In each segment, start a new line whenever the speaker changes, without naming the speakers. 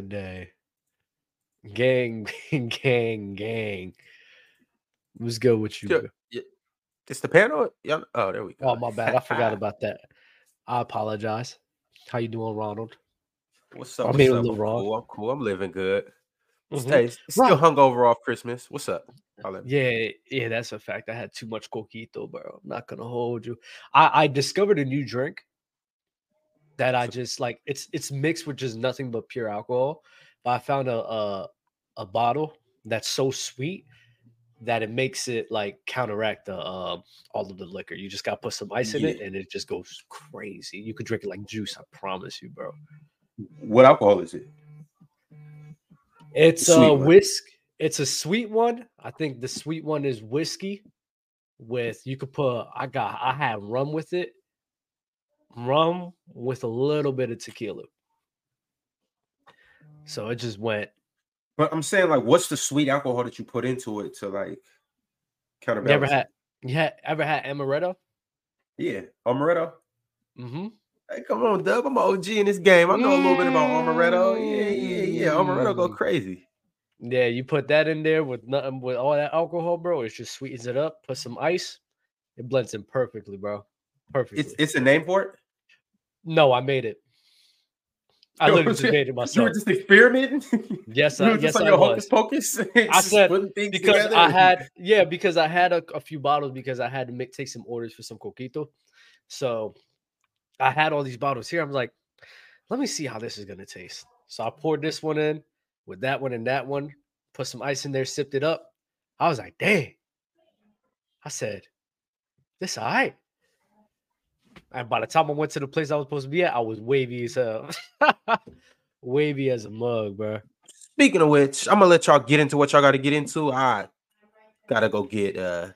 today. Gang, gang, gang. Let's go with you.
Yo- It's the panel. Yeah. Oh, there we go.
Oh, my bad. I forgot about that. I apologize. How you doing, Ronald?
What's up?
I
What's
mean,
up? I'm
LeBron.
cool. I'm cool. I'm living good.
Mhm.
Stay still
Right.
hungover off Christmas. What's up? Holla at me.
Yeah, yeah, that's a fact. I had too much coquito, bro. I'm not gonna hold you. I, I discovered a new drink that I
So-
just like. It's it's mixed with just nothing but pure alcohol. But I found a a, a bottle that's so sweet that it makes it like counteract the um, all of the liquor. You just gotta put some ice in it,
Yeah.
and it just goes crazy. You could drink it like juice. I promise you, bro.
What alcohol is it?
It's
The sweet
a
one.
whisk. It's a sweet one. I think the sweet one is whiskey with you could put I got I had rum with it. Rum with a little bit of tequila. So it just went
But I'm saying, like, what's the sweet alcohol that you put into it to like counterbalance?
never had yeah, ever had amaretto?
Yeah, amaretto.
Mm-hmm.
Hey, come on, Dub. I'm an OG in this game. I know a little bit about amaretto. Yeah, yeah, yeah. Amaretto go
Mm.
crazy.
Yeah, you put that in there with nothing with all that alcohol, bro. It just sweetens it up, put some ice, it blends in perfectly, bro. Perfectly.
It's it's a name for it.
no, I made it. I
Yo,
literally just
you-
made it
You
myself.
were just experimenting.
Yes,
You
I,
were
yes,
just on
I
your
was.
hocus pocus. just
said,
putting things
because
together
I
and-
had yeah because I had a, a few bottles because I had to make take some orders for some coquito, so I had all these bottles here. I'm like, let me see how this is gonna taste. So I poured this one in with that one and that one, put some ice in there, sipped it up. I was like, dang. I said, this all right. And by the time I went to the place I was supposed to be at, I was wavy as hell. wavy as a mug, bro.
Speaking of which, I'm gonna let y'all get into what y'all gotta get into. I gotta go get uh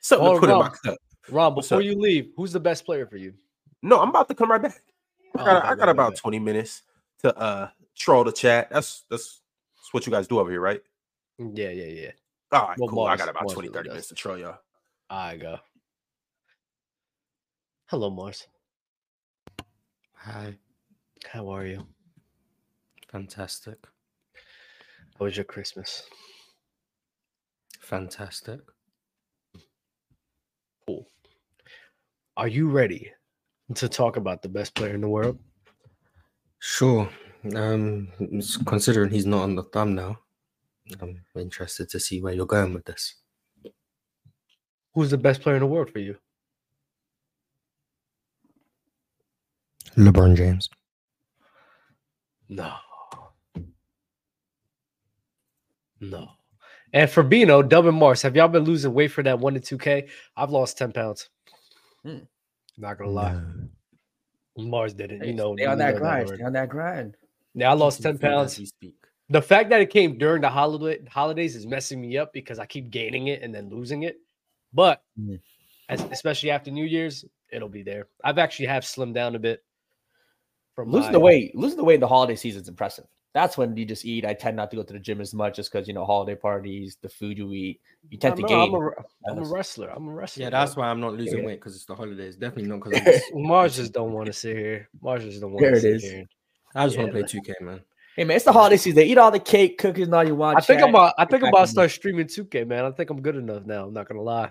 something
Oh,
to put in my
Rob.
cup.
Ron,
What's
before
up?
you leave, who's the best player for you?
No, I'm about to come right back. I
Oh,
got,
okay, bet,
I got
bet,
about
bet.
20 minutes to uh troll the chat. That's that's that's what you guys do over here, right?
Mm, Yeah, yeah, yeah.
All right,
Well,
cool. I
Mars-
got about
Mars
20,
really
30
does.
minutes to troll y'all.
I go. Hello, Mars.
Hi,
How are you?
fantastic,
How was your Christmas?
fantastic.
Cool. Are you ready to talk about the best player in the world?
Sure. Um, s- considering he's not on the thumbnail, I'm interested to see where you're going with this.
Who's the best player in the world for you?
LeBron James.
No. No. And for Bino, Dub and Mars, have y'all been losing weight for that one to two K? I've lost 10 pounds.
Mm.
Not gonna lie. Mars didn't.
They,
You know,
they on
you
that
know
grind.
already.
They on that grind.
Yeah, I lost 10
Eating food as
pounds.
we speak.
The fact that it came during the holiday holidays is messing me up because I keep gaining it and then losing it. But
Mm.
as, especially after New Year's, it'll be there. I've actually have slimmed down a bit from
Losing
my- uh,
the weight, losing the weight in the holiday season is impressive. That's when you just eat. I tend not to go to the gym as much, just because you know holiday parties, the food you eat, you
I
tend to
know,
gain.
I'm, a, I'm a
Yes.
wrestler. I'm a wrestler.
Yeah,
bro.
that's why I'm not losing
Yeah.
weight because it's the holidays. Definitely not because
Mars just don't want to sit here. Mars just don't want
There
to
it
sit
is.
here.
I just
Yeah.
want to play 2K, man.
Hey man, it's the holiday season. They eat all the cake, cookies, and all you want.
I think I'm
chat.
about I
Get
think I'm
back
about to
in
start streaming 2K, man. I think I'm good enough now. I'm not gonna lie.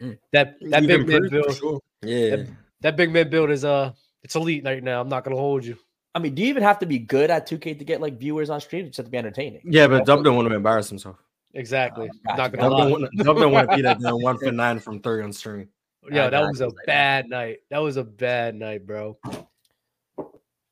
Mm.
That that big
You've
man
improved for
build,
sure. Yeah,
that big man build is uh it's elite right now. I'm not gonna hold you.
I mean, do you even have to be good at 2K to get like viewers on stream? You just have to be entertaining.
yeah, but Dub
Absolutely.
don't want to embarrass himself.
Exactly.
gotcha,
not gonna
Dub
lie.
don't want to. Dub don't want to be that damn one for nine from three on stream.
Yeah,
I
that
got
was
you,
a
like-
bad night. That was a bad night, bro.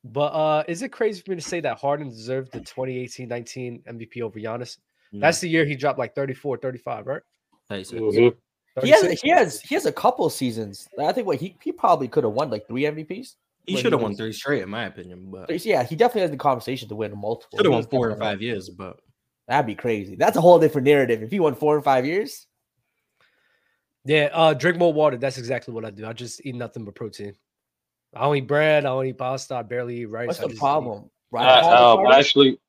But uh is it crazy for me to say that Harden deserved the 2018-19 MVP over Giannis? That's the year he dropped like 34, 35, right?
That's
Mm-hmm.
He has,
36?
he has, he has a couple seasons. I think what he, he probably could have won like three MVPs.
He
Well,
should have
he
won
was-
three straight, in my opinion. But
But yeah, he definitely has the conversation to win multiple.
should
He
have won
was
four to
definitely-
five years, but
That'd be crazy. That's a whole different narrative. If he won four and five years,
Yeah, uh drink more water. That's exactly what I do. I just eat nothing but protein. I don't eat bread, I don't eat pasta, I barely eat rice.
what's
I
the
just eat-
problem? Right?
Uh, uh,
Paul
but
McCartney?
actually,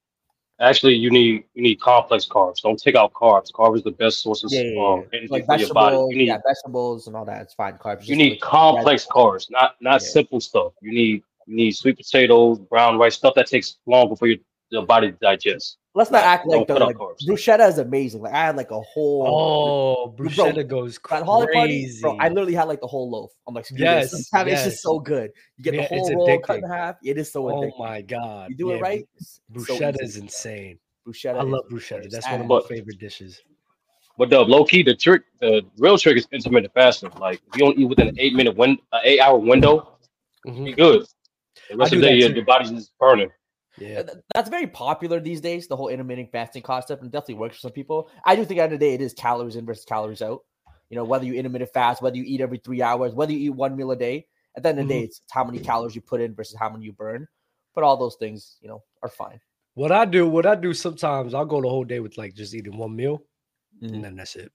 actually, you need you need complex carbs. Don't take out carbs. Carbs is the best source of
yeah, yeah, yeah.
um, energy
like
for your body.
vegetables,
You need
yeah, vegetables and all that. It's fine. Carbs.
you
just
need
like-
complex carbs, not not
Yeah.
simple stuff. You need you need sweet potatoes, brown rice, stuff that takes longer for your the body to digest.
Let's not
Right.
act like
Don't
the
cut out
like,
carbs.
bruschetta is amazing. Like I had like a whole
Oh,
Bro,
bruschetta goes
at holiday party,
crazy.
bro. I literally had like the whole loaf. I'm like, screw
Yes,
this. Let's have it. It's
yes.
just so good. You get
Yeah,
the
it's
whole roll cut in
addicting.
half. It is so
oh
addicting.
my god!
You do
Yeah,
it right. it's so
Bruschetta
easy.
is insane.
Bruschetta.
I
is-
love bruschetta. That's one of my
But-
favorite dishes.
But the low key, the trick, the real trick is intermittent fasting. Like if you don't eat within an eight minute win, an eight hour window,
Mhm.
you good. The rest
do
of the
that
day, your,
too.
your body's just burning.
Yeah,
Uh, th- That's very popular these days. The whole intermittent fasting concept and definitely works for some people. I do think at the end of the day it is calories in versus calories out. You know, whether you intermittent fast, whether you eat every three hours, whether you eat one meal a day. At the end of the day, it's, it's how many calories you put in versus how many you burn. But all those things, you know, are fine.
What I do, what I do sometimes, I'll go the whole day with like just eating one meal,
Mhm.
and then that's it.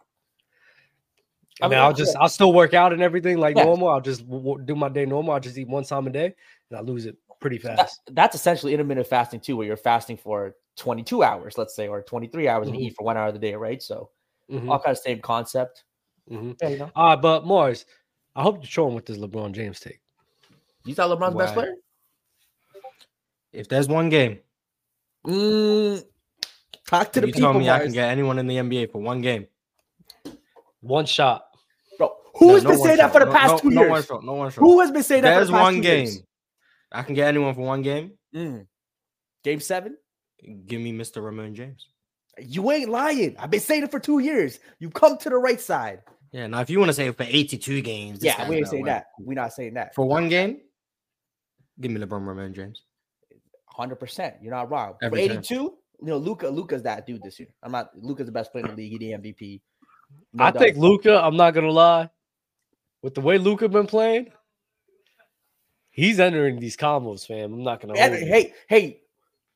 I
I
mean,
mean, I'll
that's
just I'll still work out and everything like
Yeah.
normal. I'll just w- w- do my day normal. I'll just eat one time a day, and I lose it pretty
So that-
fast.
that's essentially intermittent fasting too, where you're fasting for 22 hours, let's say, or 23 hours and
Mhm.
eat for one hour of the day, right? So
Mhm,
all kind of same concept.
mhm.
Yeah, you know,
All right, but Mars, I hope you're trolling with this LeBron James take.
you thought LeBron's best
Why?
player?
If there's one game,
Mm, talk to
you
the
tell
people.
me I can
Mars.
get anyone in the NBA for one game.
One shot.
Bro, who
No,
has
no
been
one
saying that
shot.
for the
No-
past
no-
two
no
years?
one shot, no one shot.
Who has been saying that
There's
for the past
one
two
game.
years?
I can get anyone for one game.
Mm. Game seven?
Give me Mr. Ramon James.
You ain't lying. I've been saying it for two years. You come to the right side.
Yeah. Now, if you want to say for 82 games, this
yeah,
guy's
we ain't
not
saying
winning.
that. We're not saying that.
For one game, give me LeBron Ramon James.
100%. You're not wrong.
Every
for
time.
82, you know, Luca, Luca's that dude this year. I'm not, Luca's the best player in the league. He the MVP. No
I
doubt.
think Luca. I'm not gonna lie, with the way Luca been playing, he's entering these combos, fam. I'm not gonna.
And-
hold you.
hey, hey,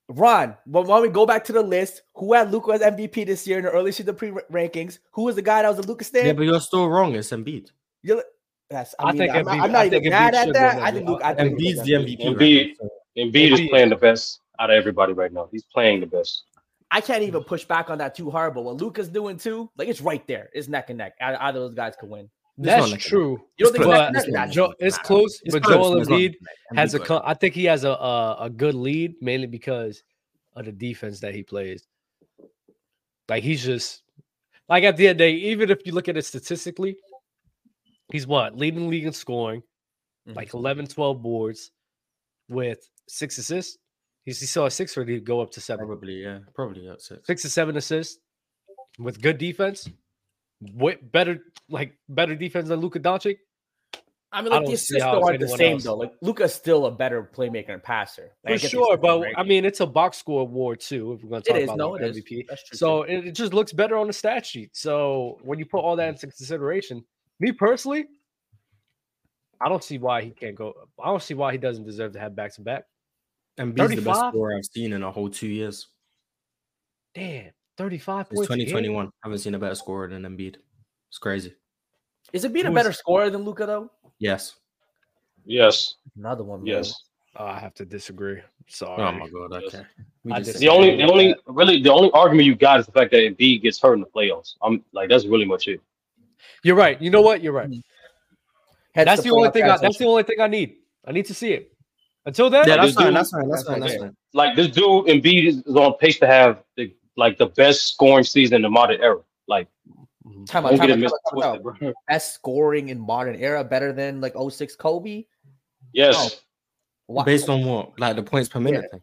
Ron, why don't we go back to the list? Who had Luca as MVP this year in the early season pre rankings? Who was the guy that was a Luca stand?
Yeah, but you're still wrong. It's Embiid.
You're- that's, I,
I
mean,
think
I'm, not,
Embiid-
I'm not
I
even
think
mad
Embiid
at
should
that.
win
I
that.
think Luca. I think Luka's
Embiid's the MVP. right
Embiid.
now, so-
Embiid is
Embiid.
playing the best out of everybody right now. He's playing the best.
I can't even push back on that too hard. But what Luca's doing too, like it's right there. It's neck and neck. Either, either of those guys could win.
It's
That's
not like-
true.
You don't think
close.
it's neck and
But-
neck?
Jo- it's close, but Joel
it's not
Embiid
like
has a
Embiid,
con- I think he has a, a a good lead mainly because of the defense that he plays. Like he's just like at the end of the day, even if you look at it statistically, he's what leading the league in scoring,
Mhm.
like 11, 12 boards with six assists. He's, he saw a six or did he go up to seven?
Probably, yeah. Probably that's it.
six to seven assists with good defense, way better like better defense than Luka Doncic.
I mean,
I
like the
don't see
assists
how
though
it's
aren't the
anyone
same
else.
though. Like Luca's still a better playmaker and passer. Like, I get
For
the
sure,
assist
but
rate.
I mean it's a box score war too. If we're going to
it
talk
is
about
no,
like,
it is.
MVP,
That's true,
so
too.
it, it just looks better on the stat sheet. So when you put all that
Mm-hmm.
into consideration, me personally, I don't see why he can't go. I don't see why he doesn't deserve to have back to back.
Embiid's the best
35?
scorer I've seen in a whole two years.
Damn, thirty five
It's
points. a game?
2021. I haven't seen a better scorer than Embiid. It's crazy.
is it being a
who is-
better scorer than Luca though?
Yes.
Yes,
Another one. man.
yes.
Oh, I have to disagree. Sorry.
Oh my god.
Yes.
Okay. We
I
just
just-
The only, the only, really, the only argument you got is the fact that Embiid gets hurt in the playoffs. I'm like, that's really much it.
You're right. You know what? You're
Mm-hmm.
right.
Hence
That's the only
playoff
thing. I, that's
transition.
the only thing I need. I need to see it. Until then,
Yeah,
Like,
that's
the
fine.
dude-
That's fine. That's fine.
that's
That's
right
fine.
Like this dude Embiid is is on pace to have the like the best scoring season in the modern era. Like,
Time out,
don't
time out,
get it
time
missed.
out, time out. Best scoring in modern era, better than like 06 Kobe.
Yes,
Wow.
Based on what? Like the points per minute thing.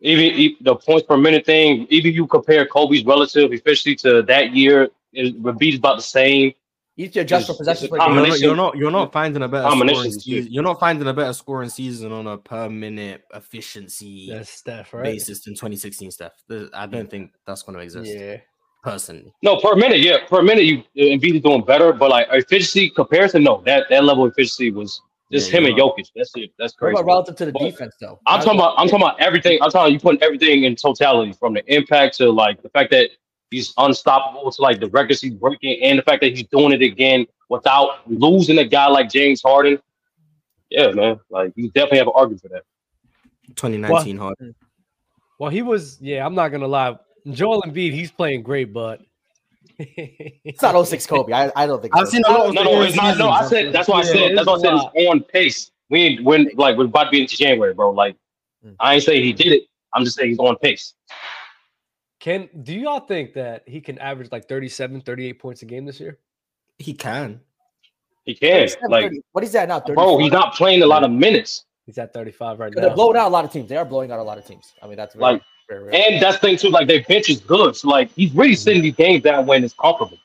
even, e- the points per minute thing. Even you compare Kobe's relative efficiency to that year, it, Embiid's about the same.
you have to adjust for
It's-
possessions.
it's
per
a
You're
game.
combination.
not, you're not. You're not finding a better.
Combination
Scoring
is
season.
good.
You're not finding a better scoring season on a per minute efficiency
that's Steph, right?
basis in 2016 stuff. Th- I don't think that's going to exist
Yeah.
personally.
No, per minute, yeah, per minute, you Embiid is doing better, but like efficiency comparison, no, that that level of efficiency was just
Yeah,
him
you're
and Jokic. That's it. That's
What
crazy.
about relative to the
But-
defense though?
I'm talking about I'm talking about everything. I'm talking you putting everything in totality from the impact to like the fact that he's unstoppable to like the records he's breaking and the fact that he's doing it again without losing a guy like James Harden. Yeah, man. Like you definitely have an argument for that.
2019 hard.
Well, he was. Yeah, I'm not gonna lie. Joel Embiid, he's playing great, but
It's not 06 Kobe. I, I don't think
I've
so.
seen a lot of
No, no,
scoring
it's not. No, I
seasons.
said that's why I
Yeah, it
said that's why I
is
said
a Hmm.
it's on pace. We ain't when like we're about to be into January, bro. Like I ain't say he did it, I'm just saying he's on pace.
Can do y'all think that he can average like 37, 38 points a game this year?
He can.
He can.
37,
Like,
30. what is that now?
bro,
34?
he's not playing a lot of minutes.
He's at 35 right
They're
now.
blowing out a lot of teams. They are blowing out a lot of teams. I mean, that's very,
Like,
very real.
And that's the thing too, like their bench is good. So like he's really sitting these games down when it's comparable.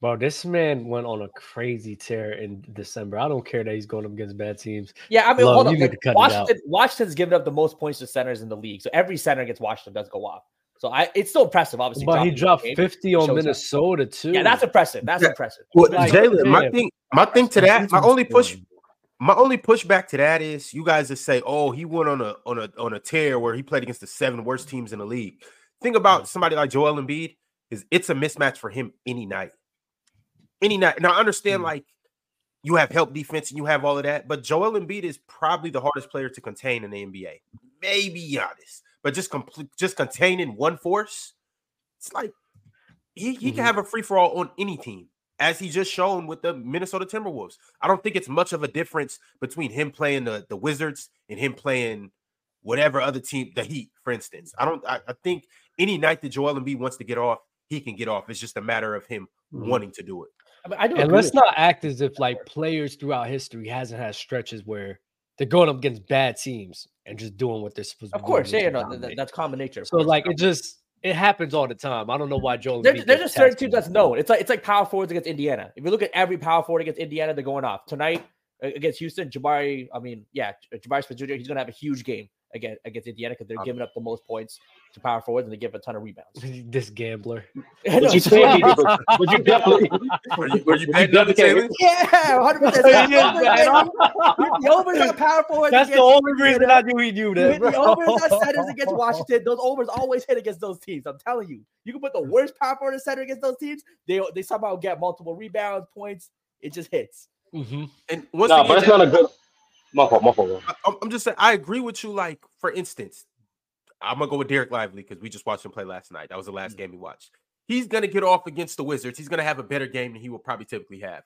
Bro, this man went on a crazy tear in December. I don't care that he's going up against bad teams.
yeah, I mean, hold
Love, you
on.
need to cut it out.
Washington, Washington's given up the most points to centers in the league, so every center against Washington does go off. So I, it's still impressive, obviously.
But he
dropping
dropped
the game.
50 on
Showtime.
Minnesota too.
Yeah, that's impressive. That's
Yeah.
impressive.
Well,
Like,
Jalen, my
yeah.
thing, my thing to that, my only push, my only pushback to that is you guys just say, "Oh, he went on a on a on a tear where he played against the seven worst teams in the league." Think about somebody like Joel Embiid is it's a mismatch for him any night, any night. Now I understand like you have help defense and you have all of that, but Joel Embiid is probably the hardest player to contain in the NBA. Maybe Giannis, but just complete just containing one force, it's like he, he
Mhm.
can have a free for all on any team, as he just shown with the Minnesota Timberwolves. I don't think it's much of a difference between him playing the, the Wizards and him playing whatever other team, the Heat, for instance. I don't I, I think any night that Joel Embiid wants to get off, he can get off. It's just a matter of him
Mhm.
wanting to do it.
I mean, I do
and
agree
let's
with
not act as if like players throughout history hasn't had stretches where they're going up against bad teams and just doing what they're supposed
you. Of
to be
course, yeah,
doing,
you
which is
know, that-
dominate.
that's common nature. of
so
course.
like it just it happens all the time. I don't know why Joel.
There-
Embiid
there's a
gets
certain
tasked
team
with
that's known. It's like it's like power forwards against Indiana. If you look at every power forward against Indiana, they're going off tonight uh, against Houston. Jabari, I mean, yeah, J- Jabari Smith Jr. He's going to have a huge game again against Indiana because they're
Um,
giving up the most points to power forwards and they give a ton of rebounds.
that. this gambler.
I know,
But you
it's-
can't be but, but you definitely
Were you, were you
You
betting on the
definitely-
Taylor?
yeah, 100.
He is bad.
The overs on power forwards.
That's the
against-
only reason I knew he knew
You
that.
hit the overs on centers against
bro.
Washington. Those overs always hit against those teams. I'm telling you, you can put the worst power forward and center against those teams. They they somehow get multiple rebounds, points. It just hits.
Mhm.
And once
nah,
again,
but that's not a good my fault, my fault. bro.
I- I'm, I'm just saying, I agree with you. Like, for instance, I'm gonna go with Derek Lively because we just watched him play last night. That was the
Mm.
last game we watched. He's gonna get off against the Wizards. He's gonna have a better game than he will probably typically have.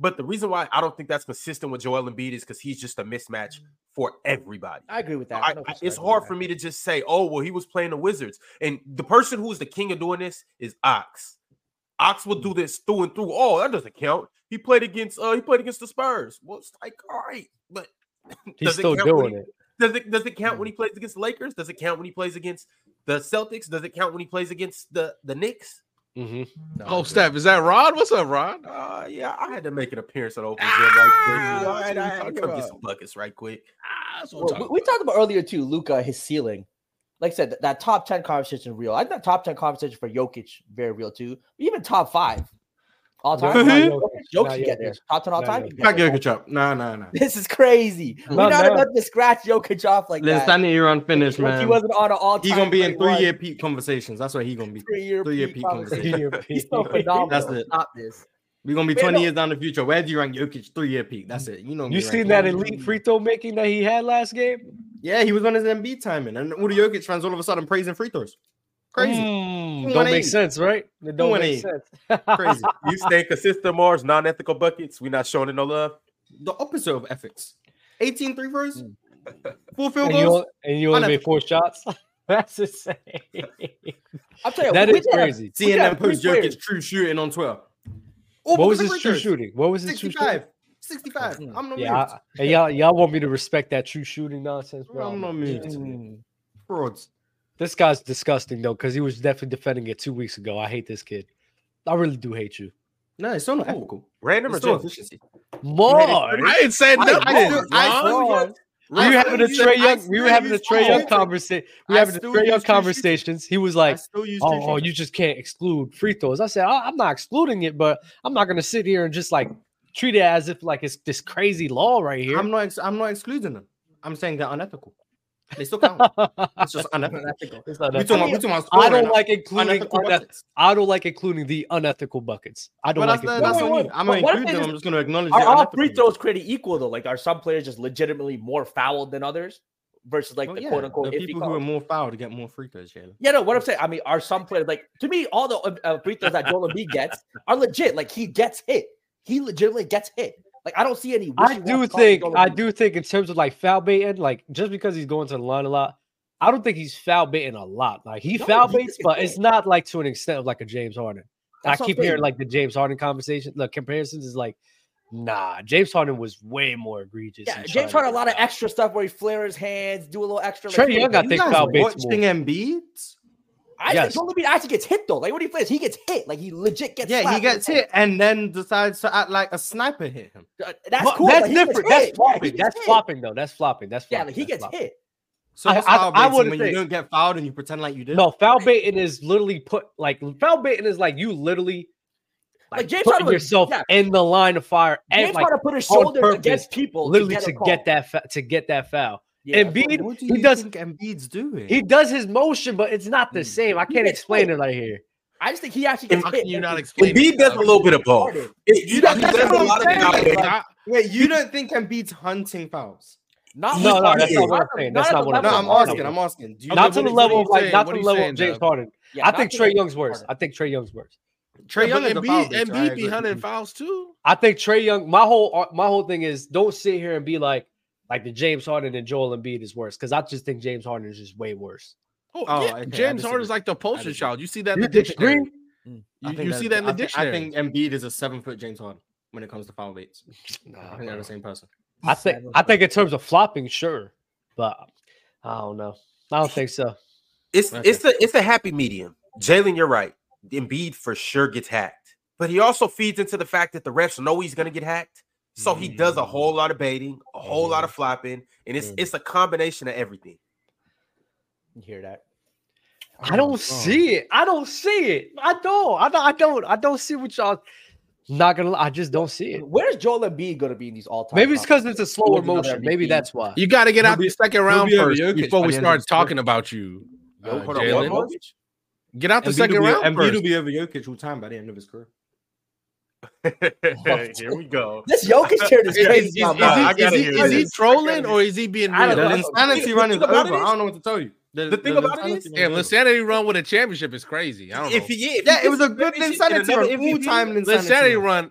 But the reason why I don't think that's consistent with Joel Embiid is because he's just a mismatch for everybody.
Mm. I agree with that.
I- I- it's hard for me to just say, oh, well, he was playing the Wizards. And the person who's the king of doing this is Ox. Ox will
Mm.
do this through and through. Oh, that doesn't count. He played against uh he played against the Spurs. Well, it's like, all right, but
He's
Does it
still
count when
doing
he-
it. Mm.
does it does it count when he plays against the Lakers? Does it count when he plays against the Celtics? Does it count when he plays against the the Knicks?
Mhm.
Oh, Steph, is that Rod? What's up, Rod?
Uh, yeah, I had to make an appearance at open gym. Like,
Ah,
all right,
that's what
I
we
had to come
talking
get
about.
some buckets right quick.
Ah, that's what
Well,
I'm
we,
talking
we talked about earlier too, Luca, his ceiling. Like I said, that, that top ten conversation real. I think that top ten conversation for Jokic very real too. Even top five all
No,
time.
not
Jokic,
Jokic,
Jokic
not
can get there.
Jokic.
Top ten all
Not
time.
Jokic.
can get
about. Not
there.
getting a job. Nah, nah, nah.
This is crazy. We're
No,
not
no.
about to scratch Jokic off like
Let's
that.
stand here unfinished,
Like, He
man.
wasn't on an all time.
He's gonna be in three year peak conversations. That's what he's gonna be.
three year
three-year
peak
peak
conversation.
conversation.
He's so phenomenal.
That's it.
Stop this.
We're gonna be
Man,
20
no.
years down the future. Where do you rank Jokic three year peak? That's it. You know, me
You
right
seen
there.
that elite free throw making that he had last game?
Yeah, he was on his MB timing, and all the Jokic fans all of a sudden praising free throws. Crazy,
Mm,
Two
don't
and
make
eight.
sense, right? It don't
Two and
make
eight.
sense.
crazy.
You stay consistent, Mars, non-ethical buckets. We're not showing it no love.
the opposite of ethics. 18 three throws,
Mm.
four field
Hmm. and, you,
goals.
on- and you only made
Unethical.
four shots. That's insane.
I'm telling you,
that
we
is
did have-
crazy.
Seeing
got
them
three
post Jokic
players.
true shooting on 12. All
What was
because
his
of
true
Lakers.
shooting? What was his true shooting?
65, 65. I'm not
Mm-hmm. Yeah,
yeah,
I, and y'all, y'all want me to respect that true shooting nonsense, bro?
I'm not muted.
Mm.
Frauds.
This guy's disgusting though, because he was definitely defending it two weeks ago. I hate this kid. I really do hate you,
No, it's still not ethical.
Random
It's still
or Jokic?
efficiency.
Mars.
I ain't said
I-
nothing.
I still- I
Rod.
still-
Mars. We
I
were having
still
a
use-
Trey
I
Young. We were
still
having a
use
Trey Young
offensive.
conversation. We were
I
having a
still
Trey Young
use true shooting.
conversations. He was
I
like,
still use true
"Oh, oh,
shooting.
you just can't exclude free throws." I said, I, "I'm not excluding it, but I'm not going to sit here and just like treat it as if like it's this crazy law right here."
I'm not. Ex- I'm not excluding them. I'm saying they're unethical. They still count. it's just unethical.
It's not
We
ethical.
talking about, we talking about
I
scoring
don't
now.
like including
unethical
uneth-
buckets.
I don't like including the unethical buckets. I don't
But
like
that's, the,
including
that's
Wait,
them.
on
wait,
you.
wait.
I'm
But
not
what if
including
it
them. I'm just going to acknowledge.
Are
they're
all
unethical.
free throws created equal though? Like, are some players just legitimately more fouled than others? Versus like
Well,
the
Oh, yeah,
quote unquote
the
iffy
people
calls?
who are more foul to get more free throws. Jalen.
Yeah, no, what I'm saying, I mean, are some players like to me, all the uh, uh, free throws that Joel Embiid gets are legit. Like he gets hit, he legitimately gets hit. Like I don't see any.
I
wishy-washy
do
calls from
think
Joel
I
Embiid.
do think in terms of like foul baiting, like just because he's going to the line a lot, I don't think he's foul baiting a lot. Like he foul baits, but it's not like to an extent of like a James Harden.
That's
I
what
keep
I'm saying.
hearing like the James Harden conversation. Look, comparisons is like, nah, James Harden was way more egregious.
Yeah,
in
James
trying
Harden
to
a lot
get
of extra stuff where he flare his hands, do a little extra.
Trae Young got
You
think
guys
foul baits
watching Embiid?
I think
yes.
Joel Embiid actually gets hit though. Like what he plays, he gets hit. Like he legit gets.
Yeah, he
slapped in the
gets
face.
hit and then decides to act like a sniper hit him.
Uh, That's
Well,
cool.
That's
like, he gets
different.
hit.
That's
Yeah,
flopping.
he gets
That's
hit.
flopping though. That's flopping. That's
Yeah,
flopping.
like he
That's
gets
flopping.
hit.
So
I-
what's
I-
foul
I
baiting
wouldn't
when you
think-
don't get fouled and you pretend like you did.
No, foul baiting is literally put like foul baiting is like you literally like,
Like, James
putting
Harden was-
yourself
yeah.
in the line of fire and
James
like
Harden put his
on
shoulder
purpose,
against people
literally
to get,
to
a call.
get that fa- to get that foul.
Yeah, that's
Embiid,
What do
he
you
does-
think Embiid's doing?
He does his motion, but it's not the same. I can't
Hmm. gets
explain
hit.
it right here.
I just think he actually gets
How
hit.
can you
Like,
not
he-
explain?
Embiid does a little bit of both.
Harden.
It- you know,
That's
he does
what
a
I'm
lot of
saying,
foul baiting.
like,
Wait, you don't think Embiid's hunting fouls?
Not
No,
with
no,
Harden.
that's not what I'm
at the-
saying. That's
at
not
the
what I'm
No,
level
saying.
of
I'm
Harden.
asking. I'm asking. Do
Not
you
Okay,
to
what
the
are you-
level
what
of
are you
like, not to the
saying? What are you
level of
saying,
James
though?
Harden.
Yeah,
I
not
think
to
Trey
the-
Young's worse. I think Trey Young's worse.
Trey
But
Young is a foul
Embiid,
bitch. I
Embiid be
agree.
hunting fouls too.
I think Trey Young. My whole uh, my whole thing is don't sit here and be like like the James Harden and Joel Embiid is worse because I just think James Harden is just way worse.
Oh,
Oh,
yeah.
okay, I
James
disagree.
Harden's like the poster
disagree.
child. You see that in
You
the dictionary.
disagree?
I
You,
think
you
that's-
see that in
I
the
think-
dictionary.
I think Embiid is a seven foot James Harden when it comes to foul baits. I
Nah,
think they're
bro.
the same person.
I think I think in terms of flopping, sure, but I don't know. I don't think so.
It's
Okay.
it's a it's a happy medium. Jalen, you're right. Embiid for sure gets hacked, but he also feeds into the fact that the refs know he's gonna get hacked. So he does
Mm-hmm.
a whole lot of baiting, a whole lot of flopping, and it's
Mhm.
it's a combination of everything.
You hear that?
I don't see it. I don't see it. I don't. I don't. I don't. I don't see what y'all. Not gonna. lie, I just don't see it.
Where's Joel Embiid going to be in these all-time?
Maybe it's
conferences?
because it's a slower
Who's another
motion. Maybe
MVP?
that's why.
You got to get out the second round
be over
first
Jokic
before we
by the end of
start
this year.
talking about you. Uh,
Hold on,
Jalen.
one more?
Get out the
Embiid
second
will be,
round
Embiid
first.
will be over Jokic all time by the end of his career.
Here we go.
this Jokic tear is
Is- is-
crazy.
is-
now,
is
man.
he-
I
is
gotta
he-
hear
is he
this.
trolling or is he being
I don't
real?
The
know.
insanity
The
run is
thing about
over.
it
I don't know what to tell you. The,
thing about it
insanity
is-
run
Damn,
over.
Insanity run with a championship is crazy. I don't know.
If he, yeah, if he
Yeah,
gets
it was a good
championship and
insanity
another
run. All time
MVP,
insanity.
Insanity
run.
E run.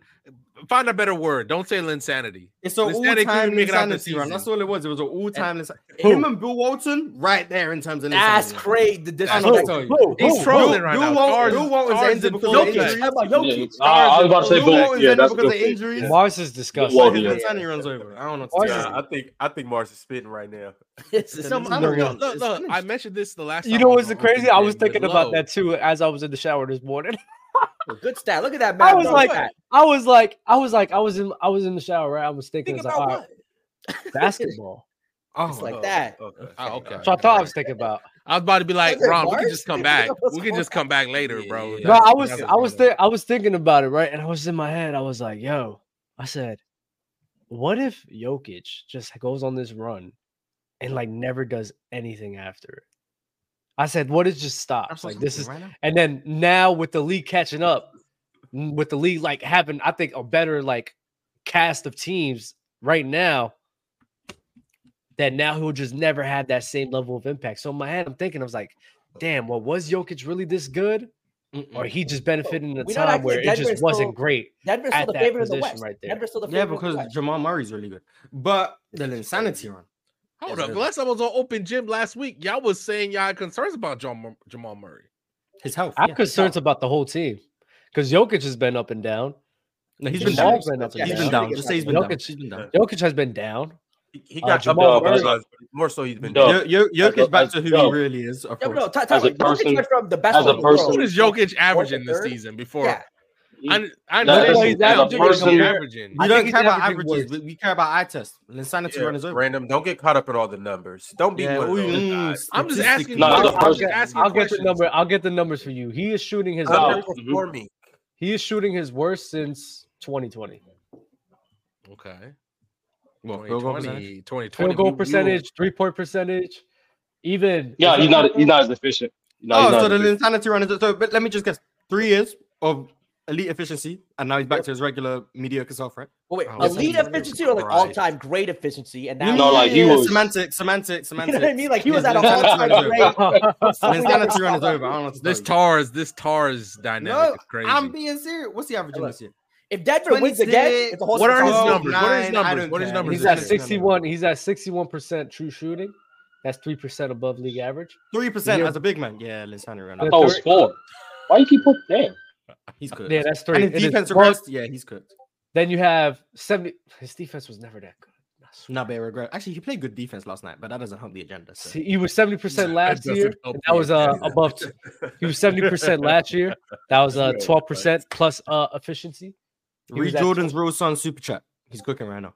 Find a better word. Don't say insanity.
It's an
Insanity couldn't
all-time
make it out the
insanity run.
season.
That's all it was. It was an all-time insanity.
Who?
Him and Bill Walton, right there in terms of
That's
insanity.
crazy. The
I don't know what to
disrespect.
tell you.
He's
who-
trolling
Bill-
right
Bill
now.
Walton-
Cars-
Bill Walton's
Cars
ended
is
because
bullshit.
of injuries.
Jokic. How about Jokic?
Yeah, I- I was about to say
Bill
Bill.
Walton's
Yeah,
ended
that's
because
Bill.
of injuries.
Yeah.
Mars is disgusting.
Walton,
Second
yeah.
insanity run's over. I don't know. What to
Mars
tell
is-
Nah, I think I think Mars is spitting right now.
This is-
Some-
this is no
I'm not
one.
gonna-
Look,
It's
look,
finished.
I mentioned this the last time.
You
I
know
was
what's the
on- on
crazy? I was
Big Game
thinking
with
about
Lowe.
that too as I was in the shower this morning.
Good stat. Look at that man.
I was like, I was like, I was like, I was in, I was in the shower. Right? I was thinking,
Think
I was like,
about
all
what?
right, basketball.
you.
It's like
Oh,
that.
okay.
Ah,
Oh, okay.
So I thought I was thinking about.
I was about to be like,
Was it
Ron, we can
Mars?
just come back.
What's
We can just come back later, bro.
Yeah.
No, I
That's-
was,
that's-
I was, thi- I was thinking about it, right? And I was in my head. I was like, yo, I said, what if Jokic just goes on this run and like never does anything after it? I said, what if it just stops? Like this is
right now.
And then now with the league catching up, n- with the league like having, I think a better like cast of teams right now. That now he'll just never have that same level of impact. So in my head, I'm thinking, I was like, "Damn, well, was Jokic really this good, or he just benefited in a
We know
time
actually
where it
Denver's
just
still
wasn't great?"
Denver's
at
still the
that
favorite of the
position
West.
right there.
Denver's still the
Yeah,
favorite. of the
because
West.
Jamal Murray's really good. But the insanity run. Yes,
Hold up.
sir.
Last time I was on Open Gym last week, y'all was saying y'all had concerns about Jamal, Jamal Murray.
His health.
I'm
yeah, his
concerned
health.
about the whole team because Jokic has been up and down.
No, he's been
Jamal's
down.
been up and
He's
down.
been down. Just say he's been down.
Jokic-
He's been down.
Jokic has been down.
He, he
Uh,
got
Jamal
Jamal
Murray-
Murray. More so, he's been
Dog.
down.
Jo- Jo- Jokic's back to who he
Yo.
really is. Of
Yeah, but
course.
no, t-
As a
Tyler, Jokic
person-
went from the best
as a
one in the world.
person-
What is Jokic averaging
and
this
third?
season before?
Yeah,
I, I
No,
know
as
he's
a- as a
averaging. what he's
person-
averaging.
We
I
don't
think
care
he's
about
averaging
averages.
worse.
We, we care about eye test. The insanity
Yeah,
run is over.
Random. Don't get caught up in all the numbers. Don't be
Yeah,
one of
ooh,
those
mm,
guys.
I'm just asking.
statistically-
No,
I'm
the
just
person-
asking
I'll get the
questions.
number. I'll get the numbers for you. He is shooting his
Oh.
worst.
Underperforming.
He is shooting his worst since 2020.
Okay.
What, field goal
2020, 2020.
Field goal
we- we were-
percentage, three point percentage, even.
Yeah,
is
he's
that-
not. He's not as efficient. No,
oh,
he's not
so
as
the
efficient.
insanity run is so. But let me just guess: three years of elite efficiency, and now he's back to his regular mediocre self, right?
Well, wait,
Oh,
elite
Jesus
efficiency or like
Christ.
all-time great efficiency, and now
No, like, he was-
semantic, semantic,
you
semantic.
know what I mean? Like he was
Yeah,
at an
the
all-time
insanity
great.
run is over. The insanity run is over. I don't know. What to
This
tell
Tars, this Tars dynamic
No,
is crazy.
you. I'm being serious. What's the average in this year?
If Denver wins again,
26,
it's a whole
what are his
season.
Oh,
numbers? What are his
nine, I
numbers?
don't
What are his
care.
numbers?
He's
this
at
Exactly.
year?
61. He's at 61 percent true shooting, That's three percent above league average.
Three percent
Yeah.
as a big man. Yeah, Lisandro
Yeah.
Ronaldo.
Oh, it's four. Why you keep putting damn?
He's cooked.
Yeah, that's three.
and
It is
his defense
one-
regressed. Yeah, he's cooked.
Then you have seventy. His defense was never that good. I swear.
Nah, but it regressed. Actually, he played good defense last night, but that doesn't help the agenda. So.
See, he was seventy percent
That
last
doesn't
year.
help
and that
the
was uh,
agenda.
above. T- he was seventy percent last year. That was uh
Right,
twelve percent plus uh efficiency. He
Read
was at-
Jordan's Rule Sun super chat. He's cooking right now.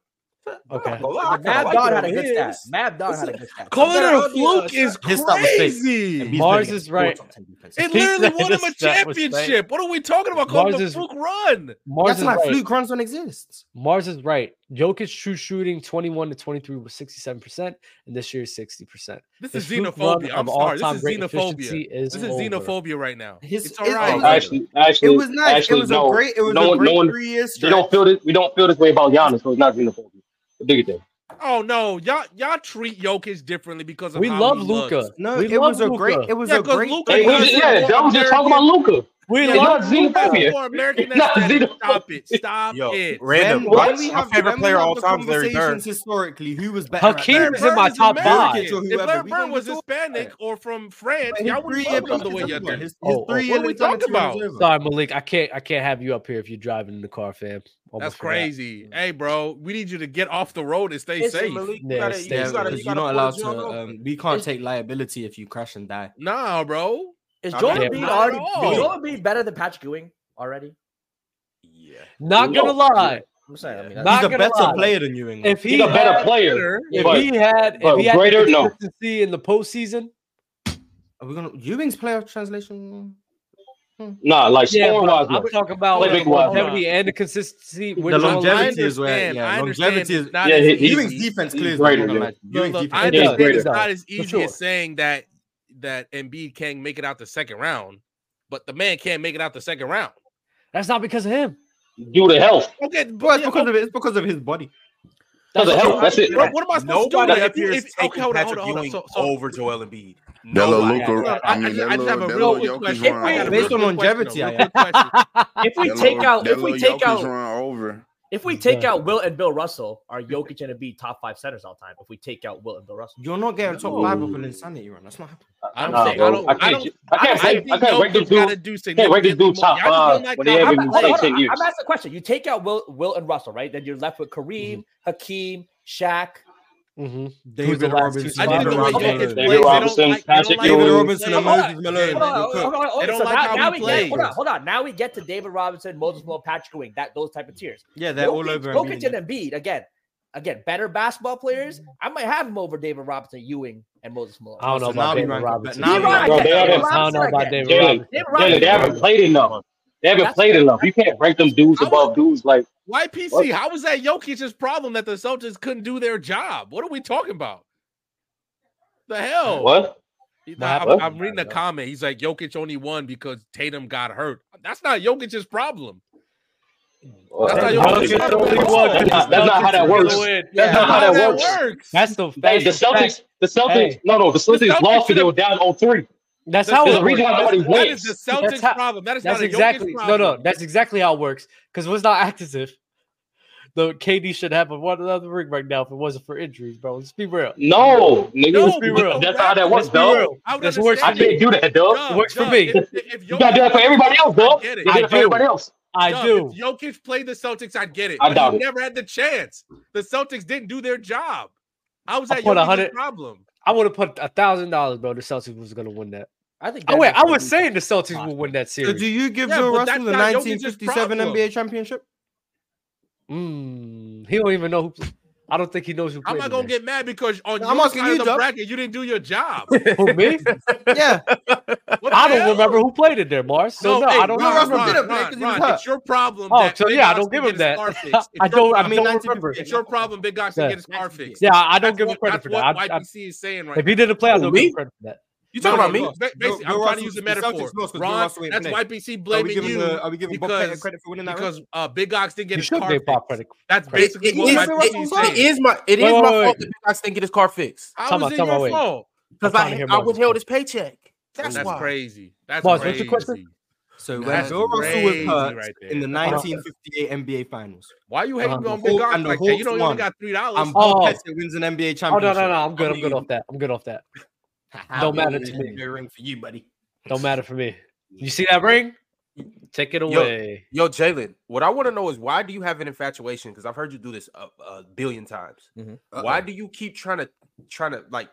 Okay.
Mad Don had a good stat.
stat.
Mad Don had a
Listen,
good stat.
Calling it
Sometimes
a
I'll be, uh,
fluke is
his style was fake.
crazy.
Embiid's
Mars
playing
is
against four
right.
top 10 defenses.
It
He
literally
said
won him a
this stat was fake.
championship. What are we talking about? Calling
Mars
it a
is-
fluke run.
Mars
That's
is
not
right.
fluke. Runs don't exist.
Mars is right. Jokic's true shooting twenty one to twenty three was sixty seven percent, and this year is sixty percent.
This is xenophobia. I'm sorry. This is xenophobia.
Is
This is
over.
xenophobia right now.
His-
it's
it's
all right.
over.
Actually, actually,
It was nice.
Actually,
it was
no.
a great. It was
no
a
one,
great
no one.
three years.
They don't feel this. We don't feel this way about Giannis, so it's not xenophobia. Dig it then.
Oh no, y'all y'all treat Jokic differently because of
We
how
love
he
Luca.
looks.
No,
we
it was a
love
great.
Luka.
It was
Yeah,
a
'cause
great.
Luca-
Hey,
Hey,
we
Giannis
just-
is
yeah,
more
that was just talking about Luca.
We
Yeah,
Yeah,
it's
love
not
y'all
xenophobia.
more American
It's not
aesthetic.
xenophobia.
Stop it. Stop
Yo,
it.
random.
When- when
What's
we
my
have-
favorite
when we
player
have
all
the
time is Larry Bird.
conversations Historically, who was better? at
Hakeem
that?
is in my
Bird is
top
American.
five.
Jokic or
If
whoever,
Larry
we
Bird
don't
was
talk
Hispanic or from France,
But his
y'all would
three
love
year
him the
peak
way
is
y'all
over.
do.
His-
Oh,
his
oh.
three
What
year
are we
league time
talking
is over.
about?
Sorry, Malik. I can't. I can't have you up here if you're driving in the car, fam.
That's
Almost forgot. Mm.
crazy. Hey, bro, we need you to get off the road and stay safe.
Yeah, it's
Yeah,
You gotta-
because you're not allowed to. Um, we can't take liability if you crash and die.
Nah, bro.
Is
I
Joel
mean,
Embiid
not
at
already? Is
all.
Joel Embiid better than Patrick Ewing already?
Yeah.
Not gonna
No.
lie.
I'm saying. I mean,
Yeah.
that's-
Not
He's a
gonna
better
lie.
player than Ewing.
If he
He's a better
had-
player.
If
But-
he had, if
but
he had
greater,
the
no.
consistency in the postseason,
Are we gonna Ewing's playoff translation? Hmm.
Nah, like
yeah,
scoring
but
wise, no.
I'm talking about
Like,
the
big wise.
longevity and the consistency.
The
the
longevity
longevity.
is where-
understand.
yeah,
I
longevity
understand
is-
it's not
Yeah,
as
he-
easy.
he's-
Ewing's defense
he's
clears.
greater,
the
yeah.
match.
Look,
Ewing's
look, I
defense.
It does,
understand
it
it's
does,
not as easy
sure.
as saying that that Embiid can't make it out the second round, but the man can't make it out the second round.
That's not because of him. oh.
due to health.
Okay, but
Well, it's
yeah,
because of it. It's because of his body.
Because of
That's
health. That's it.
Bro, what am I supposed
Nobody
to do?
up
If you-
here is
if-
taking Patrick Ewing
So, so
over Joel Embiid.
That little
Nobody.
Hold
Luca,
on,
I mean,
I
that
just have
little,
a
that
real
little
quick
Jokic
question.
If
I
run
got
over.
a
Based
real
That
on
quick
longevity,
question, a
I
real
am.
quick question.
if we
little-
take out,
that
if we
little
take
Jokic
out,
run over.
if we take
Yeah.
out Will and Bill Russell, are Jokic and Embiid top five centers all time? If we take out Will and Bill Russell,
You're not getting top five with an
No.
insanity run. That's not happening.
I'm
Nah,
saying,
bro.
I don't.
I
I
can't
don't.
ju- I can't
honestly
rank- I can't rank this
think Joki's gotta
dude-
do
can't rank this dude
significantly
top
more. Y'all just
five
don't
when
like
he
how-
haven't
how
even
about-
played
hold
ten
on,
years.
I'm asking a question. You take out Will, Will and Russell, right? Then you're left with Kareem, Hakeem, Shaq.
Mm-hmm.
David
the last
Robinson,
two
I think
David
the way
Robinson,
Jokic
David
Robinson,
plays, they don't like- they
Patrick
don't like
Ewing.
how he
Robinson, and
plays.
Moses Malone.
Hold on, hold on,
You're cooked.
hold on, hold
They
on.
don't
So
like
now,
how
now
we
we
play.
get, hold on, hold on. Now we get to David Robinson, Moses Malone, Patrick Ewing, that those type of tiers.
Yeah, they're all
Jokic-
over.
Jokic
Embiid.
and Embiid again, again, better basketball players. I might have him over David Robinson, Ewing, and Moses Malone.
I don't know
So now
about
we
David
rank up-
Robinson.
now we rank
Bro, they haven't-
I don't know about
David
David
Jalen,
Robinson.
Jalen, they haven't
Robinson.
played enough. They haven't
That's-
played enough. You can't rank them dudes
I
above dudes like
Why PC? How was that Jokic's problem that the Celtics couldn't do their job? What are we talking about? The hell?
what?
He's
What
not- I'm,
happened?
I'm reading a comment. He's like, Jokic only won because Tatum got hurt. That's not Jokic's problem.
That's
not your-
not-
Jokic only won 'cause
That's not how that works. That's not how
How
that
that
works.
works.
That's the
Hey,
that's
the
fact.
Celtics, the Celtics,
Hey.
no, no, the Celtics, lost
Celtics
because
should've-
they were down 0-3.
That's
The
how
That's
it
the reason
works.
why nobody
That is
wins.
the
That's
Celtics'
how-
problem. That is
That's
not
exactly
a Jokic
no,
problem.
no. That's exactly how it works. Because let's not act as if the KD should have one another ring right now if it wasn't for injuries, bro. Let's be real.
No, nigga,
No,
let's be
but
real.
the
That's not how that works,
Raptors-
Let's be
dog.
real.
I would
This works
I
for
understand
me.
can't do that, dog.
Duh,
works for
duh.
me.
If, if
You gotta do that for everybody else, dog.
I get it.
You do
I
that for
do.
everybody else.
I
Duh,
do.
If Jokic played the Celtics, I'd get it.
I
but
doubt
he
it.
never had the chance. The Celtics didn't do their job. I was
I
at
put a
Jokic's
hundred-
problem.
I would have put a thousand dollars, bro. The Celtics was gonna win that.
I think.
Oh wait, I
Denver's
was
gonna be-
saying the Celtics would win that
So
series.
do you give
Yeah,
Bill
but
Russell
that's
the
not Jokic's
1957
problem.
NBA championship?
Mm, he don't even know who. I don't think he knows who.
I'm not gonna get mad because on
I'm
your
asking
side
you,
of the
Doug.
bracket, you didn't do your job.
get who me.
Yeah,
What
I
the
don't
hell?
remember who played it there, Mars. So no,
hey,
I don't
Bill
know.
Russell
Ron,
did it,
Ron,
because he
Ron,
was hurt.
it's your problem.
Oh,
that
so
Big
yeah, I
Ox
don't give
didn't
him
get
that.
his star fixed. It's
I
your
don't. I
problem.
don't
I mean,
remember.
1958.
It's your problem. Big Ox
Yeah.
didn't get his car fixed.
Yeah, I don't
That's
give him
what-
credit
that's
for
what
that. I- I-
YPC is saying right
If he didn't play, I
Who,
don't give
me?
him credit for that.
You
No,
talking
no,
about me?
no.
Ba-
Bill-
Basically,
Bill
I'm trying to
Russell-
use
the
a
Celtics
metaphor.
lost 'cause Bill
Ron,
Russell ain't
that's
playing.
YPC
Are we
blaming
giving
you
the, are we giving Bob Pettit
because-
credit for winning that? round?
because uh, Big Ox didn't get
You
his
should
car
give Pop
fixed.
credit.
That's
credit.
basically
It
what
is-
YPC is
it
saying.
is my it
Wait,
is
wait,
my
wait.
fault that Big Ox didn't get his car fixed
I
Time
was
out,
in
time out,
your
wait.
fault.
I'm
because
trying to
I
hear
I
Moses.
withheld his paycheck. That's,
That's
why.
crazy. That's
Boss, what's
crazy.
your question?
So when
That's
Bill Russell was
crazy
hurt
right there.
in the
Uh-huh.
1958 NBA Finals,
Why you hating
Uh, the
on Big
Hawks-
Ox
and the
like that? You
Hawks
don't
won.
even got three dollars.
and
Oh.
Bill Pettit wins an NBA championship.
Oh no, no, no! I'm good. I'm good
mean-
off that. I'm good off that.
Haha,
matter
win
to
an
me.
NBA Ring for you, buddy.
Don't matter for me. You see that ring? Take it away.
Yo, Jalen, what I want to know is why do you have an infatuation? Because I've heard you do this a, a billion times. Why do you keep trying to trying to like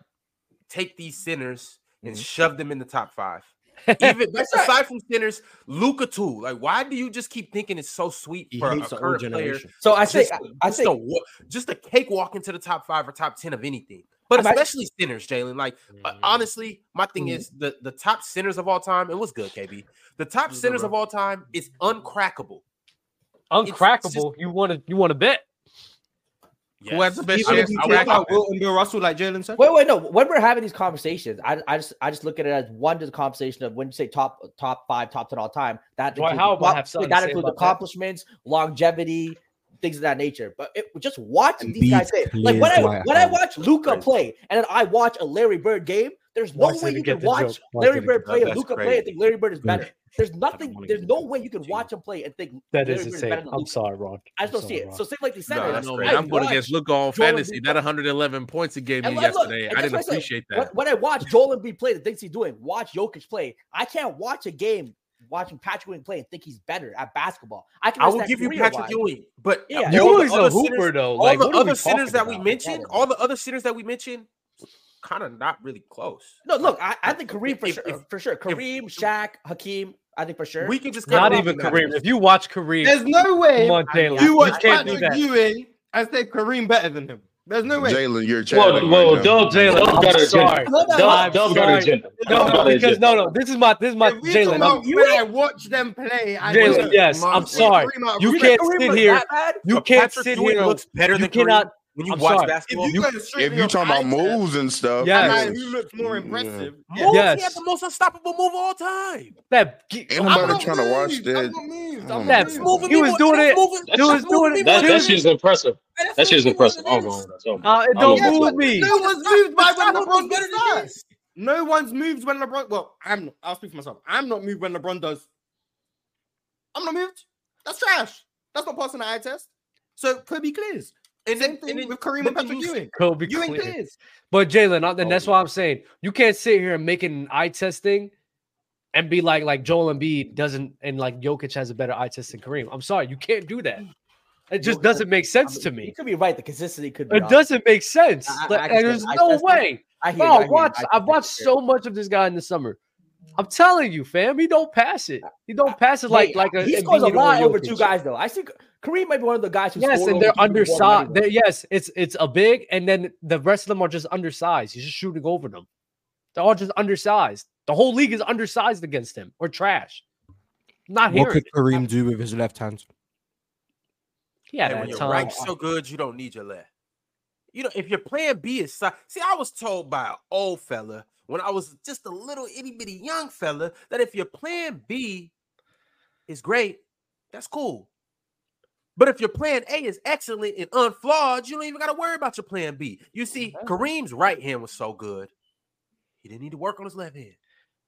take these sinners and
Mhm.
shove them in the top five? Even that's aside from sinners, Luca too. Like, why do you just keep thinking it's so sweet
He
for a
hates the old
current player?
generation.
So I think
just,
I
just,
think-
a, wa- just a cakewalk into the top five or top ten of anything, but
I might-
especially sinners, Jalen. Like, uh, honestly, my thing
Mhm.
is the the top sinners of all time. It was good, KB. The top
was good,
sinners
bro.
of all time is uncrackable.
Uncrackable.
it's just-
you want to? You want to bet?
Who has the best
Even
Even if
chance?
you
I
talk
would-
about Will and Bill Russell, like Jalen said,
Wait, wait, no. When we're having these conversations, I, I just I just look at it as one just conversation of when you say top top five, top ten all time. That
Dwight
includes
Howard might
accom-
have something to
that
say
includes
about that.
accomplishments, longevity, things of that nature. But it, just watch
And
these guys play.
Beads
Like when
clears
I
Dwight
when I
Howard.
watch Luca
Crazy.
play, and then I watch a Larry Bird game. There's no
Mark
way
didn't
you
get
can
the joke.
watch
Mark
Larry
didn't
Bird
get-
play and
that's
Luca
crazy.
play and think Larry Bird is
Good.
better. There's nothing.
wanna get
There's
into
no
that
way you can watch him play and think
That
Larry
is
Bird is
insane.
better than
I'm
Luca.
sorry, Ron.
I just
I'm
don't see
sorry,
it.
Ron.
So say like the
No,
center.
I
that's
know,
crazy.
man. I'm going
watched-
against Luke on
Jordan
fantasy.
Luka.
That 111 points he gave me
And like, look,
yesterday.
and
I
that's
didn't
what I said.
appreciate
When,
that.
when I watch Joel Embiid play, the things he's doing, watch Jokic play. I can't watch a game watching Patrick Ewing play and think he's better at basketball. I can.
I will
understand
give you
career-wise.
Patrick Ewing, but
Yeah.
all the
Ewing's
other
a hooper
sinners-
though.
all
Like
the
what are we
other
talking
sinners that we
about?
mentioned, all the other sinners that we mentioned, kind of not really close.
No, look, I, I think Kareem for
If-
sure, uh,
if-
for sure. Kareem, Shaq, Hakeem, I think for sure.
We can just cut
Not
it off
even
now.
Kareem. If you watch Kareem,
there's no way
come on, Jalen.
you
You,
watch
can't do
Patrick
that.
Ewing and say Kareem better than him. There's no way.
Jalen, you're
Whoa,
chatting.
whoa,
right now.
Dub Jalen,
I'm
Dub got an
sorry.
agenda.
no, no, no,
I'm
Dub, Dub got an
sorry.
agenda.
No,
Dub got
no,
an
because
agenda.
no, no. This is my this is my
If we talk
Jalen. I'm-
about when I watch them play, I
Jalen,
watch them.
yes,
Come
I'm
on,
sorry.
Kareem out-
You
Kareem-
can't
Kareem
sit
was
here.
that bad?
You
But
can't
Patrick
sit
Ewing
here.
looks better
You
than
cannot.
Kareem when you
I'm
watch
sorry.
basketball.
If you, go
If you're talking about moves and stuff,
Yes.
yeah.
who looks more
Yeah.
impressive?
Moves, he had
Yes.
the most unstoppable move of all time.
That ge-
Ain't
I'm
nobody
not
trying to watch
moved.
that.
I'm not moved. I'm
That
not moved.
he was doing it.
That's
He was
just-
doing it.
That, that
dude.
shit's impressive. That shit's impressive. Oh, I'm going with that. So,
Uh, it
I'm
don't
gonna
move
go.
me.
No one's moved by when
Who's better
LeBron gets
than you?
first. No one's moved when LeBron. Well, I'm. Not, I'll speak for myself. I'm not moved when LeBron does. I'm not moved. That's trash. That's not passing the eye test. So Kobe clears.
And
Same
then,
thing
and then
with Kareem and
but then
Patrick
you-
Ewing.
Kobe
Ewing
Clinton.
clears.
But Jalen, I- and that's
Oh.
why I'm saying you can't sit here and make it an eye test thing and be like, like Joel Embiid doesn't, and like Jokic has a better eye test than Kareem. I'm sorry, you can't do that. It just
Jokic-
doesn't make
I mean,
sense to
You
me.
could be right. The consistency could be.
It
off.
doesn't make sense.
I- I-
Like,
I
and
understand
there's
the eye
no
test thing.
way.
I hear. you, I
Bro,
hear you,
watch.
I-
I've watched
I-
so much of this guy in the summer. I'm telling you, fam, he don't pass it. He don't pass it like
Hey,
like a.
he scores a
Embiid or
lot over two
Jokic.
guys though. I think Kareem might be one of the guys who
Yes,
scored
and
over
they're
two people more than
undersized.
anyone.
They're, yes, it's it's a big, and then the rest of them are just undersized. He's just shooting over them. They're all just undersized. The whole league is undersized against him or trash. Not here.
Kareem do with his left hand?
Yeah,
And when
that
your
time.
right's so good, you don't need your left. You know, if your plan B is si- see, I was told by an old fella when I was just a little itty bitty young fella that if your plan B is great, that's cool. But if your plan A is excellent and unflawed, you don't even got to worry about your plan B. You see, Kareem's right hand was so good, he didn't need to work on his left hand.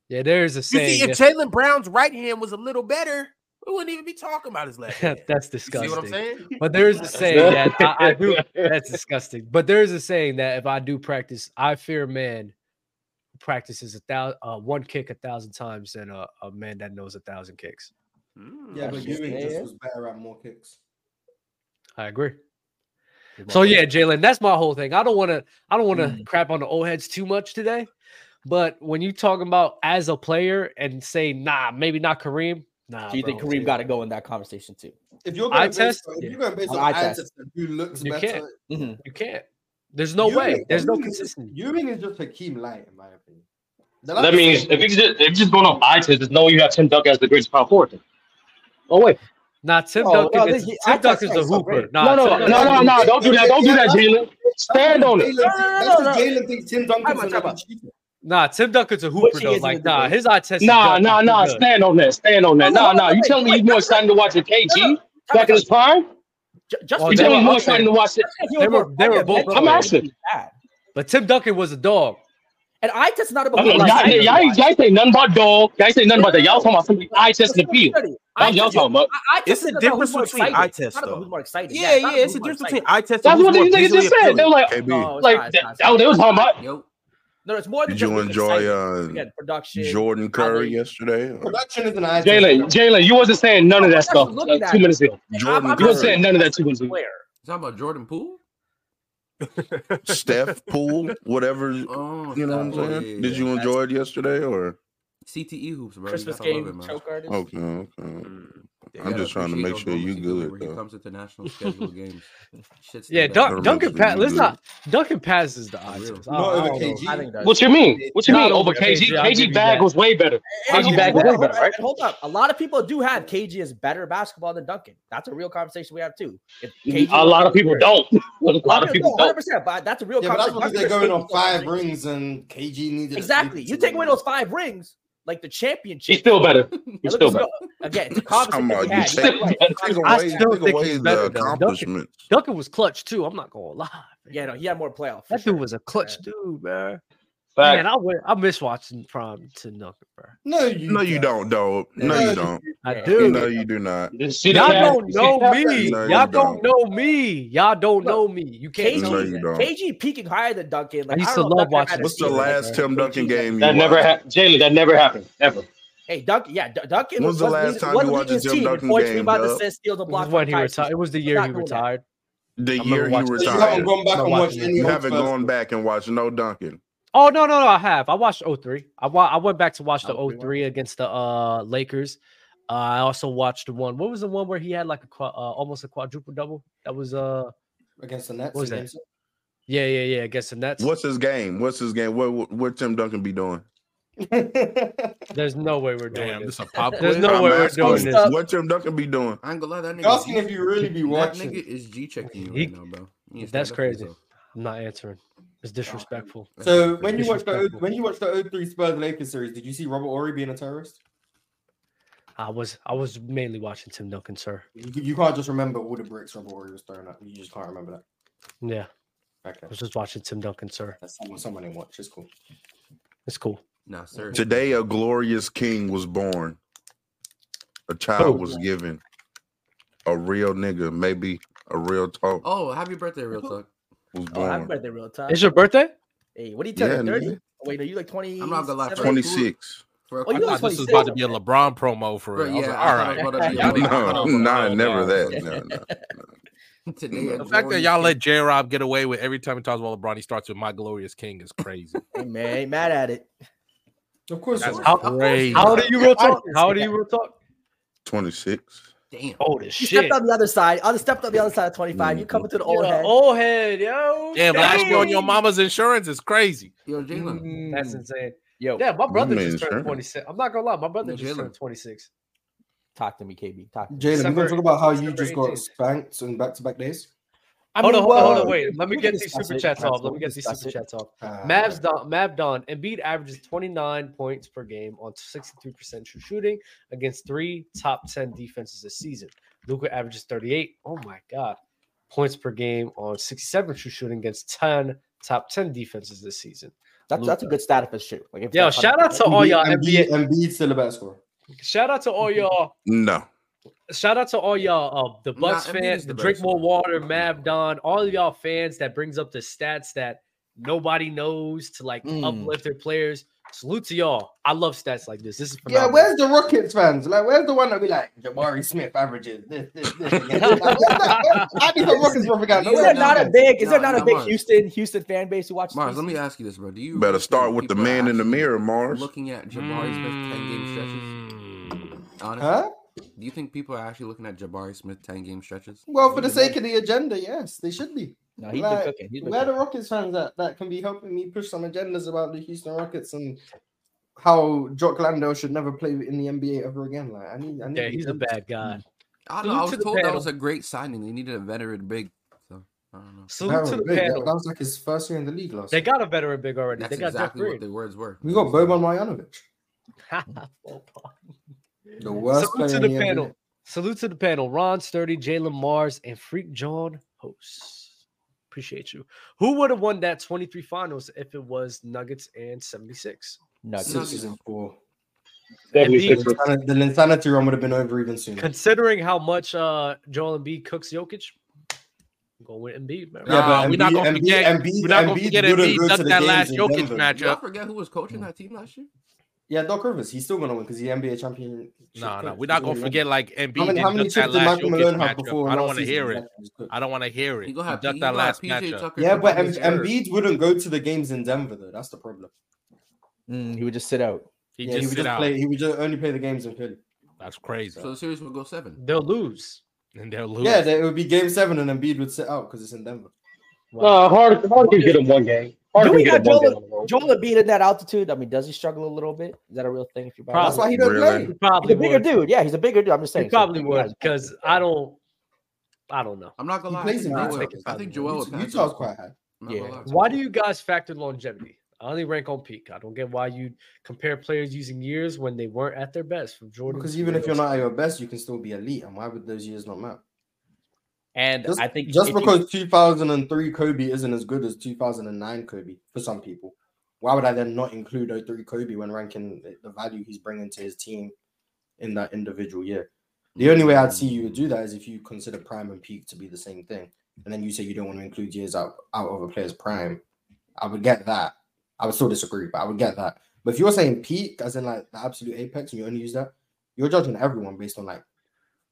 Yeah, there is a
You
saying.
see, if
that's-
Jalen Brown's right hand was a little better, we wouldn't even be talking about his left hand.
that's
You see
disgusting.
what I'm saying?
But there is a saying that I, I do. That's disgusting. But there is a saying that if I do practice, I fear a man who practices a thousand, uh, one kick a thousand times than a, a man that knows a thousand kicks.
Mm.
Yeah, but
Actually,
Ewing
yeah, yeah.
just was better at more kicks.
I agree. So yeah, Jalen, that's my whole thing. I don't want to. I don't want to
Mm.
crap on the old heads too much today. But when you talking about as a player and say, nah, maybe not Kareem. Nah,
Do you think
bro.
Kareem got to go in that conversation too?
If you're
Eye
going
test?
based, on- if
Yeah.
you're going based
An
on
eye
eye
test.
test, and who looks
You
better?
can't.
Mhm.
Mm-hmm.
You can't. There's no way.
Ewing-
There's no
Ewing is-
consistency.
Ewing is just Hakeem Light, in my opinion. They're like
That
the
means
same
if you just, if you just going on eye test, there's no way you have Tim Duncan as the greatest power forward. then. No way.
Nah, Tim
No,
Duncan.
Oh, no,
is,
this- he- I thought
Tim Duncan's
so,
a
so
hooper.
great.
Nah, Tim
no, no, no,
Duncan's
no,
a
no. Don't do that. Don't do that, Jalen. Stand on it.
Jalen- That's
no,
what
no.
Jalen thinks Tim
Time out,
Duncan's
time
a
out.
cheater.
Nah, Tim Duncan's a hooper
Which he
though.
is in
Like,
the
nah,
debate.
his eye test. is
Nah,
done.
nah,
He's
nah.
good.
Stand on that. Stand on that.
No,
Nah,
no,
nah.
no,
You
wait,
telling me
wait,
he's more
no,
exciting to watch a
No,
KG
no,
back in
time
his prime?
Ju- Just
Well,
You
they
telling
were
me more
up
exciting
there.
to watch it?
because he
They
was more
were- they were
fun,
both
that
up
I'm
doesn't mean
there.
asking.
he's bad.
But Tim Duncan was a dog.
And eye test is not about
I mean,
blood.
y'all,
Eye
y'all, ain't- y'all ain't say nothing about dog. Y'all ain't say nothing about that. Y'all talking about something I
test
test and appeal.
That's
That's what y'all talking about.
It's the difference between eye test,
Not about
though.
who's more excited.
Yeah,
not
yeah,
about
it's
who's
the
more
difference
excited.
between eye test. and
That's
who's
what
more
these niggas
visually
just said. They
appealing.
were like,
KB,
No, it's
like,
not, it's
that-
not, it's
that- they was talking about-
Yo. No, it's more than
did
just
you
who's
enjoy
excited.
uh,
Again, production.
Jordan Curry
Ali.
yesterday?
Production is an eye
Jalen,
test.
Jalen, you wasn't saying none
Oh,
of that stuff
That's
uh,
looking at
two
it.
minutes ago.
Jordan
I'm- I'm
You
not
wasn't
Curry,
saying none of that two minutes ago.
Where?
talking about Jordan Poole?
Steph Pool, whatever. You
Oh,
know what I'm
stop. Yeah,
saying?
yeah,
Did
yeah.
you enjoy it yesterday or?
CTE E hoops, bro? You
Christmas
gotta love it,
game
man.
choke artist.
Okay, okay.
Mm.
They
I'm
gotta
just trying to
appreciate
make sure
Odoma
you
Cinco
good,
When he
though.
comes into national schedule games, shit's
Yeah,
still bad.
Dun-
Gotta
Duncan
make sure
Pat.
you
Let's
good.
not. Duncan passes the eye
Real.
test.
Not
I, I
over
don't know.
KG.
I think that's
What you mean? What you
Not
mean?
over
Over KG?
KG, I'll give
KG
you
bag
that.
was way better.
And-
KG
and
back
hold
way
up,
better, right?
and hold up. A lot of people do have KG as better basketball than Duncan. That's a real conversation we have too. If KG
A lot of people don't. A lot of
No,
people don't.
100%, but that's a real
Yeah, but that's
conversation. Duncan was
because they're going on
capable of
five
doing it.
rings and KG needed.
Exactly. You take away those five rings, like the
He's
championship.
still better.
and look
He's still
at
better.
Scott- Again, it's a
Come
conversation
on,
we
you
had.
He's
say-
You're
still
right.
better.
Take
I
away,
still
take
think
away
he's
the
better, though. Duncan-
accomplishments.
Duncan was clutch too. I'm not gonna lie.
Yeah, no, he had more playoff. for
That
sure.
dude was a clutch dude, man. Man,
Fact.
I wi- I miss watching prime to Duncan, bro.
No, you
No, you don't, though. No,
Yeah.
you don't.
I
Yeah.
do.
No, you do not.
Did you see the
Y'all
cat?
don't
You see the
know
cat?
me.
No, you
Y'all don't
don't.
know me. Y'all don't know me. You
KG,
can't.
No,
tell me
you
that.
don't.
KG peaking higher than Duncan. Like,
I used
don't
to
know if
love
Duncan
watching
had a
What's the
season like
last
that.
Tim Duncan game you
That never
watched?
happened. Jalen, that never happened. Ever.
Hey, Duncan. Yeah, D- Duncan.
When's the
was
last
leading- was
time you
leading
watched a
his
Tim
team in
Duncan
points,
game,
rebounds,
Dub?
assists, steals, and
It was
blocks from
when he
Tyson.
retired. It was the
We're
year
not
he
doing that.
retired.
The
remember
year he
watching-
So you
retired.
haven't gone back
No,
and
watch
watched
it.
any
You
of the
haven't
first-
gone back and watched no Duncan.
Oh no, no, no! I have. I watched 03. I wa- I went back to watch the
Oh, three
03 against the uh Lakers. Uh, I also watched the one. What was the one where he had like a qua- uh, almost a quadruple double? That was uh
against the Nets.
What was that?
against-
yeah yeah yeah against the Nets.
What's his game? What's his game? What what, what Tim Duncan be doing?
There's no way we're doing
Damn,
this.
this a pop
There's
quiz.
no
I'm
way we're
asking
doing
you,
this.
What Tim Duncan be doing?
I ain't gonna lie, that
You're asking
nigga,
if you really be
that
watching.
nigga is G checking you
He-
right now, bro. You need to stand up
That's
for
crazy.
yourself.
I'm not answering.
Oh,
It's disrespectful.
That's
So
not
when
fair.
you watch the
Disrespectful.
when you watch the 03 Spurs Lakers series, did you see Robert Ory being a terrorist?
I was I was mainly watching Tim Duncan, sir.
You, you can't just remember all the bricks Robert Ory was throwing up. You just can't remember
Yeah,
that.
I
Okay,
was just watching Tim Duncan, sir.
that's someone someone didn't watch. It's cool.
It's cool.
nah, sir.
Today, a glorious king was born. A
Who?
child was given. A real nigga, maybe a real talk
Oh, happy birthday, real talk.
was
Oh, happy
born.
birthday, real time.
It's your birthday?
Hey, what are you turning?
Yeah,
30?
nigga.
Wait, are you like 20?
I'm not gonna lie,
seven?
Twenty-
26.
For a
Oh, you
quick-
I
was
thought this was
26.
about to be a LeBron promo for
Bro,
real. I was
yeah,
like,
I
all
thought it
right.
was about to be a
Y'all niggas
big
No,
all
problem.
nah,
over.
never
Oh,
that.
God.
No, no.
today, a
The
The fact that
glorious
y'all
king-
let J Rob get away with every time he talks about LeBron, he starts with my glorious king is crazy.
Hey, man, I ain't mad at it.
Of course,
That's
it was.
How-
crazy.
How old are you real
I
talk?
didn't
How
say
old are
that.
you real talk?
26.
Damn.
Oh this
You
shit.
stepped on the other side. Other stepped on the other side of 25. You coming to the old
You're a
head.
old head,
Oh,
yo.
Damn, last year on your
Dang.
mama's insurance is crazy.
Yo, Jalen.
Mm.
That's insane.
Yo,
Yeah, my brother
man,
just turned
sure.
26. I'm not gonna lie, my brother
No,
just turned
Jalen.
26.
talk to me, KB. Talk to me.
Jalen, we're
December-
gonna talk about how you
December
just got
18th.
spanked on back to back days.
I
hold
mean,
on, hold on, hold
well,
on. Wait, let
we
me
can
get these
discuss
super
it.
chats
Perhaps
off. Let
we
me
can
get these
discuss
super
it.
chats off.
Ah,
Uh,
Mavs Don, Mav Don, Embiid averages 29 points per game on 63% true shooting against three top 10 defenses this season. Luca averages 38. Oh my God. Points per game on 67 true shooting against 10 top 10 defenses this season.
That's, that's a good stat if it's true. Like, if
Yo,
that's
shout out to all
Embiid-
y'all
Embiid,
NBA.
Embiid's still a better scorer.
Shout out to all y'all.
No.
Shout out to all y'all, uh, the
Nah,
Bucks
Embiid
fans,
is the
drink
best.
more water, Mav Don, all of y'all fans that brings up the stats that nobody knows to like
Hmm.
Mm.
uplift their players. Salute to y'all. I love stats like this. This is
Yeah,
phenomenal.
where's the Rockets fans? Like, where's the one that be like Jabari Smith averages this, this, this? again?" Like, where's that- where- I need some Rockets propaganda.
These
Is
Where's
there
are
that
not a
fan?
big? Is there
Nah,
not a
nah,
big
Mars.
Houston Houston fan base who watches?
Mars,
these?
let me ask you this, bro. Do you
Better
really
start
think
with the
people are
man in the
actually
mirror, Mars.
Looking at Jabari Smith's ten game stretches.
Hmm.
Honestly,
Huh?
do you think people are actually looking at Jabari Smith ten game stretches?
Well, for the sake of the agenda, yes, they should be.
No, he's been
Like,
cooking. He's been
Where are the
cooking.
Rockets fans at that can be helping me push some agendas about the Houston Rockets and how Jock Landale should never play in the NBA ever again? Like, I need, I need. Mm.
yeah, he's a bad guy.
I don't know. I
Salute to
was
the
told that
panel.
was a great signing. They needed a veteran big. So I don't know.
Salute to the
big. That, that
panel.
was like his first year in the league last.
They
year.
got a veteran big already.
That's
they got
exactly what
Jeff
the words were.
we got
That's-
Boban Marjanovic,
Green.
the worst
Salute
player
to
in
the
NBA.
panel. Salute to the panel. Ron Sturdy, Jalen Mars, and Freak John Host. Appreciate you. Who would have won that 23 finals if it was Nuggets and 76?
Sixers and four. The
76
insanity, the insanity run would have been over even sooner.
Considering how much uh, Joel Embiid cooks Jokic, I'm going with Embiid. Man.
Nah, we're not gonna
Embiid-
forget-
Embiid-
We're not going
Embiid
to forget
would've
Embiid
go to
ducked
the
that
games
last
in
Jokic
Denver.
Y'all
matchup.
forget who was coaching that team last year?
Yeah, Doc Rivers, he's still gonna win because he's NBA champion.
No, no,
coach.
we're
He's
not going to
win.
forget like
How many, how
Embiid didn't
many
duck
chips
that
did
last
Malcolm
Jokic
Malone have before?
matchup. I don't
last
want to
season?
hear it.
Exactly.
I don't want to hear it.
You gonna
He
have,
ducked
you
that
gonna have
last
PJ
matchup.
Tucker.
Yeah, but
Embiid
Em-
third.
Embiid wouldn't go to the games in Denver though. That's the problem.
Mm, he would just sit out.
He
yeah, he would
just sit
just
out.
play. He would just only play the games in Philly.
That's crazy.
So the series would go seven.
They'll lose.
And they'll lose.
Yeah, there- it would be game seven, and Embiid would sit out because it's in Denver.
No, hard hard can get him one game. Hard
Do
Uh, can
we
get him
got
one game. on the road.
Joel Embiid at that altitude. I mean, does he struggle a little bit? Is that a real thing? If you're
That's why he don't
Really?
play.
he's
Probably
a bigger
would.
dude. Yeah, he's a bigger dude. I'm just
He
saying. so-
probably would because I don't. I don't know.
I'm not gonna
He
lie.
plays in
I think
Utah.
Joel-
Take his
I
time.
think Joel would pass
Utah's
him.
quite high.
I'm not gonna
Yeah.
lie.
Why do you guys factor longevity? I only rank on peak. I don't get why you compare players using years when they weren't at their best. From Jordan,
Because
to
even if you're
Wade.
not at your best, you can still be elite. And why would those years not matter?
And
Just,
I think
just
if you-
because 2003 Kobe isn't as good as 2009 Kobe for some people, why would I then not include 03 Kobe when ranking the- the value he's bringing to his team in that individual year? The only way I'd see you would do that is if you consider prime and peak to be the same thing, and then you say you don't want to include years out out of a player's prime. I would get that. I would still disagree, but I would get that. But if you're saying peak, as in like the absolute apex, and you only use that, you're judging everyone based on like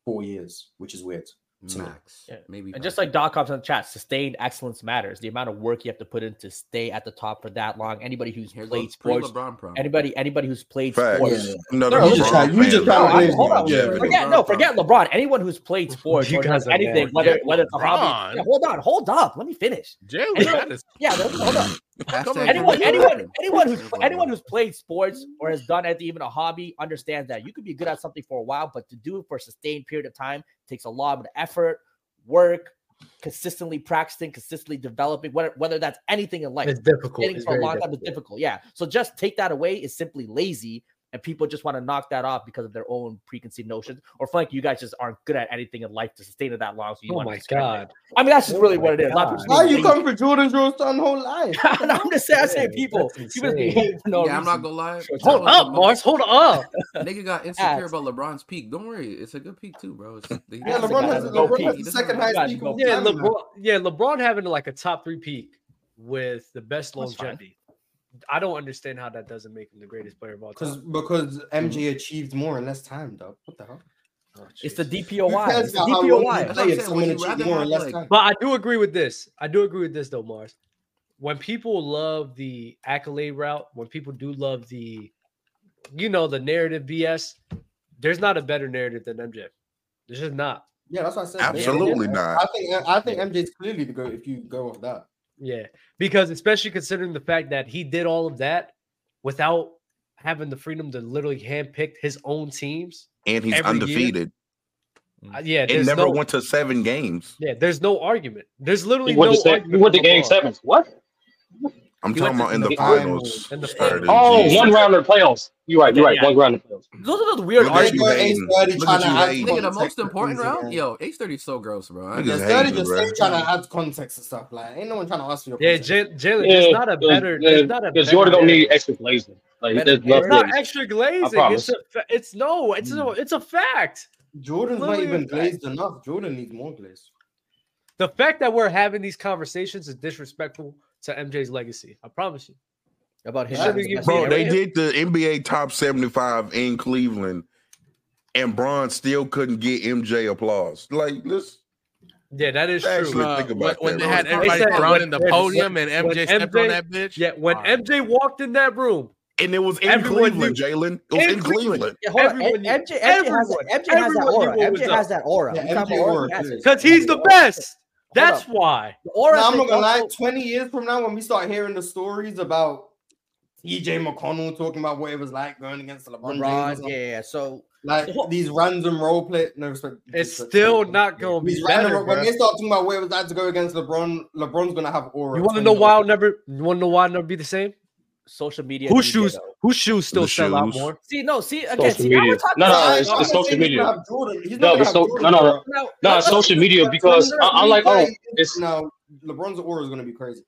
four years, which is weird.
max?
Yeah.
Maybe.
And just
five.
like Doc Cobb's on the chat, sustained excellence matters. The amount of work you have to put in to stay at the top for that long. Anybody who's
Here
played
goes pre
sports,
LeBron prime.
anybody anybody who's played
Facts.
sports.
Yeah.
Another
No, you just
LeBron
try- you
fan.
just try
No,
to
I,
praise
hold on.
Yeah,
forget, no, forget LeBron. Anyone who's played sports
You
or
guys
does
are
anything,
mad.
whether
Yeah,
whether it's a
LeBron.
hobby. Yeah, hold on, hold up. Let me finish.
Jalen,
Anyone-
that is
Yeah, that's- hold on.
Hashtag
anyone,
Kobe
anyone,
Bryant.
anyone who's
Everyone.
anyone who's played sports or has done anything, even a hobby, understands that you could be good at something for a while, but to do it for a sustained period of time takes a lot of effort, work, consistently practicing, consistently developing. Whether, whether that's anything in life,
It's difficult.
getting
It's
for a
very
long time
difficult.
is difficult. Yeah. So just take that away is simply lazy, and people just want to knock that off because of their own preconceived notions, or feel like you guys just aren't good at anything in life to sustain it that long. So you
Oh
want
my
to
god!
I mean, that's just
Oh
really
my
what it is. A lot of people
God.
just
Why
being
you
lazy.
come for Jordan Jordan whole life?
No, I'm just saying, I say
Yeah,
people.
that's
People just be
insane.
hating for no
yeah, I'm not
reason.
gonna lie. That
Short
Hold
was the
up,
most-
Mars. Hold up.
Nigga got insecure about LeBron's peak. Don't worry, it's a good peak too, bro. It's,
Yeah,
Yeah,
LeBron
I
has,
think I have
LeBron has
to
the
doesn't
second
have-
highest
Yeah,
peak
go
of all
peak.
Yeah,
time now.
LeBron. Yeah, LeBron having like a top three peak with the best
That's fine.
longevity. I don't understand how that doesn't make him the greatest player of all
Because
time.
because MJ
Mm.
achieved more in less time, dog. What the hell?
Oh,
It's the
jeez.
DPOY. It's the
about how long you
DPOY.
That's what I'm
play if
saying. Would
someone
you
achieved
rather
more in
have,
less
like-
time.
But I do agree with this. I do agree with this though, Mars. When people love the accolade route, when people do love the, you know, the narrative BS, there's not a better narrative than MJ. There's just not.
Yeah, that's what I said.
Absolutely
Yeah.
not.
I think I think MJ's clearly the goat if you go off that.
Yeah, because especially considering the fact that he did all of that without having the freedom to literally handpick his own teams.
And he's
Every year.
undefeated.
Uh, yeah,
It
there's
never
no,
went to seven games.
yeah, there's no argument. There's literally
He went
no
to se- he
argument.
went to
for
game
LeBron.
sevens. What?
I'm
He
talking
went
about in
to
the
the
finals.
finals.
In the
started
finals.
Oh,
G.
one round of the playoffs. You're right. You're right.
Yeah.
One round of the playoffs.
Those are those weird
Look at
They
you,
go
arguments.
Ace Thirty
hating. Look
trying
at
to
you
add
hating.
Nigga, the
context
most
to
important
things
round,
again.
yo, H thirty is so gross, bro. I
Niggas
Yeah,
ain't-
hate
Thirty
you,
just
bruh.
still trying to add context and stuff. Like ain't no one trying to ask for your
Yeah,
context.
Jalen, Jalen, there's not a better, there's not a
because
better
Jordan don't need
narrative.
extra glazing. Like
Better
there's
narrative.
enough
It's not
glazing.
extra glazing. It's
promise.
a, fa- it's no, it's
Hmm.
a, it's a fact.
Jordan's not
Literally
even
a fact.
glazed enough. Jordan needs more glaze.
The fact that we're having these conversations is disrespectful to MJ's legacy. I promise you.
About him.
Should we
having
give
the
Bro,
Yeah,
best
they
year.
we-
did the NBA top 75 in Cleveland, and Braun still couldn't get MJ applause. Like, let's
Yeah, that is
Actually,
true.
Bro, think about that,
when, when they
bro.
had
They
everybody
said when-
surrounding the
when-
podium and
when
MJ stepped on
MJ
that bitch.
Yeah, when
Wow.
MJ walked in that room,
and it was in
Everyone
Cleveland, Jalen. It was
In
in Cleveland.
Yeah, hold on.
everyone-
MJ, MJ has that,
everyone-
MJ has that
everyone
aura.
knew what was
MJ
up.
has that aura.
Yeah,
We talking
MJ
about
aura,
he has
clearly.
it.
because he's the
Hold
best.
up.
That's why.
The aura
No, I'm
thing
not gonna lie.
also-
20 years from now, when we start hearing the stories about EJ McConnell talking about what it was like going against LeBron, James,
LeBron,
or
yeah, yeah. So
something, like these random role play. No respect.
It's
disrespect.
still not gonna be
These random,
better.
when
bruh.
they start talking about what it was like to go against LeBron, LeBron's gonna have aura.
You want to know why I'll never? You want to know why I'll never be the same?
social media.
Who
media,
shoes?
though.
Who shoes still
The
sell out
shoes.
more?
See, no, see again.
Social
See, now we're
media.
talking
No,
about-
no, it's,
I'm
it's
not
social
saying he's gonna
media.
have Jordan. He's
No,
not gonna
it's
have
so-
Jordan,
no, no,
bro.
No, it's social media because I, I like. Oh,
It's
it's
now LeBron's aura is going to be crazy.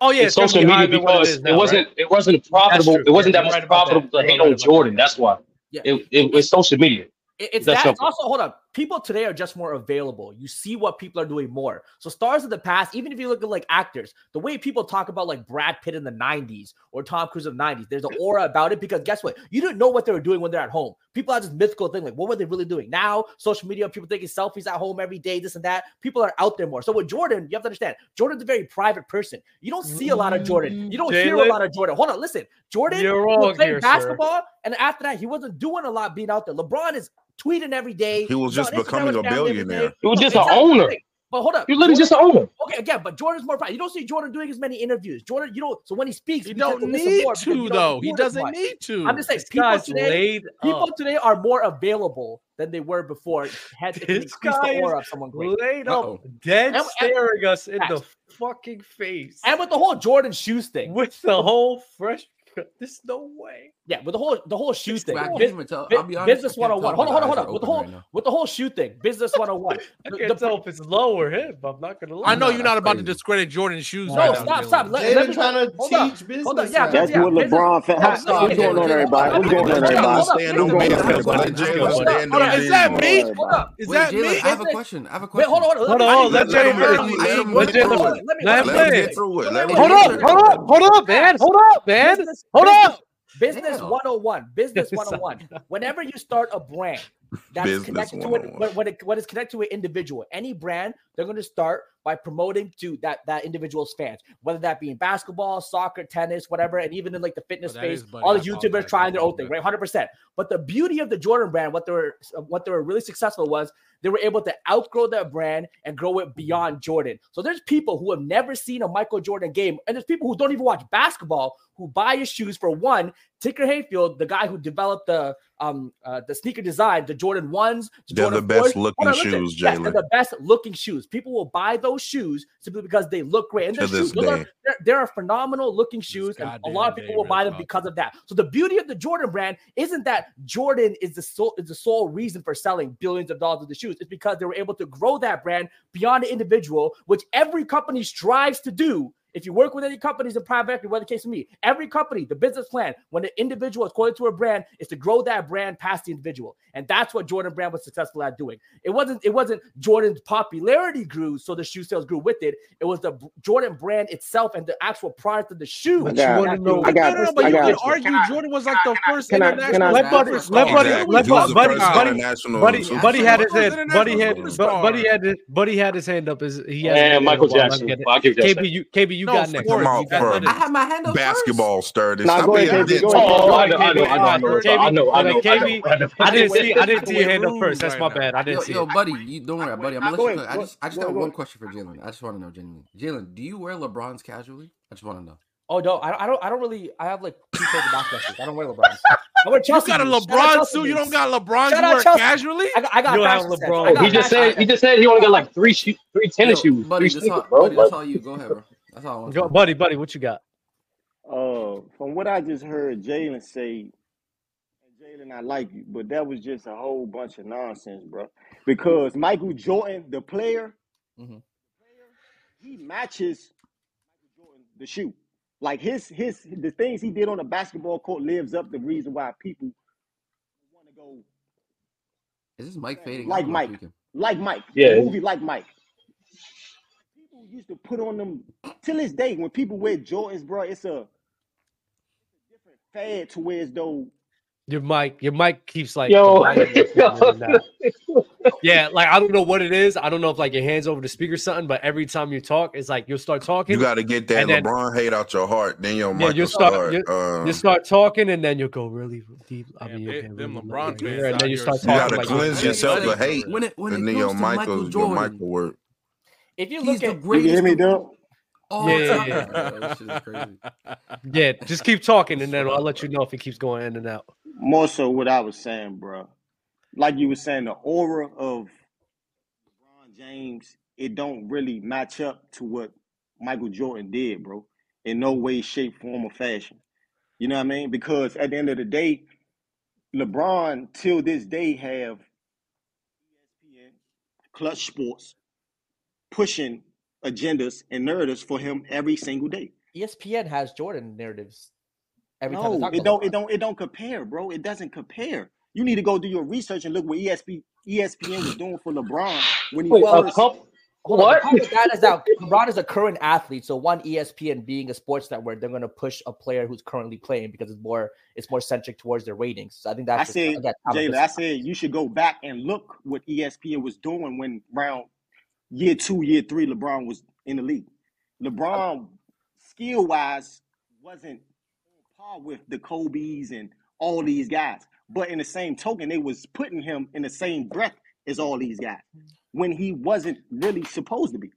Oh yeah,
it's social media because it, wasn't it wasn't profitable.
true.
It wasn't that
You're
much
right about that.
profitable
You're
to hate
right
on
about
Jordan.
that.
That's why
Yeah.
it, it was social media.
It- it's
That's
that. It's
simple.
also, hold up. People today are just more available. You see what people are doing more. So stars of the past, even if you look at like actors, the way people talk about like Brad Pitt in the '90s or Tom Cruise of the '90s, there's an aura about it because guess what? You didn't know what they were doing when they're at home. People have this mythical thing like, what were they really doing? Now, social media, people taking selfies at home every day, this and that. People are out there more. So with Jordan, you have to understand, Jordan's a very private person. You don't see a lot of Jordan. You don't hear a
Jalen.
lot of Jordan. Hold on, listen. Jordan
You're
he was
wrong
playing
here, sir.
basketball, and after that, he wasn't doing a lot being out there. LeBron is tweeting every day.
He was
He's on
just
Instagram
becoming
with
a
family every
billionaire.
day.
He was
No,
just a
exactly.
owner.
But hold up,
You literally
Jordan-
just an owner.
okay again. But Jordan's more private. You don't see Jordan doing as many interviews. Jordan, you know, so when he speaks,
He
we tend
don't
listen more
need
because we
to
don't
though. He
hear as
doesn't
much.
need to.
I'm just saying,
This
people
guy's
today,
laid
people
up.
today are more available than they were before. Had to
This
increase
guy
the
is
aura of someone great.
laid
Uh-oh.
up, dead,
And- and-
staring us in the
Facts.
fucking face
And with the whole Jordan shoes thing,
with the whole fresh. There's no way.
yeah, with the whole the whole shoes thing,
I can't
bus-
even tell.
bu-
I'll be honest.
business
I can't
101.
tell
Hold on,
if
hold
my
on, hold on. With the
eyes are
whole
open right
with the whole shoe thing, business 101.
I
The-
can't
the-
tell if it's low or him. I'm not gonna lie.
I
Nah,
know you're
that's
not about to
crazy.
discredit Jordan's shoes.
No,
right now.
stop, stop. Let, let
Jalen
me-
trying to
hold
teach
up.
business.
Hold on, yeah,
now.
business-
That's what
business-
LeBron. Fa- how-
What's
sorry,
what's going
Jalen,
on,
Jalen,
everybody?
I-
What's
I-
going on,
Jalen,
everybody?
stand on
hold
business,
up,
but
hold
let
up,
Jalen stand
hold
on
up.
Is that
business.
me?
Hold
Hold up. Is
Wait,
that
Jalen,
me?
I have a
Business-
question. I have a
Wait,
question.
hold on, hold
Hold
on.
on,
Let
let
me-
Let
Jalen
him
finish.
let
Jalen,
him
I
let
ain't
him
Let
get
Jalen
through it.
finish. Let him
Let him
finish.
get through it. Let him
Wait,
Hold
get
up,
through it.
hold up, hold up, man. Hold up, man.
Business-
Hold
business-
up.
Business
Damn.
101. Business 101. Whenever you start a brand that's
Business
connected to it,
101.
when, when it, when it's connected to an individual, any brand, they're going to start by promoting to that that individual's fans, whether that be in basketball, soccer, tennis, whatever, and even in like the fitness
Oh, that
space.
is Buddy.
all the
I thought
YouTubers
that.
trying their
I
own
thought
thing,
that.
right? 100%. But the beauty of the Jordan brand, what they were what they were really successful was they were able to outgrow that brand and grow
Mm-hmm.
it beyond Jordan. So there's people who have never seen a Michael Jordan game, and there's people who don't even watch basketball who buy his shoes for one. Ticker Hayfield, the guy who developed the um uh, the sneaker design, the Jordan ones, the
They're
Jordan
the best
4s. Hold
looking
on, listen.
shoes,
Yes, they're
Jalen.
the best looking shoes. People will buy those shoes simply because they look great. And
To
their shoes,
this
those are
day.
they're, they're a phenomenal looking shoes, and a
goddamn
lot of people
day,
will buy
Red
them
Fox.
because of that. So the beauty of the Jordan brand isn't that Jordan is the sole is the sole reason for selling billions of dollars of the shoes. It's because they were able to grow that brand beyond the individual, which every company strives to do. If you work with any companies in private equity, whether the case of me, every company, the business plan, when the individual is quoted to a brand, is to grow that brand past the individual. And that's what Jordan Brand was successful at doing. It wasn't it wasn't Jordan's popularity grew, so the shoe sales grew with it. It was the b- Jordan brand itself and the actual product of the shoe.
I got-
that
I
grew.
I got-
no, no, no, but
I
you
got-
can argue Jordan was like the first
can I- can I-
international
Let Buddy,
superstar.
let Buddy,
Exactly.
let
He was
Buddy,
the
Buddy,
first
Buddy,
international
Buddy,
superstar.
Buddy had his
Jordan's
head.
an
Buddy had,
international
Bu- Buddy
superstar.
had his, Buddy had his hand up. His, he has his hand
And Michael
up while I'm
Jackson.
getting-
I'll give you that.
KB, you, KB, you
No,
got
of
next.
Come
course.
out
You got
for
none of
I have my hand up first.
basketball sturdy.
Nah,
Stop
go
being
ahead,
a
JP. Go
ditch.
ahead.
Oh, I
KB,
know, I know, I know, I know,
KB,
I know, I know, I know, I know,
KB,
I know.
I didn't see, I didn't
Fucking
see your hand up
rude
first. That's
right
my
now.
bad. I
Yo,
didn't see
yo,
it.
buddy, you don't worry, buddy. I'm gonna
Go
let you
ahead.
cook. I
Go,
just, I just
go
have
ahead. Go
one
ahead.
question for Jalen. I just want to know, genuinely. Jalen, do you wear LeBron's casually? I just want to know.
Oh no, I don't. I don't, I don't really. I have like two pairs of basketball. I don't wear LeBron. I wear
You
Chelsea.
got a
boots. Shout out
LeBron
Chelsea
suit. You
boots.
don't got
Shout
LeBron. You
out
wear
Chelsea.
casually.
I got. I got
You don't have
fashion sense.
LeBron.
I
Oh,
got
he
fashion
just said he
sense.
just said he only got like three shoe, three tennis
Yo,
shoes,
buddy,
three
that's all,
sneakers, bro.
buddy, that's
Like,
all you. Go ahead, bro. That's all I want to
Go,
know.
buddy, buddy, what you got?
Uh, from what I just heard Jalen say, Jalen, I like you, but that was just a whole bunch of nonsense, bro. Because Michael Jordan, the player,
Mhm.
he matches Michael Jordan, the shoe. Like his his the things he did on the basketball court lives up the reason why people want to go
Is this mic fading out
like
or am I
Mike,
tweaking?
like Mike, the
yeah,
movie like Mike. People used to put on them till this day when people wear Jordans, bro. It's a different fad to wear as though
Your mic, your mic keeps like
yo,
dividing your phone in and out. Yeah, like I don't know what it is. I don't know if like your hands over the speaker or something, but every time you talk, it's like you'll start talking,
You got to get that
And then-
LeBron hate out your heart. Then your
Yeah,
Michael
you'll start-
start.
you-
Oh um,
you start talking, and then you'll go really deep. I
Man,
mean,
they-
okay,
them
really
LeBron
right
fans
here, and
out
then you
here
start
is
you got
talking
to
like
fucking
cleanse
crazy.
yourself of
When
hate,
it, when it, when it
and then
comes
your
to Michael
Michael, your
Jordan,
Michael work.
If you
he's
look
the
at
you can hear
greatest
me,
of
Doug.
yeah,
all
yeah,
time.
yeah,
Yo, this shit is crazy.
yeah. Just keep talking,
This is
and then I'll let you
phenomenal.
know if it keeps going in and out.
More so what I was saying, bro. Like you were saying, the aura of LeBron James, it don't really match up to what Michael Jordan did, bro. In no way, shape, form, or fashion. You know what I mean? Because at the end of the day, LeBron till this day E have ESPN, Clutch Sports pushing agendas and narratives for him every single day.
ESPN has Jordan narratives every time. they
No,
talk
it
about
don't. It don't. It don't compare, bro. It doesn't compare. You need to go do your research and look what E ESP, ESPN was doing for LeBron when he
Wait, a
first.
couple?
Hold on. The
What?
problem with that is that LeBron is a current athlete, so one E ESPN being a sports network, they're going to push a player who's currently playing because it's more it's more centric towards their ratings. So I think that's
I
just-
said,
that kind of
Jalen, I
dis-
said you should go back and look what E ESPN was doing when round year two, year three, LeBron was in the league. LeBron, skill wise, wasn't on par with the Kobe's and all these guys. But in the same token, they was putting him in the same breath as all these guys when he wasn't really supposed to be.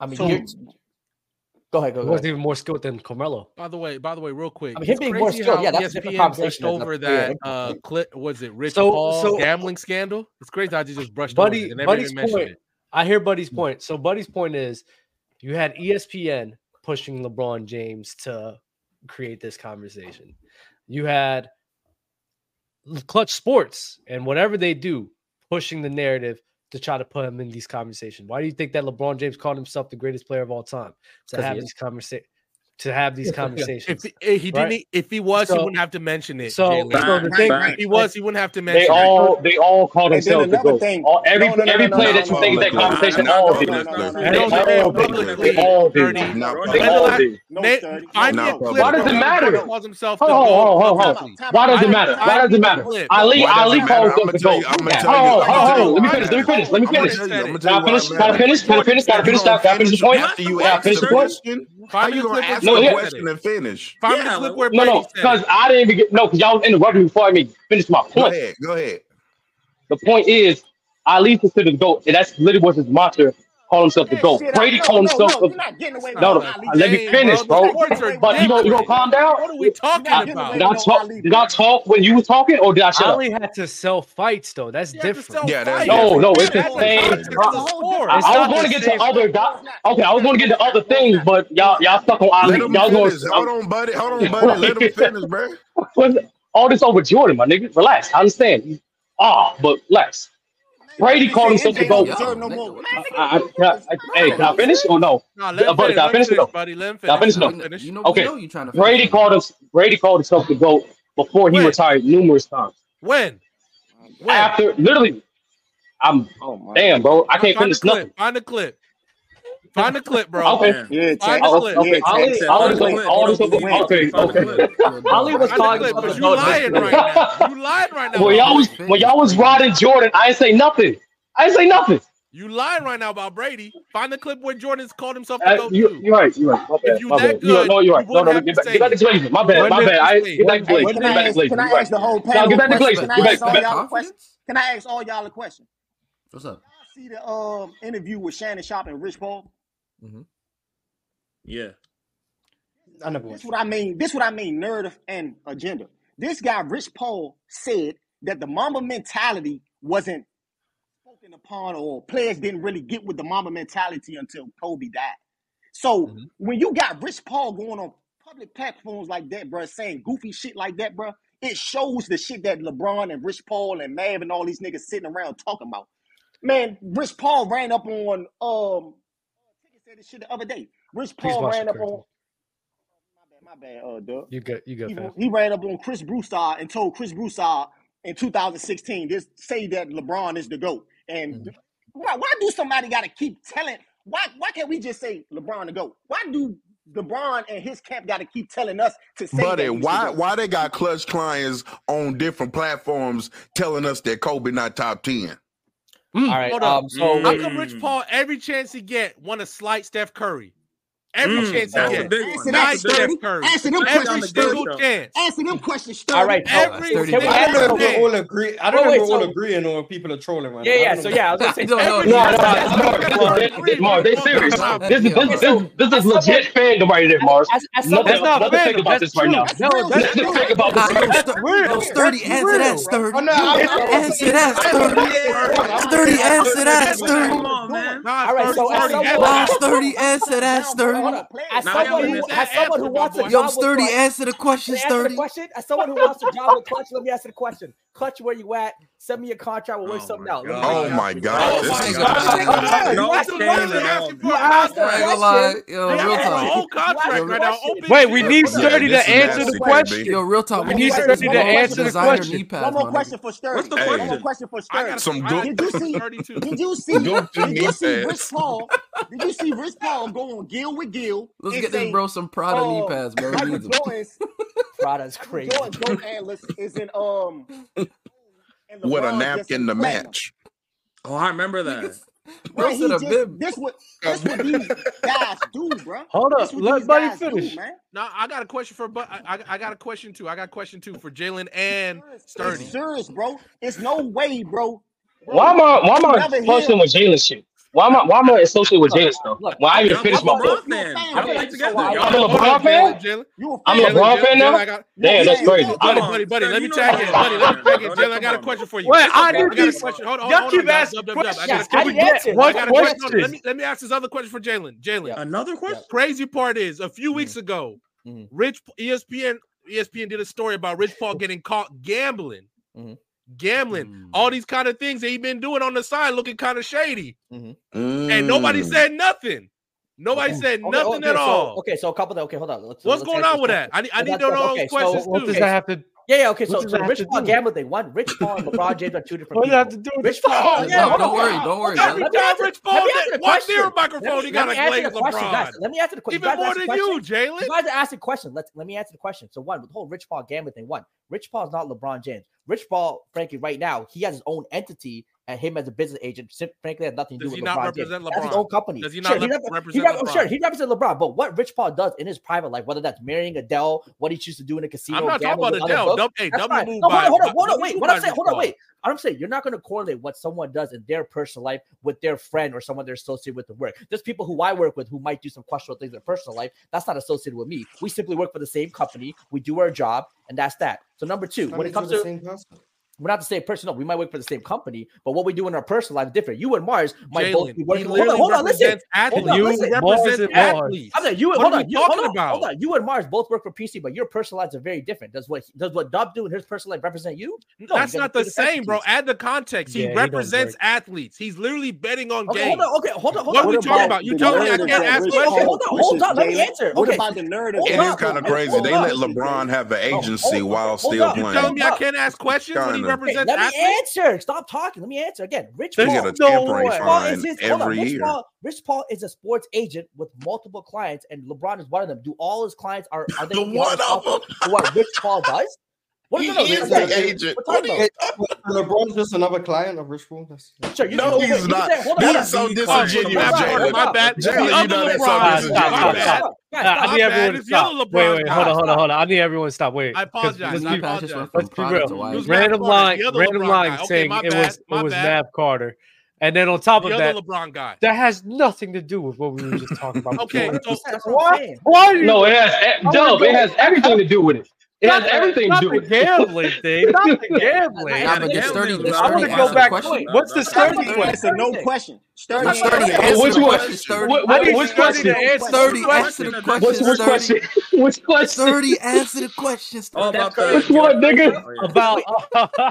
I mean,
So
you're, go ahead, go,
He
go ahead.
wasn't even more skilled than Carmelo. Um, E
By the way, by the way, real quick,
I mean, him
it's
being more
crazy
skilled, Oh,
how E
yeah, that's a different
ESPN
conversation
brushed
as a
over
player.
that uh clip. Was it Rich
So-
Paul
so-
gambling scandal? It's crazy how they just brushed over it.
Buddy,
They never
Buddy's
even mentioned
point.
it. Hmm.
I hear Buddy's point. So Buddy's point is, you had E ESPN pushing LeBron James to create this conversation. You had Clutch Sports and whatever they do pushing the narrative to try to put him in these conversations. Why do you think that LeBron James called himself the greatest player of all time to
'Cause he
have
is.
these conversa- to have these conversations?
If he, if he
Right.
didn't, if he was,
So-
he wouldn't have to mention it.
So,
Jalen.
so the
Right,
thing,
right.
if he was, he wouldn't have to mention
They
it.
all they all call
And then
themselves the
another
goat.
thing,
All every
no, no, no,
every
no, no,
player
no,
that you
no,
think is
no,
that
no,
publicly,
conversation,
no,
not
all
no,
did.
no,
it.
no, no,
publicly,
no,
They
Don't
no,
say
no,
all
it
no,
did.
no, no, no.
it. They
publicly.
all did. it.
Dirty.
No,
not
bro,
They
no,
publicly.
all
no,
did. it.
no,
Name
sturdy.
find me a
Not
No,
Why does it
clip of
publicly.
him
matter?
that calls himself
Hold
the
on, hold
goat
on, hold on, hold
time
on.
publicly.
out, time out,
Why does
time
it
Find
matter?
out,
Why
find
does
me
it
the
matter?
clip.
Ali,
Why
Ali
does it matter?
Find me
calls
the
I'm
himself the
gonna tell
clip.
you.
goat.
I'm gonna
Who?
tell
Hold on,
you. I'm
hold on,
gonna tell
hold
you
on. Let me
why it
finish. Let me finish. Let me
matters. I'm gonna
finish.
Jordan
Can I
tell you. I'm gonna tell you why
said it.
it
finish? Can I finish? Can I finish? Can I finish? Can I finish the
matters. Bro, finish
Jordan said it.
your
point?
after you
Jordan
ask the
said it.
question. How
Find me
you
the
gonna
clip where
ask a
No,
Brady
yeah.
said
question
it.
and finish?
Find me the
Yeah,
clip
like
where
what?
No,
Brady
no,
said
because
it.
I didn't even get no. Because y'all was interrupting before I even finished my
Go
point.
ahead. Go ahead.
The point is, Ali considered the goat, and that's literally what his mantra called himself the
that
goat.
shit out.
Brady
No,
called
no,
himself
no.
a
You're not getting
That's
away with
no,
no
not
no.
the
Ali
Let me
shit.
same,
finish,
bro. The
You're
bro.
not getting
sports are
away with
But you
no
don't, you
different.
Ali.
don't calm down.
What are we
You,
You're
talking
not
I,
getting
about?
away
did
with no
I talk?
Ali,
Did I
bro.
talk when you were talking, or did I shut up?
Ali had to sell fights though. That's
You have to
different.
sell
Yeah, that's
fights.
No,
different.
no, it's
That's
the
a
That's
whole
the
same.
different. That's a
context of
whole
pro-
the sport.
different
I,
It's
I was
not the
going to get to
same.
other
No,
doc.
it's not.
Okay, I was
No,
going to
no, it's
get to
not.
other
No, it's
things,
not.
but
No,
y'all
it's
y'all
not.
stuck on
Let
Ali.
him
Y'all going.
finish.
to
Hold on, buddy. Hold on, buddy. Let him finish, bro.
all this over Jordan, my nigga. Relax. I understand. Ah, but relax.
Man,
Brady
Brady
called
said
himself the
MJ don't
goat.
deserve
Yo,
no
nigga,
more.
what
Man,
the
nigga,
I, I,
you,
can
you
I,
is
I, hey, can I
wild,
finish
bro.
or no?
Nah, let
D- Buddy,
him finish.
can I
Let him
finish or
finish,
no?
buddy. Let him
Can I
finish.
finish or
Let him
no?
We kn-
finish.
you know we
Okay.
know you trying to finish
Brady
right now.
called us. Brady called himself the goat before he
When?
retired numerous times.
When? When?
After literally, I'm
Oh my
damn, bro. I
god.
Fi-
can't
Find the
finish
clip.
nothing.
Find the clip. Find the clip, bro.
Okay.
Yeah.
Yeah,
Find
Tank.
the
Oh,
clip.
Yeah,
okay.
Tank
All,
Ali,
said
all
find
find
this
the
the
over.
clip.
clip. You don't believe
All this over.
me? Find
When?
Okay.
the
Okay.
clip. You're a
Ali
dog.
was
Find the
talking
clip.
about
But
the
you
goat
lying
before.
right now. You lying right now
when
about
y'all was
This
Brady.
fit
when
is
y'all was
crazy.
riding Jordan, I ain't say nothing. I ain't say nothing.
You lying right now about Brady. Find the clip where Jordan's called himself the
Uh,
goat
you
too.
you're right. You're right. My
If
bad.
you
My bad.
that
You
good,
no. You're
you
right. No.
wouldn't
No.
have
Get
to
back.
say
Get back to
it.
Glazer. My
You
bad.
When
My
did
bad.
wouldn't have to
I get
say it.
when
back
Hey,
to Glazer.
can
Get
I
back to
ask can I
Glazer. You right.
ask the whole
No.
panel
Get
a
back to
question? Can
Glazer.
I
Get
Respect,
ask
back. Get
respect
all
back.
y'all a question?
confidence.
Can I ask all y'all a question?
What's up?
Y'all see the um interview with Shannon Sharp and Rich Paul?
Mhm.
Yeah.
I never watched
This what
it.
I mean. This what I mean. Narrative and agenda. This guy, Rich Paul, said that the Mamba mentality wasn't spoken upon, or players didn't really get with the Mamba mentality until Kobe died. So
Mm-hmm.
Mhm.
when you got Rich Paul going on public platforms like that, bruh, saying goofy shit like that, bruh, it shows the shit that LeBron and Rich Paul and Mav and all these niggas sitting around talking about. Man, Rich Paul ran up on um. Ticket said this shit the other day. Rich
Please
Paul
watch the
ran up
curtain.
on my bad, my bad, uh, Doug.
You good? You good,
He,
fam?
he ran up on Chris Broussard and told Chris Broussard in 2016, this say that LeBron is the GOAT. And
Mhm.
why, why do somebody got to keep telling? Why why can't we just say LeBron the GOAT? Why do LeBron and his camp got to keep telling us to say
Buddy,
that he's the
why
GOAT?
why they got clutch clients on different platforms telling us that Kobe not top ten?
Hmm.
All
Mm.
right.
Hold up.
Um. So
How
with
come Rich
Mm.
Paul every chance he get want to slight Steph Curry? Every
Mm.
chance he
That's a
get,
big
Answer
one.
that,
That's a
slight
big one.
Sturdy.
Steph Curry.
Answer them
That's
Every
on
questions,
the goat
Sturdy.
single
though.
chance.
Answer them questions,
all
Sturdy.
right. So
That's
Every
dirty
can we
I
work.
don't
single
answer?
know if we're
chance.
all agree.
Wait,
I don't know if
wait.
we're all
So
agreeing or if people are trolling right
yeah,
now. I
yeah.
don't
So
know.
yeah, I was gonna say
no, no,
No,
Every
these guys,
no, that's
single chance.
these guys are
Mars. That's
Look, Kevin Durant
that, that,
agreed.
Mars.
Rich
They
Paul
serious.
that's
talking about.
that's ill,
This is this
okay.
bro.
So
is this is this is
as someone
legit fandom right here,
as,
Mars.
as, as someone
Nothing
that
That's not
nothing fake
fandom.
about
That's
this right now.
true.
no,
That's real
that's true.
shit. That's
Nothing fake
real.
about
That's real.
That's
this right
real.
now.
That's
That's
the
real.
real. That's real.
Sturdy, answer that. Sturdy, you
Real, real.
Oh no, I'm
That's real. That's real.
gotta
I'm
answer
saying
that.
I'm
Sturdy.
saying
Yeah,
I'm
that's
saying
real.
I'm
That's real. Come
saying I'm saying
on,
doing.
man.
Nah,
All right,
it's
so as
30,
someone,
30.
Nah, Sturdy answer that,
Hold
Sturdy.
up. As
Nah,
someone
you
who,
missed
as
that
someone who
answer,
wants
my
a
boy.
Yo,
job
Sturdy,
with Clutch,
answer the question,
can I answer the
Sturdy.
question? As someone who wants a job with Clutch, let me answer the question. Clutch, where you at? Send me a contract. We'll work
Oh
something
my
out. Let me
God.
make
Oh
it
my
happen.
God,
Oh
this
my
nigga.
God.
You
No
asked the
shame
question.
at all,
You
bro.
asked the
I ain't gonna lie.
question.
Yo,
They
You
real
got
asked the,
a
talk.
whole
you asked
contract
the
right now.
question.
Open
Wait, we
Hold
need
season.
up.
Yeah,
Sturdy
this
to
is
answer the
nasty, baby.
Yo,
question.
real talk.
One more
We
We need
need
question. One
Sturdy to
more
Sturdy to
answer
question.
the
design your
question.
knee pads,
One more
my nigga.
question for
What's
Sturdy.
the
Hey.
One more
question?
question for
I
Sturdy.
got
Some
I
goop,
Did
got
you see?
Sturdy too.
Did you see?
gooped
Did
knee
you see Rich
pads.
Paul? Did you see Rich Paul go on Gill with Gill
Let's
and
get this
say,
bro some Prada knee
um,
pads, bro. He
Michael
needs them.
Jordan's
Prada's
Michael
crazy.
Jordan's GOAT analyst is in um and
With a
LeBron just in
napkin to
platinum.
match.
Oh, I remember that.
Niggas, bro
Bruh,
said
he
a
just
bib.
this what
A
this what these guys do, bruh.
Hold
This
up,
what
let
these
Buddy
guys do,
finish.
man.
No, I got a question for but I, I I got a question too. I got a question too for Jalen and
Serious. It's
Sturdy.
serious, bro. It's no way, bro.
Why
Bro,
am I why am
you
I
never hear.
functioning with Jalen shit? Why am I why am I associated with
Look,
Jalen stuff?
look.
When I
I
even
think
Y'all, y'all
finished my
You a,
book.
LeBron
you a
fans.
fan,
I
Y'all get it
bro.
think
So
so.
together.
I
why?
Y'all don't like Jalen.
You a fan, bro.
I'm a LeBron fan. I'm a LeBron
Hold up, Jalen, Jalen, Jalen, Jalen,
fan
Jalen.
now.
I got
You a
Damn, that's
fan.
crazy.
Come
I
buddy,
didn't,
on,
buddy, buddy. Let
Sturdy.
me
You know the
tag in,
vibe,
buddy. Let me
man,
tag
bro.
in, Jalen. I
Come
got a
on, man.
question for you.
What? I
Yeah,
I
I
didn't
got
got a
a
even.
question.
question.
Hold on, hold
Y'all
on, hold
keep
on. Dub,
asking
dub, dub, dub. I got
Yeah,
questions.
a
I
Can
didn't
we
question.
get
answer.
I
one
got
One
a question. No,
question?
let me let me ask this other question for Jalen. Jalen,
Yep.
Another question?
Yep.
crazy part is a few weeks ago,
Mhm.
Rich E ESPN ESPN did a story about Rich Paul getting caught gambling,
Mhm.
gambling,
Mm.
all these kind of things that he been doing on the side, looking kind of shady,
Mm-hmm.
and nobody
Mm.
said nothing. Nobody
Okay.
said
Okay,
nothing
okay,
at
so,
all.
Okay, so a couple. Of, okay, hold on. Let's, let's
What's going
answer
on
this
with
question.
that? I need I
Well,
need
that's
to know those
okay. So
questions
What
too.
does
okay,
that have to?
Yeah, yeah, okay.
What
So,
does
so
that
the
have
Rich
to
Paul
do?
gambling thing. One, Rich Paul and LeBron James are two different
What does that have
people.
to do with
Rich
this
Paul,
Oh
topic?
yeah,
no, no,
No, don't
okay.
hold
worry,
on,
don't
hold
worry,
on.
brother.
Every
Let me
time
answer.
Rich
Let me answer the
Paul said
question.
one their
Let
microphone,
me
he
let me
gotta
answer the
glaze
question, guys.
LeBron.
Let me answer the question. You
Even
guys
more
asked a
than
question.
you, Jalen.
You guys are asking questions. Let's let me answer the question. So one, with the whole Rich Paul gambling thing. One, Rich Paul is not LeBron James. Rich Paul, frankly, right now, he has his own entity, and him as a business agent, sim- frankly, has nothing to
Does
do
he
with
not
LeBron James.
represent
That's his
LeBron?
own company.
Does he
Sure,
not
he
lep-
rep- he
represent
rep- sure
LeBron?
he represents LeBron, but what Rich Paul does in his private life, whether that's marrying Adele, what he chooses to do in a
I'm
casino,
not talking
gambling
about
with other
Adele.
folks,
W, hey,
that's
W
fine.
move
No, hold
by
on, hold on,
by-
hold on.
W
Wait,
move
what I'm
by
saying,
Rich
hold on,
Paul.
wait. I'm saying you're not going to correlate what someone does in their personal life with their friend or someone they're associated with at work. There's people who I work with who might do some questionable things in their personal life. That's not associated with me. We simply work for the same company. We do our job, and that's that. So number two,
That
when it
means you're
comes
the
to
same person.
we're not the same person. No, we might work for the same company, but what we do in our personal life is different. You and Mars might both be
Jalen, he
working. Hold on,
literally
hold on, listen,
represents
hold
athletes.
on,
You,
listen.
He
Mars,
represents
and Mars.
I'm
athletes.
saying you and
What are
hold
we
on, you hold
talking
on, hold
about?
on. You and Mars both work for PC, but your personal lives are very different. Does what does what Dub do in his personal life represent you? No, you
That's
gotta
not
see
the
the fancy
same, bro.
piece.
Add the context. He
Yeah, he don't
represents
work.
athletes. He's literally betting on
Okay, hold
games.
on, okay, hold on, hold
What are
on.
What
we talking
about
about? You
the
telling me I
narrative
can't
that
ask
Rich
Okay, okay,
questions?
hold
Paul
on, hold
pushes,
on. Let me
Jalen?
answer.
What
Okay,
about the narrative
hold
It
that
is
Rich
up,
kind
Paul
of
hold,
crazy.
pushes
hold
They let
up.
narratives,
LeBron
Jalen?
have the
No,
agency
hold,
while
hold
still
up,
You
playing.
telling
hold
me I
up.
can't ask questions when he
Kinda.
Okay,
represents
let me
athletes?
answer. Stop talking. Let me answer again. Rich
They
There's
get
Paul.
a
no
tampering
Rich
way.
Paul is
fine
his. Hold on.
every
Rich
year.
Paul. Rich Paul is a sports agent with multiple clients, and LeBron is one of them. Do all his clients are are they
The
going to be held
one of
responsible
them,
for what Rich Paul does? What? No, no.
he
We're,
is
again,
the
Exactly.
agent.
we're
What
talking
are
about.
you
It,
talking
LeBron's just another client of Rich Paul. That's yeah.
Sure, you can
No,
go. Wait,
he's
you can
not.
say, hold on,
This
hold
is
on.
so
Oh, for the
Hold
disingenuous,
up,
LeBron.
hold
Jalen.
My
up,
bad.
hold
The
Jalen,
up,
you're
other
not. That's
guys, hold up,
so
LeBron. My
guys,
disingenuous.
hold
bad.
up, guys,
Nah, I
stop.
My
need
bad.
everyone to
It's the
stop.
other
Wait,
LeBron.
wait, hold
Guys,
on,
Stop.
hold on,
stop,
hold on. I need everyone to stop. Wait,
I
because
apologize.
let's
I
Knee
keep
patches
apologize.
went
let's
from
keep
Prada
real.
to
Who's
Ivy.
Matt
Random
Carter?
line,
The other
random
LeBron
line
guy. Okay,
saying
my
it
bad.
was it
My
was
bad.
Mav Carter, and then on top
The
of
other
that,
LeBron guy.
that has nothing to do with what we were just talking about
Okay,
before.
hundred
so
percent. That's what I'm
Why?
saying.
Why are you?
No, it has
I want to
dub. It
go.
has everything to do with it. It
Not
has
the
everything to
not
do
the
with it.
gambling thing.
Yeah,
Not the
not, not
gambling.
Nah,
yeah, the
but
everything
did
to do
Sturdy
with it. That's what
I want to
did Sturdy
gambling
go
answer
I'm
the
back.
saying.
Wait,
question?
Wait,
what's the
that's
Sturdy
not
Sturdy
even the
question?
answered
third
no
thing.
Did
question. Sturdy
That's
Not the
not
Sturdy
answered
even the
no
Which
answer the
question.
third
one?
question,
question.
What,
Buddy Sturdy to
Sturdy?
Sturdy answered no
what, which question?
answer
question.
the question.
Sturdy answer the question, Sturdy.
Which which question? Which question?
Sturdy answer the question,
Oh,
Sturdy.
about the
Steph Which
guilt.
Wait,
one,
wait,
nigga?
wait,
Oh yeah.
About
wait.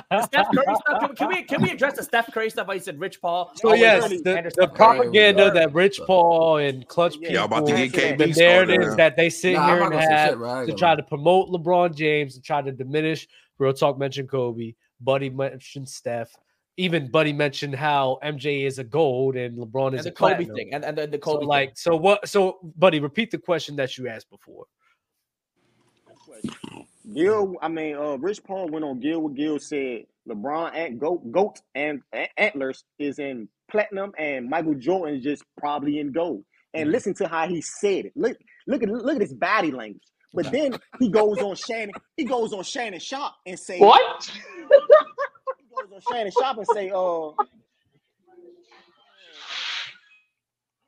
The Steph Curry stuff. Can we can we, can we address the Steph Curry stuff? I said Rich Paul
so
Now,
always
yes,
Sturdy,
the
under
the
Steph
All
Curry.
right, here we go.
propaganda
Sturdy.
that Rich Paul and clutch
yeah,
Y'all about to
people
answer that.
get
the
KB started
narratives
now.
that they sit
Nah, I'm
here
not
and
gonna say
have
shit, bro. I ain't
to
gonna
try
lie.
to promote LeBron James and try to diminish real talk mentioned Kobe. Buddy mentioned Steph. Even Buddy mentioned how MJ is a gold and LeBron is
and
a
the Kobe
platinum.
thing, and, and the, the
So
Kobe thing.
like, so what? So Buddy, repeat the question that you asked before.
question. Gil, I mean, uh, Rich Paul went on Gil with Gil said LeBron and Goat, Goat and, and Antlers is in platinum, and Michael Jordan just probably in gold.
Mm-hmm.
And listen to how he said it. Look, look at look at his body language. But
Okay.
then he goes on Shannon. He goes on Shannon Sharp and say
What?
he goes on Shannon Sharp and say, uh,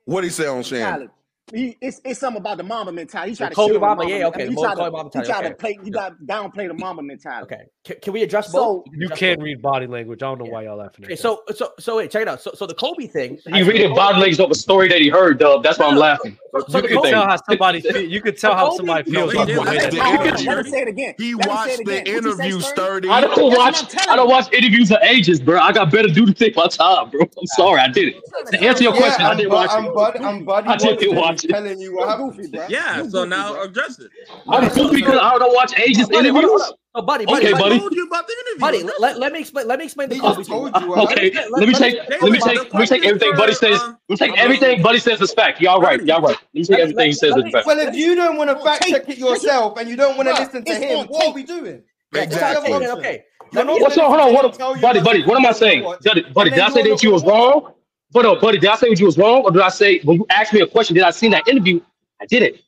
What he say on
Mr.
Shannon?
Collins. he, it's it's something about the Mamba mentality. He
The
tried to
Kobe
shit on
Mamba,
the Mamba.
yeah,
men-
okay,
I mean,
the
he tried
Kobe
to,
Mamba
he tried
mentality,
to play. You got downplay the Mamba mentality.
Okay, can, can we address
So-
both?
You can read body language. I don't know why y'all laughing.
Okay, so so so wait, check it out. So so the Kobe thing.
He reading body language of a story that he heard, dub. That's why I'm laughing.
you could tell how somebody. Feel, you could tell how somebody feels. about the way that they
Let
feel.
me say it again.
He
Let me say it
watched
again.
the
What you say,
interview,
Sterling?
Sturdy.
I don't
That's what
watch.
I'm telling
I don't
you.
watch interviews of ages, bro. I got better to do to take my time, bro. I'm sorry, I did it. To answer your question, I
I'm,
didn't
bu-
watch it.
I'm, bud- I'm Buddy
I
Watson
didn't watch it.
telling you what
You
happened.
goofy, bro.
Yeah,
You
so
goofy,
now
bro.
address it.
I'm
Right, so-
goofy because I don't watch ages
buddy, hold on, hold
interviews.
on. Oh, buddy, buddy,
Okay,
I
buddy,
buddy.
told you about the interview.
buddy.
Address
Let,
it.
let, let me explain. Let me explain the
They just
Kobe thing.
told you. I
Let me
Okay,
let,
let me
let me
take.
They
Let me
went.
take.
The
Let me take
question is
everything Buddy
for
says.
uh,
Let me take
I mean,
everything Buddy says as fact. Y'all right.
Sturdy.
Y'all right. Let me take
let me
everything he
let,
says
let
as
me
fact.
let
Well, if
me.
you don't want to
It's on
fact
tape.
check it
This is,
yourself and you don't want to
bro,
listen to
it's
him,
on
what are
tape.
we doing?
Yeah,
That's
it's on
the other
tape.
Exactly.
Man, okay,
option. You're
let me
not
What's
going to
up? Hold
listen to
on. What,
him
up?
tell you
buddy?
what
Buddy,
to
what am
watch and
I
not
saying,
watch,
buddy? Buddy,
and
did
then
I
you
say
want
that you was
to.
wrong? But up, buddy, did I say what you was wrong, or did I say when you asked me a question? Did I see that interview? I did it.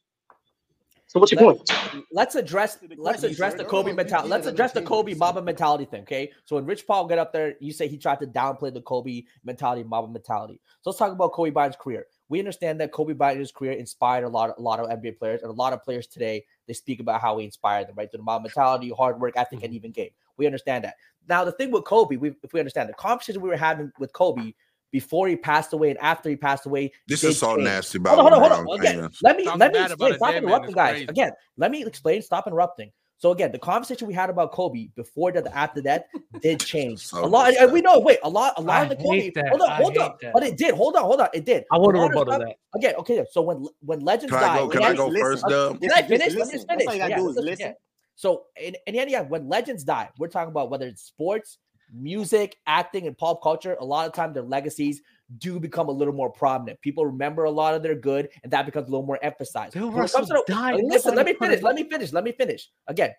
So what you
let
doing?
let's address
To the
let's
question,
address the
Sterling.
Kobe
Hold on,
mentality.
repeat it
Let's
and then
address the
change what
Kobe
you said.
Mamba mentality thing. Okay, so when Rich Paul get up there, you say he tried to downplay the Kobe mentality, Mamba mentality. So let's talk about Kobe Bryant's career. We understand that Kobe Bryant's career inspired a lot, a lot of NBA players, and a lot of players today they speak about how he inspired them, right? Through the Mamba mentality, hard work, ethic, and even game. We understand that. Now the thing with Kobe, we, if we understand the conversation we were having with Kobe before he passed away and after he passed away,
This
did
is all
change.
nasty by
Hold on, hold on, hold on.
LeBron
Again,
fans.
let me
Talking
let me
bad about
explain.
a
Stop
dead man
interrupting,
is
guys.
crazy.
Again, let me explain. Stop interrupting. So again, the conversation we had about Kobe before that, after that, did change a
So
lot. And we know, wait, a lot, a lot
I
of the Kobe.
hate that.
Hold on,
I
hold on,
hate that.
but it did. Hold on, hold on, it did.
I
A
want to
lot of
rebuttal
stuff.
that.
Again, okay. So when when legends
Can I
die,
go?
in
Can I
any
Just
go first,
listen.
can
Dub?
Just,
I
just
finish? Let me
listen.
just
That's all
finish.
you
Oh,
gotta
yeah,
do
just
is
listen. Yeah.
listen.
So in, in the end, yeah, when legends die, we're talking about whether it's sports, music, acting, and pop culture, a lot of time their legacies do become a little more prominent. People remember a lot of their good, and that becomes a little more emphasized.
Bill
But when it comes to
Russell
the- uh,
died.
listen, let
Nobody
me
put
finish.
him
Let
up.
me finish. Let me finish. Again,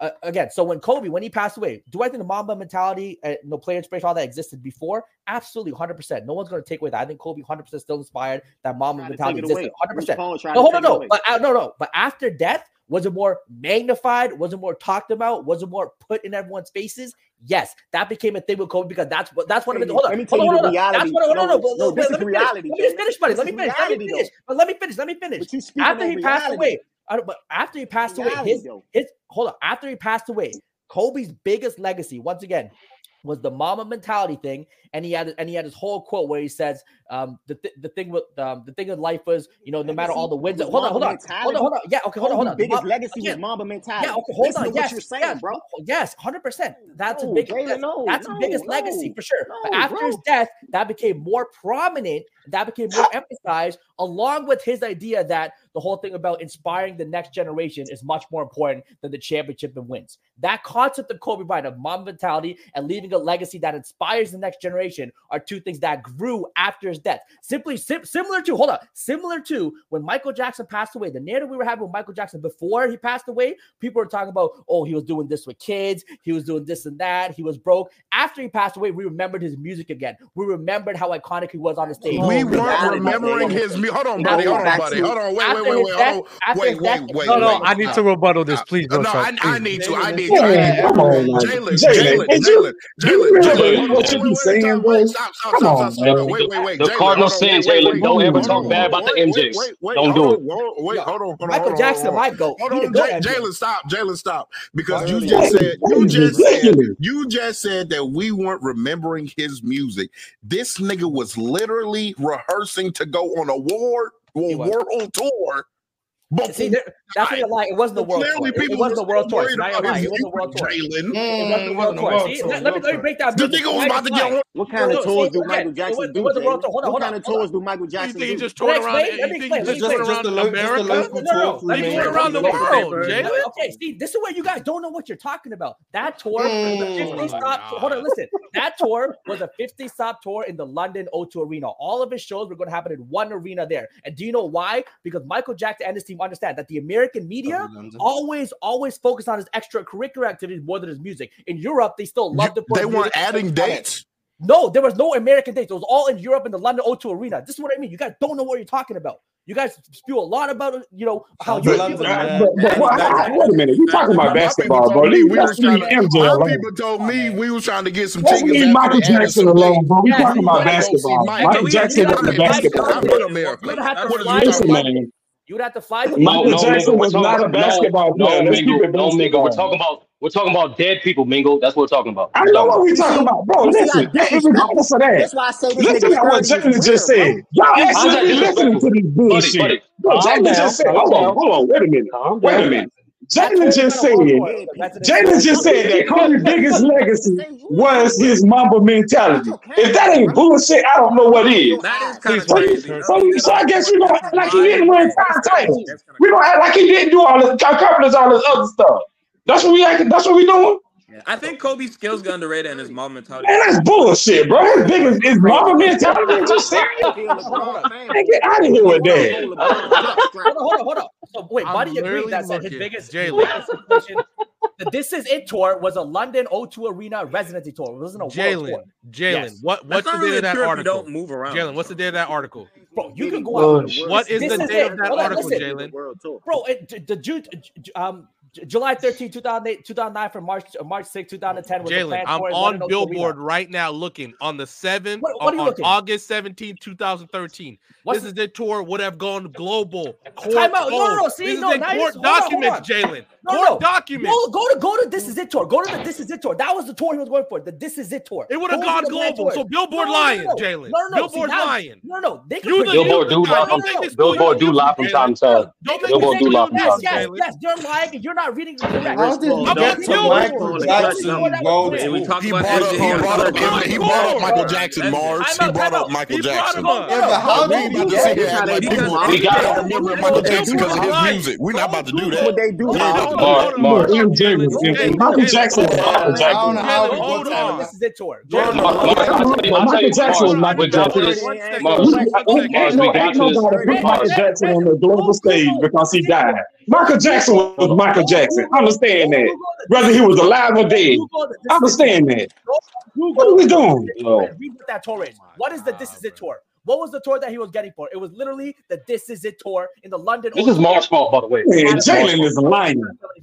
uh, again. So when Kobe, when he passed away, do I think the Mamba mentality, uh, no player inspiration, all that existed before? Absolutely, hundred percent. No one's going to take away that. I think Kobe, hundred percent, still inspired that Mamba
Tried to take
mentality
it
existed,
away.
hundred
Rich
percent.
Paul tried
No,
to
hold
take
on,
it
no.
away.
But uh, no, no. But after death, was it more magnified? Was it more talked about? Was it more put in everyone's faces? Yes, that became a thing with Kobe because that's what that's
Let
what I
me
mean.
tell you.
Hold on,
Let me tell
hold on, hold on. That's
you the reality.
what hold on, no,
No,
but,
no,
no, wait,
this is
let me finish.
reality,
Let me just
Joe.
finish, buddy.
This
Let me
is
finish. Let me
reality,
finish.
though.
But let me finish. Let me finish.
But you speaking
After
on
he passed
reality.
away, I don't, but after he passed away,
Reality,
his
though.
his hold on. After he passed away, Kobe's biggest legacy, once again, was the mama mentality thing, and he had and he had his whole quote where he says, um, the th- the thing with um, the thing in life was, you know, no matter all
Legacy
the wins.
was
Hold on, hold on, hold
Mamba
on,
mentality.
hold on. Yeah, okay, hold on, hold
Kobe's
on. The mom,
biggest legacy was
again,
Mamba
yeah,
mentality.
okay, hold
Listen to
on.
what
Yes,
you're
yes,
saying, bro.
ho- yes, hundred percent. That's a
No,
big
Jalen,
that's
no,
that's his
no,
biggest legacy
no,
for sure. But
no,
after his
bro.
death, that became more prominent. That became more emphasized, along with his idea that the whole thing about inspiring the next generation is much more important than the championship and wins. That concept of Kobe Bryant of mom mentality and leaving a legacy that inspires the next generation are two things that grew after his death. Simply sim- similar to hold on, similar to when Michael Jackson passed away. The narrative we were having with Michael Jackson before he passed away, people were talking about, oh, he was doing this with kids, he was doing this and that, he was broke. After he passed away, we remembered his music again. We remembered how iconic he was on the stage.
We
No,
We
weren't
remembered
reality,
how
remembering
Jay.
important
his
his
me. Hold on,
It
buddy.
after
goes
his
Hold on,
back
death.
buddy. Hold
to
on. Wait, wait,
After
wait,
his
wait.
death,
Hold on.
after
Wait,
his death,
wait,
it
wait,
No,
became
no,
wait.
I need to
Stop.
rebuttal this,
Stop.
please,
Uh,
real
No,
talk,
I, I
please.
need to.
They
I
was
need to. I need to.
Come on,
inspired.
come on, man.
Jalen,
Jalen,
Jalen,
ain't
Jalen,
you? Do
Jalen, Jalen.
you realize
Jalen,
Hold on. Wait, wait,
what you be
wait.
saying,
Stop. Wait.
boys?
Stop. Stop. Stop.
Come
Stop.
on,
Stop. Wait,
man.
wait,
The,
wait.
the
Jalen, hold
Cardinals
on. Wait,
saying,
wait,
Jalen,
wait.
don't
Come
ever
on,
talk
Hold
bad
on.
about the
Wait,
MJs.
wait, wait, wait.
Don't
Hold
do it.
on. Whoa, Wait.
Yo,
Hold on. Hold on.
Michael
Hold on. Hold
Jackson,
on.
my goat.
Hold
He the
on,
goat
J-
MJ.
Jalen. Stop. Jalen, stop. Because you
Buddy
just
That
said.
is,
Watson.
that
You just
is
said.
ridiculous.
You just said that we weren't remembering his music. This nigga was literally rehearsing to go on a war,
He
well,
was.
world tour
See,
before
there, that's when
night.
you're lying. It wasn't the
So
world tour.
clearly,
It, it
people
wasn't the
were still
world tour.
worried
Not gonna
about
lie,
his
it wasn't the world
music,
tour.
Jalen.
It wasn't
Mm,
the
it
world
wasn't a
tour.
world
See,
tour.
let, let me
World
let me
tour.
break down
The
music.
nigga was
Michael's
about to get
lying.
on.
What
No,
kind of
no. See
tours do
again.
Michael
It
Jackson
wasn't. It
do,
wasn't the world
Jalen?
tour. Hold on,
What
hold on,
kind of
hold on.
tours do Michael
So you
Jackson
think he
do?
just
Can I
toured around?
explain? Let
eh, You
me
think he
explain. Let me explain.
Just, just,
just toured
just a
around in
lo- just a
America?
local
No, no, no.
tour through
Let
He
me
toured
explain. Let me
Maine.
around the
explain.
Nobody
Let me
cares.
world,
let,
Jalen.
okay. See, this is where you guys don't know what you're talking about. That tour was a 50
Mm.
Oh
stop tour. Hold on,
God.
listen. That tour was a 50 stop tour in the London O2 Arena. All of his shows were going to happen in one arena there. And do you know why? Because Michael Jackson and his team understand that the American media
Sorry, London.
always, always focus on his extracurricular activities more than his music. In Europe, they still
You,
love to
they
put
weren't
music and
adding
focus on it.
dates.
No, there was no American dates. It was all in Europe in the London O2 Arena. This is what I mean. You guys don't know what you're talking about. You guys spew a lot about you know how
But-
you
but-
but- but- I- I- wait a minute. You talking about basketball, bro. Leave
We was trying
leave MJ
to, our
alone.
people told me we was trying to get some
Don't
tickets
leave
after
Michael
they added
Jackson
some
alone,
dates.
bro.
We
We talking about
wanna go see
basketball.
Mike.
Michael Jackson is
I'm
a
in America.
basketball
I'm
player.
in America.
would have had
What
to
is you
fly to
Listen,
talking about?
man.
you would have to fly to
No,
Michael
London.
no,
Jackson
Mingo. We're
was
talking
not a
about no,
basketball player.
no,
Let's keep
Mingo,
it
no, Mingo. We're talking
basketball.
about we're talking about dead people, Mingo. That's what we're talking about.
I
We're
know
talking
what
about.
we
You
talking
see,
about, bro.
you see how
Listen, regardless
disrespectful.
of that,
That's why I say this
listen
nigga
at what
Sturdy is
Jalen just
real,
said.
bro. You
Y'all
How's that
actually
see,
listening
disrespectful,
to this
buddy?
bullshit.
Buddy,
Bro,
calm
Jalen
down,
just said,
calm
hold on,
down,
hold on, wait a minute.
calm
Wait a
down.
minute.
That's
Jalen
where we
just
gotta walk
said,
on. That's an
Jalen
example.
just said that Kobe's biggest legacy
Say you ain't
was his Mamba mentality.
you
If
crazy,
that ain't
bro.
bullshit, I don't know what
Out
is.
your
That is
eyes.
So,
kind of
so, you-
crazy.
so, you- so I guess we're gonna act like he didn't
lying,
win
man. That's
five
kind of
titles.
that's kind of
We're gonna
crazy.
act like he didn't do all this, accomplish all this other stuff. That's what we acting. That's what we doing.
I think Kobe's skills got underrated and his mob mentality
Man,
got
that's
overrated.
bullshit, bro. His biggest is
Crazy
mama
because
mentality.
Kobe
Is you
was
serious?
a fucking LeBron
Man,
fanboy.
get out of
When
here with
LeBron
that.
go, LeBron jock
Hold
strap.
on, hold on, hold on. So wait,
I'm
Buddy agreed
literally
that said his
looking,
biggest his
Jalen.
biggest completion, the This Is It tour was a London O2 Arena residency tour. It wasn't a world
Jalen,
tour.
Jalen,
Yes.
what
That's
what's the
not
date
really
of
a
that
tour if you don't
article?
move around.
Jalen, what's the date of that article?
Bro, you
Diddy
can go
was
out.
on
Oh
a world
What
tour.
is
This
the
is
date
it.
of that
Hold on,
article,
listen.
Diddy did a
Jalen?
world tour.
Bro, it, J- the June, J- J- um, J- July 13, 2008, 2009 from March, uh, March 6, 2010 was a
Jalen,
planned
I'm
tour in London O2 Arena.
on Billboard right now looking on the 7th,
What,
on,
what are you
on
looking at?
August 17, 2013.
What's
This
the
is the tour would have gone global. Court
timeout? No, no,
owned.
no.
This
See,
is
no,
in
now you
court
hold on, hold
documents,
on.
Jalen.
No,
Court
no.
documents.
Go, go to go to this is it tour. Go to the this is it tour. That was the tour he was going for. The this is it tour.
It would have
Those were
gone
the planned
global.
tours.
So
No,
Billboard
no, no,
lying,
no,
Jalen.
no, no. no. See
Billboard's
now,
lying.
no, no. They could
You the
predict.
you
Billboard
the
do
guy.
lie
No,
from
Don't
no,
make
no,
this cool
no,
Billboard
on
no,
do
you,
lie from
Jalen.
time to time.
they could
Don't make this
Billboard do
predict.
lie
cute
Yes,
from time to time.
this,
yes,
Jalen.
yes. You're lying, and you're not reading the
Hey,
direct.
Rich
How did
Paul, don't
you
How about
get to
don't
Billboard?
Rich
Michael
Paul neglect him.
That was the tour
Jackson
that
When we
was planned.
Waldron?
talk
Oh, He
about
brought
MJ, you gotta talk about Rich Paul,
up he brought up M- he brought up
bro.
Michael
That's
Jackson,
that's it.
Mars. He
Time out,
brought
time
up
out.
Michael
He brought
Jackson.
him
No, no,
up.
Like
no.
Yeah, but how
Because I think what they do is out
Don't do this.
Bar,
do you get
we ain't about to sit here and act like people out here not remembering Michael Jackson because of his music. We're not about to do that. They ain't about to do that.
No,
We got him. Don't do this right. Don't do this. Hold on, hold on, hold on,
bar.
hold on,
M.
Jalen,
Jackson.
Don't do
M.
Jalen,
Michael
that.
Jalen,
Jackson
hold
was
on,
Michael
I don't know
Jackson.
Jalen,
how we got
hold
to
on.
that.
This is it tour. Go
Jalen,
to
Jalen,
the
Mar- Mars,
hold on,
hold on.
I'll
look,
tell you, I'll tell
man. Michael
you,
Jackson
Mars.
was
Hold on,
With Billboard, Mars, Mars, we got you this.
Michael Jackson. We, we, ain't, ain't no ain't
hold on one second, one second.
Hey,
nobody put
hey,
Michael
hey,
Jackson
hey,
on the global
don't
stage
Google.
because he
See,
died. Michael
don't
Jackson
Google.
was Michael
Don't
Jackson.
Google.
Understand
Don't
that,
Google the this
whether he
is it
was
tour.
alive or
Don't
dead.
Google the this is it tour.
Understand that.
Don't
What are
Google the this
we
is
doing?
it tour
Yo,
and read what that tour
Oh
is.
my
What is the this
god,
is it
bro.
tour? What was the tour that he was getting for? It was literally the this is it tour in the London
This
O2
is
Arena.
Mars' fault, by the way.
He
man,
This
had a
is Mars'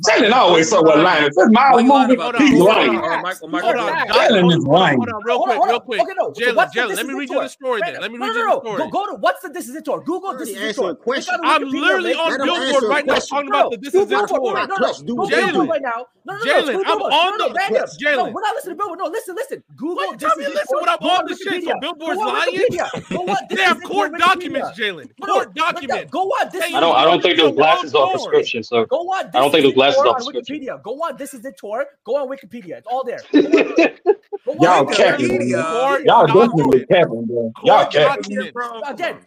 Jalen
budget
is
fault.
a
of
lion.
275 million.
Jalen always so lying. If
Why you lying?
it's my
Why you lying
movie,
about
Hold
this?
on,
he's
These are
hold
lying.
or
Facts.
on.
Michael
These
Michael
Hold
are
on,
facts.
Doc.
That's
Jalen
Hold
is
on, hold on,
lying.
hold on, real
Hold on,
quick,
hold
real
on.
quick.
Okay, no. So
Jalen,
what's the
Jalen,
this
let
is
me
it
read you
tour?
the story then.
Brandon,
Let me
no,
read
no,
you the
no. Go,
story.
go to what's the this is it tour? Google this is
Dirty,
it
answer
tour.
a
They got
question.
a
I'm
Wikipedia
literally
link.
on
Let him
Billboard
answer a
right now
question.
talking
No,
about
no.
the This
Do
Is It
Not,
Billboard right
tour.
now. No, no.
not Clutch. Do
Go Billboard
Jalen,
Billboard.
right now. No, no, no.
Jalen,
Screw
I'm
Billboard. No,
on
no,
the
no. Random. No,
Jalen.
we're not listening to Billboard. No, listen, listen.
Why
Google
you
this is
telling me
it
listen
tour.
when I'm
Go
on
on
the shit? So
Wikipedia. Go
Billboard's
on
lying?
Wikipedia. Go on
They
this is
have
it tour
court documents,
Wikipedia.
Jalen.
No, no.
Court
Right now,
documents.
go on this
Say
I
is
you
don't.
it tour
I don't
lying
think
because
those
you're
Wikipedia.
glasses are
Listen,
on
prescription, sir.
go on
I don't
this
think
is
those
it
glasses
tour
are
on
prescription.
Wikipedia. Go on this is it tour. Go on Wikipedia. It's all there. Go on there.
Wait
Go on
Y'all
there.
capping, man.
Wikipedia.
Court
Y'all
documents.
definitely capping, bro. Y'all
Court
capping,
Wikipedia,
documents.
bro. Come
again,
on.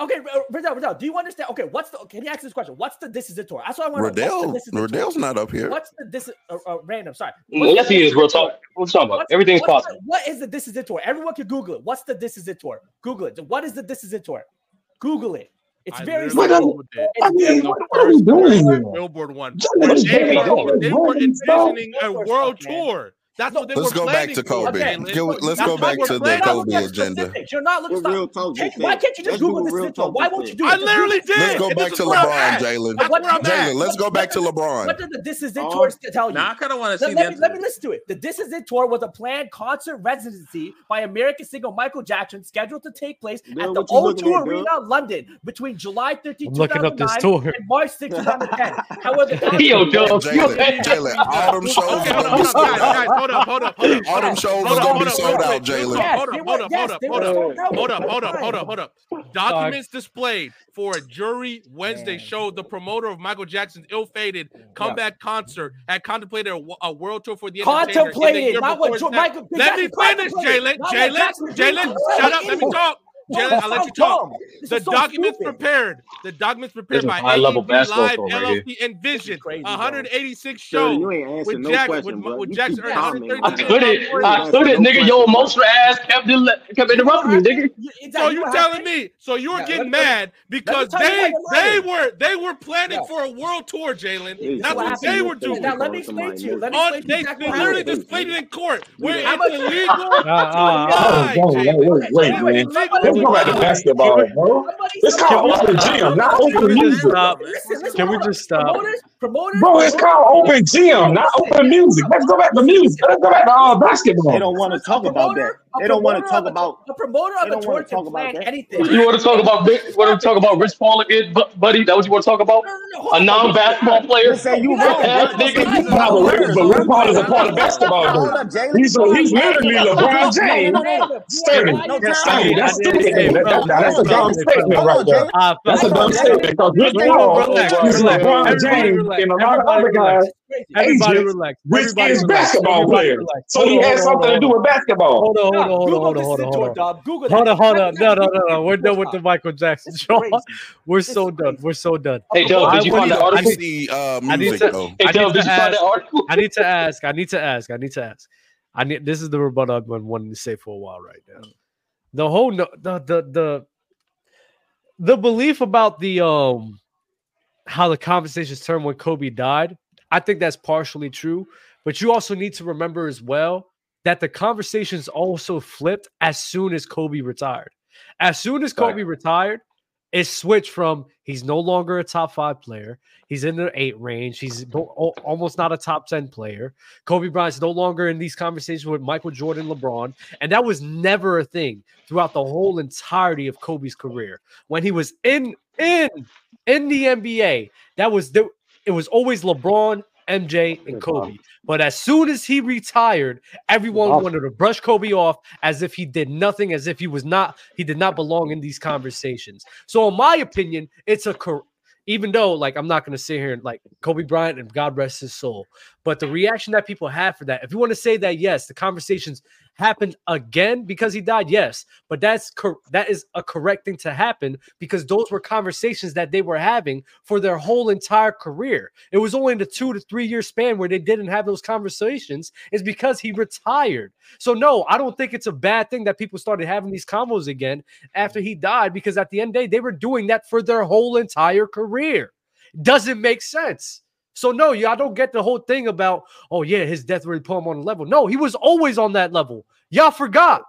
r- okay, r- Riddell, Riddell, do you understand? Okay, what's the? Can you ask this question? What's the this is it tour? That's what I want to know. What's the
Riddell,
this is it tour?
Riddell's not up here.
What's the this? Uh, uh, random, sorry. What's the
Mm, Yes, he
this
is.
is it
Real
tour?
talk. What you talking about?
What's
Everything's
what's the
possible.
what is the this is it tour? Everyone can Google it. What's the this is it tour? Google it. What is the this is it tour? Google it. It's
I
very
What are
literally
we,
simple.
googled it.
I
It's very
mean,
It's the
what,
simple.
what are we
first
doing
tour is
Tour
the
here?
Billboard one,
Jalen
where
What
is
should
they
we be
doing
were
all
doing?
this
they were
random stuff.
envisioning a
Billboard stuff,
world
man.
tour. That's
No,
what they
Let's
were
go back
planning
to
for,
Kobe.
again,
Jalen.
Can we-
no,
let's
That's
not
go
what they
back
were
to the
you're
planning
not
for.
looking
Kobe
at
agenda.
specifics. You're not looking.
What
Stop.
real talk
Can't,
just
why
said.
can't you just
Let's do
Google
what
this is
real
it tour?
talk
Why
just
won't you do it?
said.
I
Just Google
literally
this is it
Let's
did,
tour.
go
and this
back
is
to
where I'm
LeBron,
at.
But
Jalen.
That's
what? Yes,
where I'm at.
but
Jalen, let's go
but
back to
the,
LeBron.
what did the This Is It
Huh?
tour st- tell
Now
you?
I kind of want to see
Let, let
the
me
answer
let
to
me
this.
listen to it. The This Is It tour was a planned concert residency by American singer Michael Jackson, scheduled to take place at
Dub,
the
what you looking
O2
at, Dub?
Arena, London, between July 13,
I'm looking up this
2009,
tour.
and March 6, 2010. However, the concert
Yo,
was canceled.
Dubs, you
Jalen,
Read it.
Jalen,
Read
all
Dubs.
them
Yes,
shows
Okay,
is gonna be sold out.
hold on, hold on, guys, guys, hold up, hold up, hold up,
All them
yes,
shows
hold
is
yes,
gonna be
up, hold up, real
sold
quick,
out,
real
Jalen.
quick.
yes.
Hold
They were
up, hold up, hold
yes,
up,
they
hold
were sold out
up, hold up,
at the
hold up, hold up,
time.
hold up.
Sorry.
Documents displayed for a jury Wednesday
Man,
showed the promoter of Michael Jackson's ill-fated
yeah.
comeback concert had contemplated a, wo- a world tour for the entertainer in the
Contemplated,
year
not what
before his
jo-
death.
Michael
Let me
exactly
finish,
contemplated,
Jalen.
not what Jackson agreed
Jalen, Jalen,
to. What
shut
an
up. Let me
idiot!
talk. Jalen, I'll let you talk. The documents prepared. The documents prepared
This is
by
high-level
AEB
basketball
Live
throw right here.
LLC and Vision.
crazy, bro. Sure,
186 shows
you ain't answering
with
no
Jackson.
question,
with
bro.
with
You
Jackson
keep
earned
commenting.
132
I couldn't. I
dollars.
couldn't, nigga. Your emotional ass kept, del- kept interrupting me, nigga.
So you telling me? So you were
Yeah,
getting
let me-
mad because
let me tell you
they
why
they
you're
were they were planning
No.
for a world tour, Jalen.
This
That's
is what
what they
happened.
were doing.
Now, let me explain to you. Let me
On-
explain to you
they,
exactly
they
what
literally
happened.
displayed it in court. Where
How
it's
much-
illegal to
uh,
Oh,
lie,
bro, wait,
Jalen.
wait, wait,
It's
man. Let's
illegal to
go back to
lie.
basketball, bro. It's called open gym, not open music.
Listen, listen,
Can we just stop?
promoters,
Bro, it's called open gym, not open music. Let's go back to music. Let's go back to all basketball.
They don't want to talk about that. They don't want to talk about.
a promoter
They
of a
don't
tour
want to
can
talk about
plan
that.
anything.
You want to talk about Vic- want to talk about Rich Paul again, bu- buddy? That what you want to talk about? A non-basketball player?
Just say you
Broke ass
rapping.
nigga.
He is not a rapper, but Rich Paul is a part of basketball. Though.
Hold up, Jalen.
He's a, he's literally
No,
LeBron
no,
James.
no, no, no.
Sturdy,
No,
I
sturdy.
did-
That's
I did-
stupid,
hey,
nigga. That,
fellas,
that, that's
fellas,
a dumb
fellas, fellas.
statement right there.
Ah,
That's
fellas,
a dumb
fellas.
statement because Rich
Everybody
Paul
relax. Relax.
is LeBron
Everybody
James
relax.
and a lot of
Everybody
other
relax.
guys,
Everybody
agents,
relax.
which
Everybody
is
relax.
basketball
Everybody
players.
relax.
So
Hold
he
on,
has
hold on,
something to
hold
do
on.
with basketball.
Hold on, hold on,
No,
hold on,
Google
hold on,
this
hold on,
into
hold
a
on.
dub. Google that.
Hold on, hold
Type
on.
it
No,
out.
no, no,
Google
no.
it.
We're done with the
Stop.
Michael Jackson
This is
John.
crazy.
We're
This
so
is
done.
crazy.
We're so done.
Hey, Dub,
I
did you
want
find that
I
article?
need,
See uh,
I need
music
to.
though.
Hey,
I need
Dub,
to
did you find
ask.
that article?
I need to ask. I need to ask. I need to ask. I need. This is the rebuttal I've been wanting to say for a while right now.
Mm.
The whole no, the the the the belief about the um how the conversations turned when Kobe died. I think that's partially true, but you also need to remember as well that the conversations also flipped as soon as Kobe retired. As soon as Kobe retired, it switched from he's no longer a top five player. He's in the eight range. He's bo- al- almost not a top 10 player. Kobe Bryant's no longer in these conversations with Michael Jordan, LeBron. And that was never a thing throughout the whole entirety of Kobe's career. When he was in, in, in the NBA, that was the, it was always LeBron, MJ, and Kobe. But as soon as he retired, everyone wanted to brush Kobe off as if he did nothing, as if he was not he did not belong in these conversations. So, in my opinion, it's a cor- even though like I'm not gonna sit here and like Kobe Bryant and God rest his soul, but the reaction that people had for that, if you want to say that yes, the conversations happened again because he died, yes, but that's cor- that is a correct thing to happen because those were conversations that they were having for their whole entire career. It was only in the two to three year span where they didn't have those conversations is because he retired. So no, I don't think it's a bad thing that people started having these combos again after he died because at the end of the day, they were doing that for their whole entire career. Doesn't make sense. So no, yeah, I don't get the whole thing about oh yeah, his death really put him on a level. No, he was always on that level. Y'all forgot.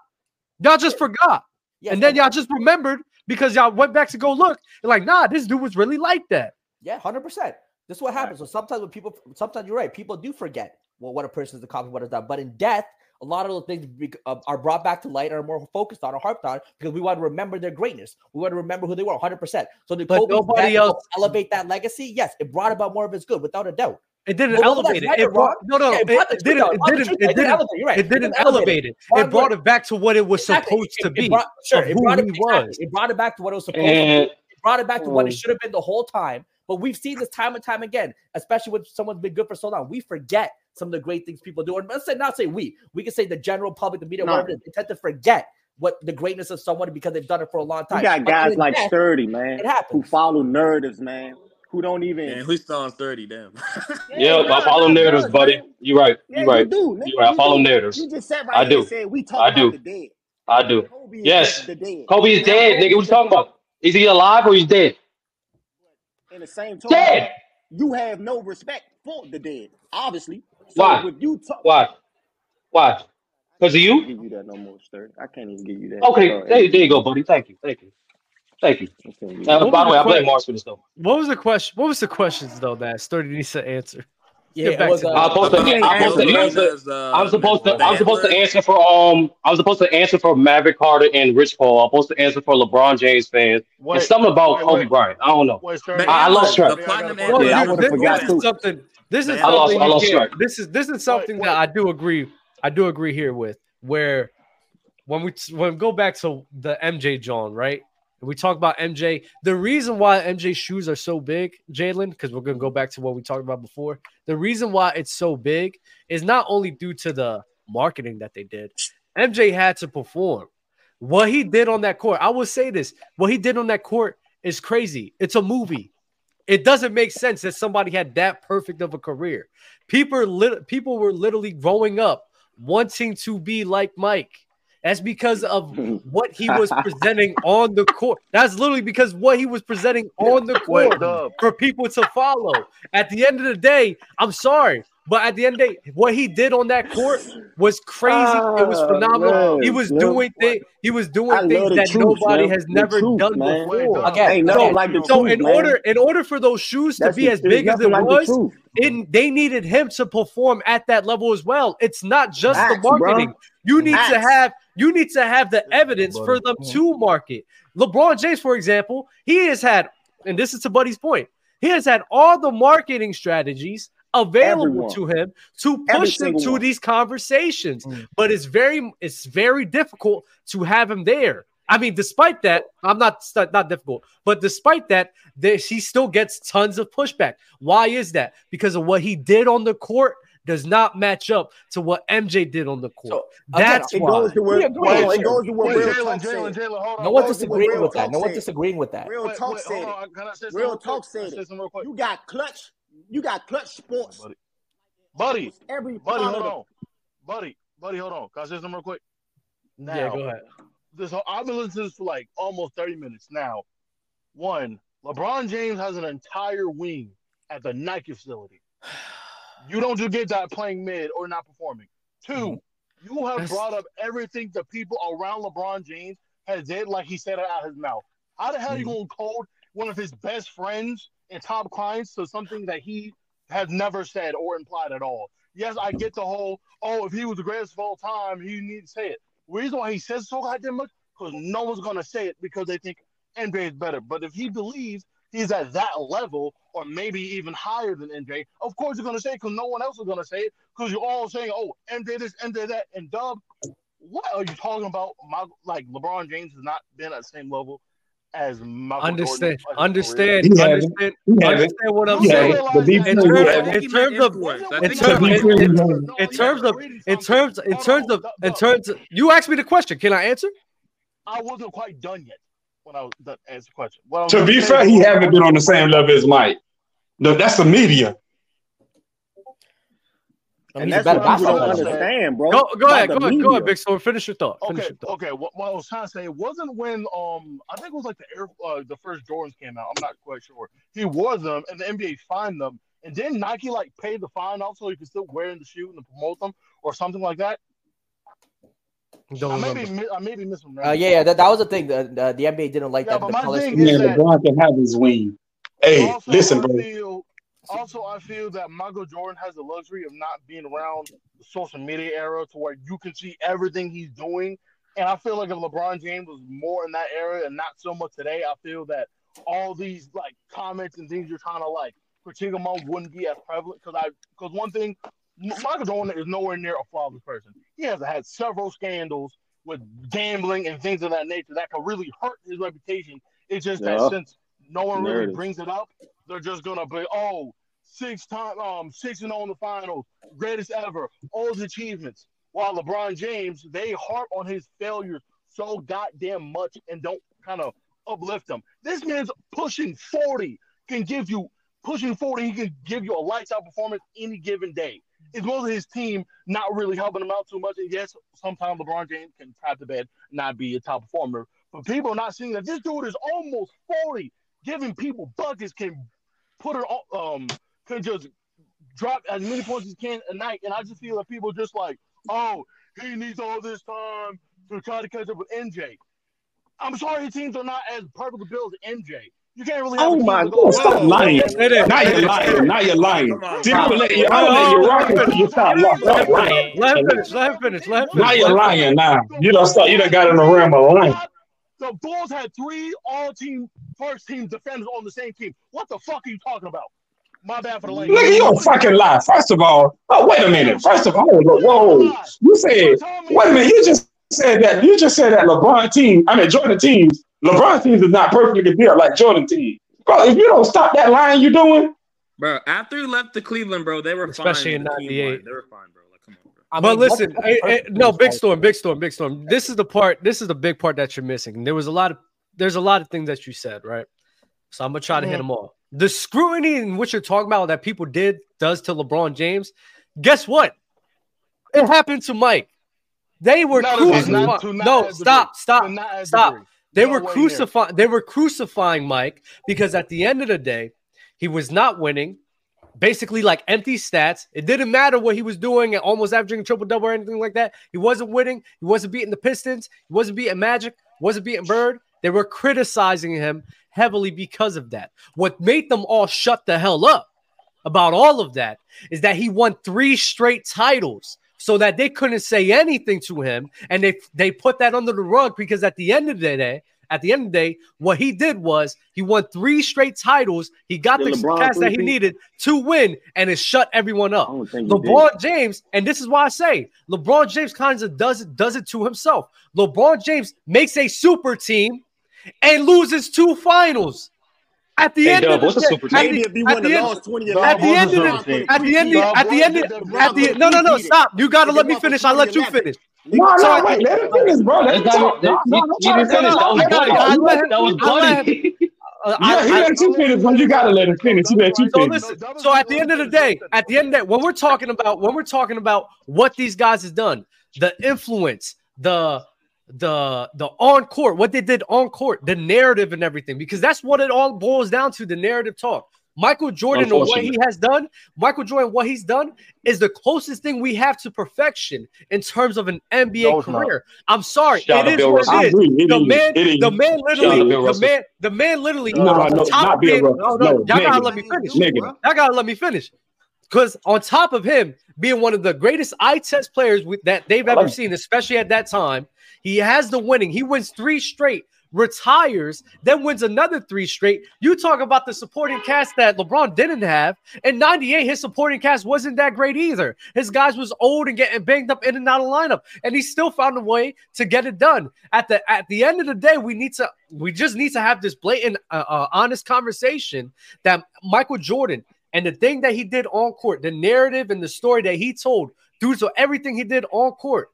Y'all just forgot.
Yes,
and then
and-
y'all just remembered because y'all went back to go look. You're like, nah, this dude was really like that.
Yeah, hundred percent. This is what happens. So sometimes when people, sometimes you're right. People do forget what what a person is accomplished, what is that. But in death, a lot of those things be, uh, are brought back to light, and are more focused on, or harped on, because we want to remember their greatness. We want to remember who they were, hundred percent. So did
But
Kobe's
nobody
death
else-
help elevate that legacy? Yes, it brought about more of his good, without a doubt.
It didn't
Well, whether that's
elevate it.
right or
It brought,
wrong-
no, no,
yeah,
it,
it brought the
it
truth
didn't.
out.
It
brought the
didn't.
truth out.
It didn't.
elevate. You're right.
It didn't
elevate
elevate it. It
Wrong
brought
word.
it back to what it was
Exactly.
supposed to
It, it
be,
brought, sure,
of
it
who
brought it
he
exactly.
was.
It brought it back to what it was supposed to
And
be. It brought it back to what it
Mm.
should have been the whole time. But we've seen this time and time again, especially when someone's been good for so long. We forget some of the great things people do. And let's say not say we. We can say the general public, the media,
No.
whatever. it is, They tend to forget what the greatness of someone because they've done it for a long
You
time.
got
But
guys
in
like
death,
Sturdy, man,
it
who
happens.
follow narratives, man, who don't even.
Man, who's still on 30, damn.
Yeah,
yeah, I
nah,
follow
nah,
narratives,
bro,
buddy.
Jalen.
You're right.
Yeah,
You're
you
right.
do, nigga.
You're right. I
You
follow
do.
narratives.
You just sat right
I
here and
do.
said we talk
I
about the
do.
dead.
I do.
Kobe is
Yes,
the, the dead.
Kobe is
Now
dead, nigga.
Kobe
What you talking about? Is he alive or he's dead?
in the same token,
Dead.
you have no respect for the dead, obviously. So
Why?
with you talk,
Why? Why? Because of
I can't
you?
give you that no more, Sturdy. I can't even give you that.
Okay.
Sorry,
There, there you
AD.
go, Uh, buddy. Thank you. Thank you. Thank you.
I can't give you
What
that.
Uh, by
was
the
the
way, I blame
question?
Mars for this though.
What was the question? What was the questions though that Sturdy needs to answer?
Yeah,
Get
it
back
was
to
uh,
I'm
that.
supposed to.
He ain't
I'm supposed
answer
About
to
that.
answer.
Melanie's
I'm
uh,
supposed to.
mental
I'm supposed to
handler.
answer for um. I'm supposed to answer for Maverick Carter and Rich Paul. I'm supposed to answer for LeBron James fans and
Wait,
something about
wait,
Kobe
wait,
Bryant. I don't know.
wait, Sturdy.
I, I
Wait,
lost
Manhandlers,
track.
the
Sturdy, I got
platinum
a
No,
question.
Yeah, I
this,
handlers, the
this, this
would have forgot
is
women.
too.
something. This
The
is
I
handlers.
lost.
something
I
you
lost
can't.
track.
This is this is
Wait,
something that
wait.
I do agree. I do agree here with where when we when we go back to the MJ John, right? And we talk about MJ. The reason why MJ's shoes are so big, Jalen, because we're gonna go back to what we talked about before. The reason why it's so big is not only due to the marketing that they did. MJ had to perform. What he did on that court, I will say this: what he did on that court is crazy. It's a movie. It doesn't make sense that somebody had that perfect of a career. People, are lit- people were literally growing up wanting to be like Mike. That's because of what he was presenting on the court. That's literally because what he was presenting on the court for people to follow. At the end of the day, I'm sorry, but at the end of the day, what he did on that court was crazy. it was
Ah,
phenomenal.
man,
he was
man.
doing things. He was
I
doing
love
things
the
that
truth,
nobody
man.
has
The
never
truth,
done
man.
before.
Again, Ain't nothing
so,
like the
so
truth,
in
man.
order in order for those shoes
That's
to be
the-
as
there's
big as it
nothing like the
was,
truth.
it, they needed him to perform at that level as well. It's not just
Facts,
the
bruh.
marketing. You need to
Facts.
have you need to have the evidence for them to market. LeBron James, for example, he has had, and this is to Buddy's point, he has had all the marketing strategies available
Everyone.
to him to
Every
push him
single
to
one.
these conversations.
Mm.
But it's very it's very difficult to have him there. I mean, despite that, I'm not it's not not difficult, but despite that, there, she still gets tons of pushback. Why is that? Because of what he did on the court does not match up to what MJ did on the court.
again,
That's
it
why.
goes to where- We agree
Hold on, it goes to what
Wait,
real
Jalen,
talk
Jalen,
said.
Jalen, hold on.
It
No one's
goes to what
disagreeing
real
with that.
talk
No one's
said.
disagreeing with that.
Real
Wait,
talk
wait,
said
hold
it. real talk said it. You got clutch. You got clutch sports.
Buddy,
Every
buddy,
part
hold
of
on, buddy, buddy, hold on. Can I say something real quick?
Yeah,
Now,
go ahead.
this whole, I've been listening to this for like almost thirty minutes now. One, LeBron James has an entire wing at the Nike facility. You don't just get that playing mid or not performing. Two, you have
That's-
brought up everything the people around LeBron James has did like he said it out of his mouth. How the hell you gonna code one of his best friends and top clients to something that he has never said or implied at all? Yes, I get the whole, oh, if he was the greatest of all time, he needs to say it. Reason why he says so goddamn much, because no one's gonna say it because they think NBA is better. But if he believes he's at that level or maybe even higher than MJ, of course you're going to say it because no one else is going to say it because you're all saying, oh, MJ this, MJ that. And Dub, what are you talking about? My, like, LeBron James has not been at the same level as Michael
Understand,
Jordan. as his career.
understand,
He haven't.
understand,
He haven't.
understand what I'm
You don't
saying.
Yeah, but
realize
be
that
In
fair,
though,
terms,
he
bro.
haven't.
in terms of, in
No, he
terms, in,
To be
meant
fair,
in,
he
influence.
in
haven't.
No, he meant
terms of,
reading
in
something.
terms, in
Hold on,
terms of,
Dub.
in
Dub.
terms of, you asked me the question. Can I answer?
I wasn't quite done yet when I was done answering the question. What I was
To
going to
be
say
fair, he
was,
haven't been on the same level as Mike. No, that's the media.
I
And
mean, he's a
that's
better
what people
basketball
don't
player.
said,
understand, bro.
Go, go
About
ahead,
the
go ahead, go
media.
ahead, Big Storm. Finish your thought. Finish
Okay,
your thought.
okay. What, what I was trying to say wasn't when um I think it was like the Air uh, the first Jordans came out. I'm not quite sure. He wore them, and the NBA fined them, and then Nike like paid the fine off so he could still wear the shoe and promote them or something like that. I
Don't
may be
remember.
mi- I may be
Oh, Uh,
misremembering.
yeah, yeah, that, that was the thing. The, the, the NBA didn't like
Yeah,
that
but
the
my
color
thing
scheme.
is
Yeah,
that
LeBron can have his wing. Hey,
also
listen,
I
bro.
feel also I feel that Michael Jordan has the luxury of not being around the social media era to where you can see everything he's doing. And I feel like if LeBron James was more in that era and not so much today, I feel that all these like comments and things you're trying to like critique him on wouldn't be as prevalent. Because I because one thing, M- Michael Jordan is nowhere near a flawless person. He has had several scandals with gambling and things of that nature that could really hurt his reputation. It's just that
Yeah,
since no one really
narrative.
brings it up they're just gonna be oh six time um six and on the finals, greatest ever, all his achievements. While LeBron James, they harp on his failures so goddamn much and don't kind of uplift them. This man's pushing 40 can give you pushing 40, he can give you a lights out performance any given day. It's mostly his team not really helping him out too much. And yes, sometimes LeBron James can try to bed not be a top performer. But people are not seeing that this dude is almost 40, giving people buckets, can put her on, um can just drop as many points as he can a night. And I just feel that people just like, oh, he needs all this time to try to catch up with MJ. I'm sorry your teams are not as perfectly built as Mj. You can't really have a
Oh
team
my
that
Bro,
goes
stop
seven
No,
and
lying.
don't
seven
say
and
that.
Now
whatever.
Say
you're
that. Say that.
lying. Now you're lying. See, I'm gonna let you.
Wait,
I'm gonna let
oh,
you
let
rock
him
until
finish.
you start locked
Let him
up,
finish.
right?
Let him
And
finish. Let him finish.
They
Let him
won
now
finish.
you're
Let him finish.
seven
lying.
games.
Now
The
you don't
Bulls
start. You done
had
got in a
three
realm of lying.
top. The Bulls had three all-team first-team defenders on the same team. What the fuck are you talking about? My bad for the language.
Nigga, you a
What are you
fucking
talking
lie.
about?
First of all, oh wait a minute. First of all, hold
What
on,
do you mean
whoa,
a lie?
you
You're
said
telling me
wait a minute. You just said that. You just said that LeBron team. I mean Jordan teams. LeBron teams is not perfectly built like Jordan team. Bro, if you don't stop that lying you doing,
Bro, after he left the Cleveland, bro, they were
Especially
fine.
in
The team won.
'98.
They were fine, bro. Like, come on, bro.
I
but
mean, that's-
listen,
that's
eh, eh,
perfect
no,
news,
big
like-
storm, big storm, big storm. This is the part. This is the big part that you're missing. There was a lot of there's a lot of things that you said, right? So I'm gonna try to hit
Mhm.
them all. The scrutiny in what you're talking about that people did does to LeBron James. Guess what? It happened to Mike. They were
Not a-
crucifying.
not- to not
No,
as a
stop,
degree.
stop,
To not as a
stop.
degree.
They
No
were
way near.
crucifying. They were crucifying Mike because at the end of the day, he was not winning basically like empty stats. It didn't matter what he was doing and almost averaging a triple double or anything like that. He wasn't winning. He wasn't beating the Pistons. He wasn't beating Magic. Wasn't beating Bird. They were criticizing him heavily because of that. What made them all shut the hell up about all of that is that he won three straight titles so that they couldn't say anything to him and they they put that under the rug because at the end of the day at the end of the day what he did was he won three straight titles he got
Did
the
LeBron
cast that he
three-peat?
needed to win and it shut everyone up
think he did.
LeBron James and this is why I say LeBron James kind of does it does it to himself LeBron James makes a super team and loses two finals at the
Hey,
end
Dub,
of the
what's a
day-
super
at
team?
the-
Maybe if he
at
won
the
the
end-
last 20
at the
Dub,
end of
what's
the
a super
at the
team?
end of
Dub,
at the
what's
end
a
of
difference?
at the no no no stop you gotta let me finish I let you finish
No,
so I
no, wait. Let him finish, bro. Let him
That's not
talk.
even, that,
No, no,
you,
don't
you
try to
didn't
cut
finish.
him
That
off.
gotta
was bloody.
Let him talk.
I
You
let
let
him
him
That was
I let him
bloody.
uh,
Yeah, he
I, I,
let you finish when you gotta let him finish. He let you
so
finish.
listen. So at the end of the day, at the end of the day, when we're talking about when we're talking about what these guys has done, the influence, the the the on court, what they did on court, the narrative and everything, because that's what it all boils down to, the narrative talk. Michael Jordan and what he
Unfortunately.
has done, Michael Jordan, what he's done is the closest thing we have to perfection in terms of an NBA
No, it's not.
career. I'm sorry,
Shout out
it is
Bill
what
Russell.
it
I
is.
agree. It
The
is.
man,
It is.
the man
Shout out to
literally,
Bill
the
Russell.
man, the man literally
No,
on
no,
top
not
of
Bill
being
Russell.
no no
No,
y'all gotta
negative,
let me finish.
negative.
Y'all gotta let me finish. Because on top of him being one of the greatest eye test players with, that they've ever seen, especially at that time, he has the winning. He wins three straight, retires, then wins another three straight. You talk about the supporting cast that LeBron didn't have. In 98, his supporting cast wasn't that great either. His guys was old and getting banged up in and out of lineup. And he still found a way to get it done. At the at the end of the day, we need to we just need to have this blatant uh, uh, honest conversation that Michael Jordan and the thing that he did on court, the narrative and the story that he told, due to everything he did on court,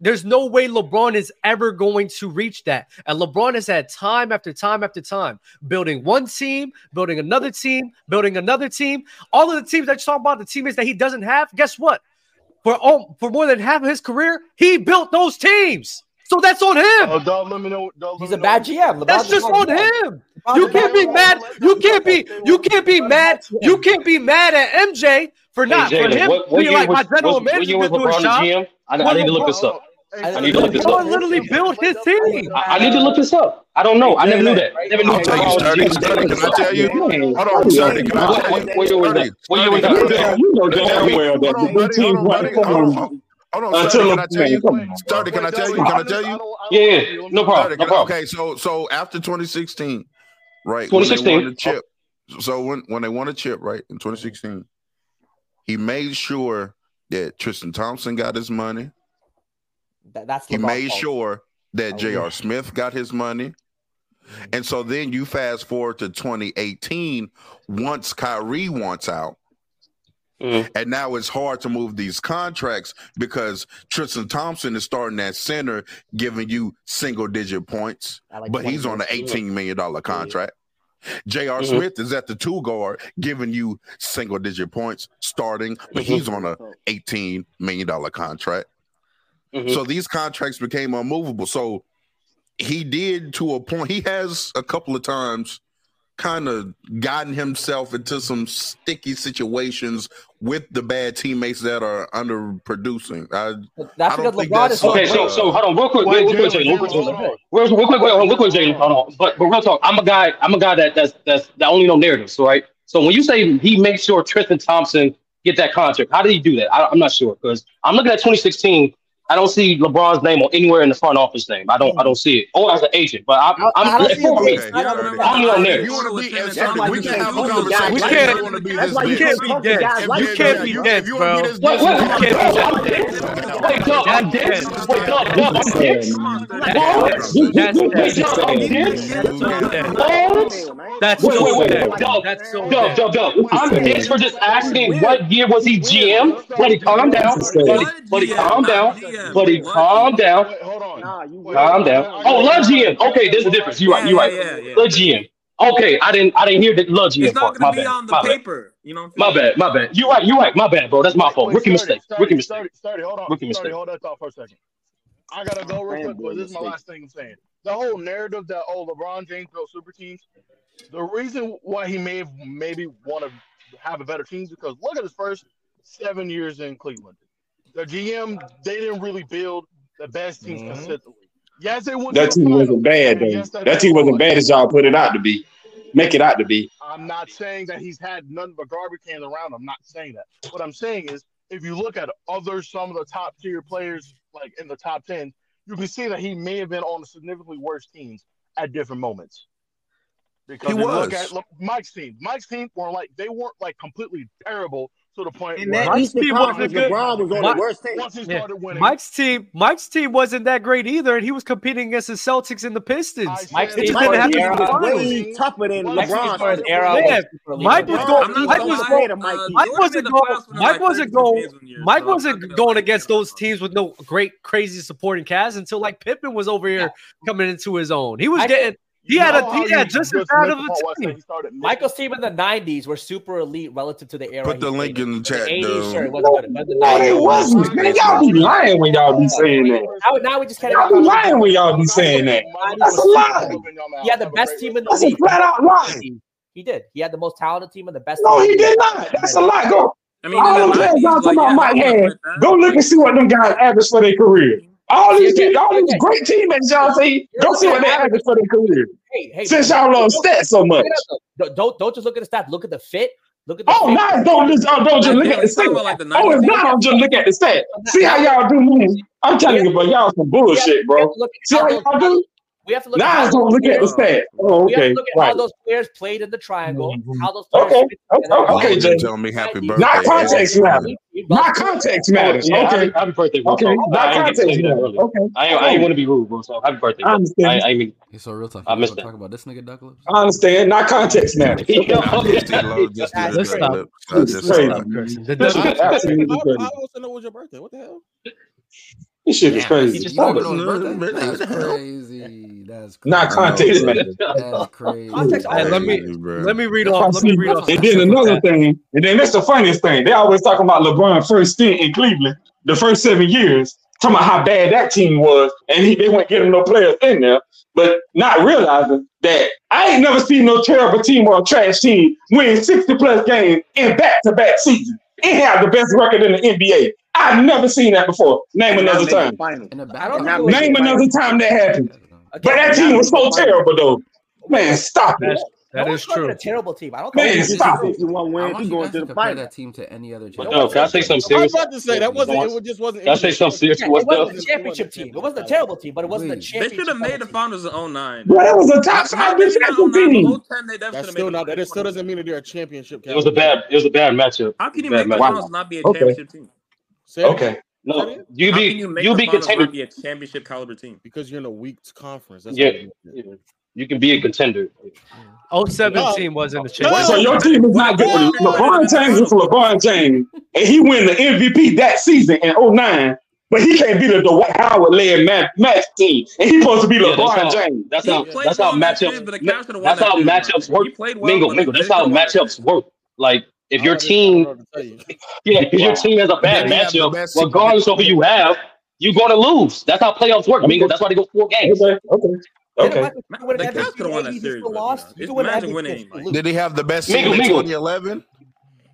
there's no way LeBron is ever going to reach that. And LeBron has had time after time after time building one team, building another team, building another team. All of the teams that you're talking about, the teammates that he doesn't have, guess what? For all, for more than half of his career, he built those teams. So that's on him.
Oh, Dub, let me know. Dub,
He's a bad GM. LeBron's
That's
a
just
bad
on
GM.
him.
LeBron's
You
a bad
can't be
GM.
mad. You can't be. You can't be mad. You can't be mad at MJ for
Hey,
not for
Jalen,
him
what, what
being
year
like my
was
general
was what
manager
year was
didn't do his
LeBron the
job.
GM? I, I
When
need to look this
LeBron,
up. I need to look this
LeBron
up.
literally built his team.
I, I need to look this up. I don't know. I never knew that. I never knew
I'll tell you,
LeBron was the
Sturdy.
GM until I
Sturdy,
looked this up.
can I tell you? Hold on, Sturdy,
Man, Sturdy,
can I
man.
tell
What,
you?
what, what year was
Sturdy,
that? What year was
Sturdy,
that? What year
can I tell
You damn,
you?
you
Can
know
I
damn
tell you? Hold on, Buddy. Hold on,
well that the big teams weren't
Buddy. Hold
formed
on. Hold on,
Uh,
Sturdy, can
until a
I tell
man.
you?
Come on, bro.
Sturdy, can I tell you?
Come
Can
on.
I tell you?
Yeah, yeah. No problem. No
Sturdy, can,
problem.
okay, so so after 2016, right, when they won
2016.
the chip, so when when they won a chip, right, in 2016, he made sure that Tristan Thompson got his money.
That, that's
He
LeBron's
made
fault.
sure
Oh,
that J.R. Smith got his money. And so then you fast forward to 2018, once Kyrie wants out. And now it's hard to move these contracts because Tristan Thompson is starting at center, giving you single digit points,
At like
but
20
he's on an
minutes.
$18 million contract. J.R.
Mhm.
Smith is at the two guard, giving you single digit points starting, but
Mhm.
he's on a $18 million contract.
Mhm.
So these contracts became unmovable. So he did to a point, he has a couple of times kind of gotten himself into some sticky situations with the bad teammates that are underproducing. I,
That's
I don't
because
think
LeBron
that's
is so
Okay, so
uh,
so hold on, real quick,
Wait,
real, real quick,
Jalen,
Jalen, real quick,
Jalen,
Jalen,
hold on.
real, real quick, wait, hold on, real quick, Jalen, hold on. But but real talk, I'm a guy, I'm a guy that that's that's that only know narratives, right? So when you say he makes sure Tristan Thompson get that contract, how did he do that? I, I'm not sure because I'm looking at 2016. I don't see LeBron's name on anywhere in the front office name. I don't. I don't see it. Oh, as an agent, but I, I'm.
I don't see
for
it
me,
being signed on the
I'm
front
on
office.
there.
You wanna be
That's
insulted,
why
we
you
can't
can't
have a
talk to
conversation.
guys
We
like
can't-
that. wanna be
that's
this
why you
big.
can't be
Talk to
dense.
guys
You
like
can't
that.
be
You-
dense,
you wanna
bro.
be this big.
Wait, wait,
You
wait,
can't
wait,
be
wait,
that. Wait, Doug, I'm dense. Wait, Doug, Doug, I'm dense. Whoa,
That's
wait,
that's
Doug,
dense.
I'm dense. What?
That's
wait,
so
wait,
dense.
wait, Doug,
That's so
Doug, Doug, Doug. I'm dense for just asking what year was he GM? Buddy, calm down. Buddy, buddy, calm down. Buddy, calm down.
Hold on.
Calm down. Oh, love GM. Okay, there's a difference. You're right. You're right. Love GM. Okay, I didn't. I didn't hear the love GM
It's
part.
not going
My
to be
bad.
on the
My bad.
paper. You know.
My bad, my bad. You're right, you're right. My bad, bro. That's my fault.
Wait,
Rookie
Sturdy,
mistake. Rookie
Sturdy,
mistake.
Sturdy, Sturdy, hold on.
Rookie
Sturdy,
mistake.
hold that thought for a second. I gotta go real quick, but this is my last thing I'm saying. The whole narrative that oh LeBron James built super teams. The reason why he may have maybe want to have a better team is because look at his first seven years in Cleveland. The GM they didn't really build the best teams
Mm-hmm.
consistently. Yes, they went
That
to
team
the
wasn't bad
And
though.
yes, that
That team wasn't bad as y'all put it out to be. Make it out to be.
I'm not saying that he's had none but garbage cans around. I'm not saying that. What I'm saying is, if you look at other some of the top tier players, like in the top ten, you can see that he may have been on significantly worse teams at different moments. Because
He
if you look
was.
at look, Mike's team. Mike's team were like they weren't like completely terrible to the point
In
where
that Mike's Eastern team wasn't Conference, good. LeBron was on the
Mike-
worst team.
Once he
Yeah.
started winning,
Mike's team, Mike's team wasn't that great either, and he was competing against the Celtics and the Pistons.
Mike's
it just
team-
didn't happen
Mike's
in the
team-
finals.
Way tougher than
Mike's team
LeBron's.
for his era was
Yeah.
super Mike was going.
I'm not
Mike
gonna
was
lie,
going.
uh,
Mike
Jordan in
wasn't
the
going.
playoffs went on,
Mike
like,
wasn't
32
going.
games one year,
Mike
so I'm
wasn't going against those teams with no great, crazy supporting cast until like Pippen was over here coming into his own. He was
I-
getting. He
You
had
know
a.
how
He had
you
just as
just
bad
make
of
the point why
a
I say
team.
he Michael's team in the '90s were super elite relative to the era.
Put the
he
link
played in.
in the
The
chat,
'80s, sure, it wasn't
dude.
good, but the
No, they
'90s.
wasn't. Man, y'all be lying when y'all be saying that.
Now, now we just can't
Y'all
have a
be
conversation.
lying when y'all be saying that. That's a lie.
He had the best team in the
That's a
league.
flat out lie.
He did. He had the most talented team and the best. team
No,
in
he
the
did
league.
not. That's a lie. Go.
I
mean,
all the players y'all talking about Mike had. Go look and see what them guys average for their career. All these,
See, okay,
all these
okay.
great teammates y'all see.
You're
Go
looking
see what
at
they
average.
average for their career.
Hey, hey,
Since
don't-
y'all love
don't-
stats so much.
Don't, don't don't just look at the stats. Look at the fit. Look at the
Oh,
fit.
now don't just oh, don't just look at the stat. Oh, it's not. I'm just look at the stat. See how y'all do moves. I'm telling you, but y'all some bullshit, bro. See how y'all do.
We have to look
Now
at
I
how
don't
those
look at the
players,
stat. Oh,
we have to
okay,
look at
right.
how those players played in the triangle, how those players
Okay,
fit
okay,
together.
okay,
Logan
Jay.
tell me happy
Not
birthday every
context matter.
time.
Not context matters.
Yeah,
Okay,
happy, happy birthday, bro.
okay.
I, I
Not
ain't get to tell
context
you that
matters.
earlier.
Okay,
I ain't, I ain't
okay.
want to be rude, bro. So happy birthday,
I
bro. I,
understand.
I ain't mean,
He's so real tough.
I
You
missed
gonna
that.
talk about this nigga duck lips?
I understand. Not context matters. Okay.
Nah, just did
okay.
low, just did a
Let's
duck
stop.
lip. I
This is
just did
crazy.
a duck lip.
Cursing. The duck.
This shit
lip.
is absolutely crazy.
I know it was your birthday. What the hell?
This shit is
He
crazy.
just
You don't
Stop
even
it.
know his birthday?
Birthday, what
That's
the hell?
crazy. That's crazy.
Not
I know,
context
bro.
matters.
That's crazy.
Context
All right,
always
let me
Crazy, bro.
let me read
That's why,
off. Let me
see,
read off
and
some
then
super
another
chat.
thing, and then that's the funniest thing. They always talking about LeBron first stint in Cleveland, the first seven years, talking about how bad that team was, and he they weren't getting no players in there, but not realizing that I ain't never seen no terrible team or trash team win 60 plus games in back to back season and have the best record in the NBA. I've never seen that before. Name
And not
another
make the
time.
final.
In the back
I
of
don't
And
the
not
think it was
make the
Name another
final.
time that happened. But
okay.
that
And
team
not
was
make the
so
final.
terrible though. Man, stop it.
That's that
No one's
is
calling it
true.
a terrible team. I don't think
Man,
Kobe
it's
just
stop
a
it.
fifty-one
I
win. He
want you
going
guys
to
to
the
compare
final.
that team to any other
But
champion.
No
no,
one's
can I say
terrible.
something
I was
serious?
about to say that wasn't. It
Can
was- just wasn't. It
I
was
say
a
something serious
Yeah,
for
it
what's
wasn't
up?
a championship team. It wasn't a terrible team, but it wasn't
Please.
a
They should
championship
have
level
made the
team.
finals in 09.
Bro, that was a top
Not
five
maybe not
defensive
09, but
team.
010 they definitely should
That's
have made
still
the
not. That
finals.
it still doesn't mean that they're a championship.
It was a
caliber team.
bad. It was a bad matchup.
How can
It
you
was a bad
make the
matchup.
Wow.
finals not be a
Okay.
championship team?
Say it again.
Okay.
Say it again.
No, you
How can you
be
make
you
the
be
finals
contender.
not be a championship caliber team?
Because you're in a weak conference. That's
Yeah,
why. you-
yeah. you can be a contender.
Oh,
07
No,
team wasn't the
no.
So
championship.
your team is
What
not
if
good.
Michigan might have
LeBron
been the
James is
finals?
LeBron James, and he win the MVP that season in 09, but he can't be the Dwight Howard led match, match team, and he's supposed to be
Yeah, that's
LeBron
how
James.
that's
He
how
Yeah.
played
that's how
well in that series,
matchups
but the
ma-
Cavs should have won
that's
that
how
series, bro.
matchups
He
work.
played well,
Mingle,
but
mingle.
they
That's
should
how
have won that series.
matchups work. Like if
I
your
don't even. I don't know
team,
what to tell you.
yeah, because your
Wow.
team has a bad
Didn't he have the
matchup,
best team?
regardless of who you have, you're going to lose. That's how playoffs work, Mingle.
Okay.
That's why they go four games.
Okay. Okay.
Didn't
Okay.
Michael
Ma-
Jordan win
The
an
Cavs
MVP?
could have won
And
that
he
series,
still
but you know,
lost. You
it's
can win an
imagine
MVP and
winning
still
like
lose.
Did he have the best
Mingle,
team in
mingle.
2011?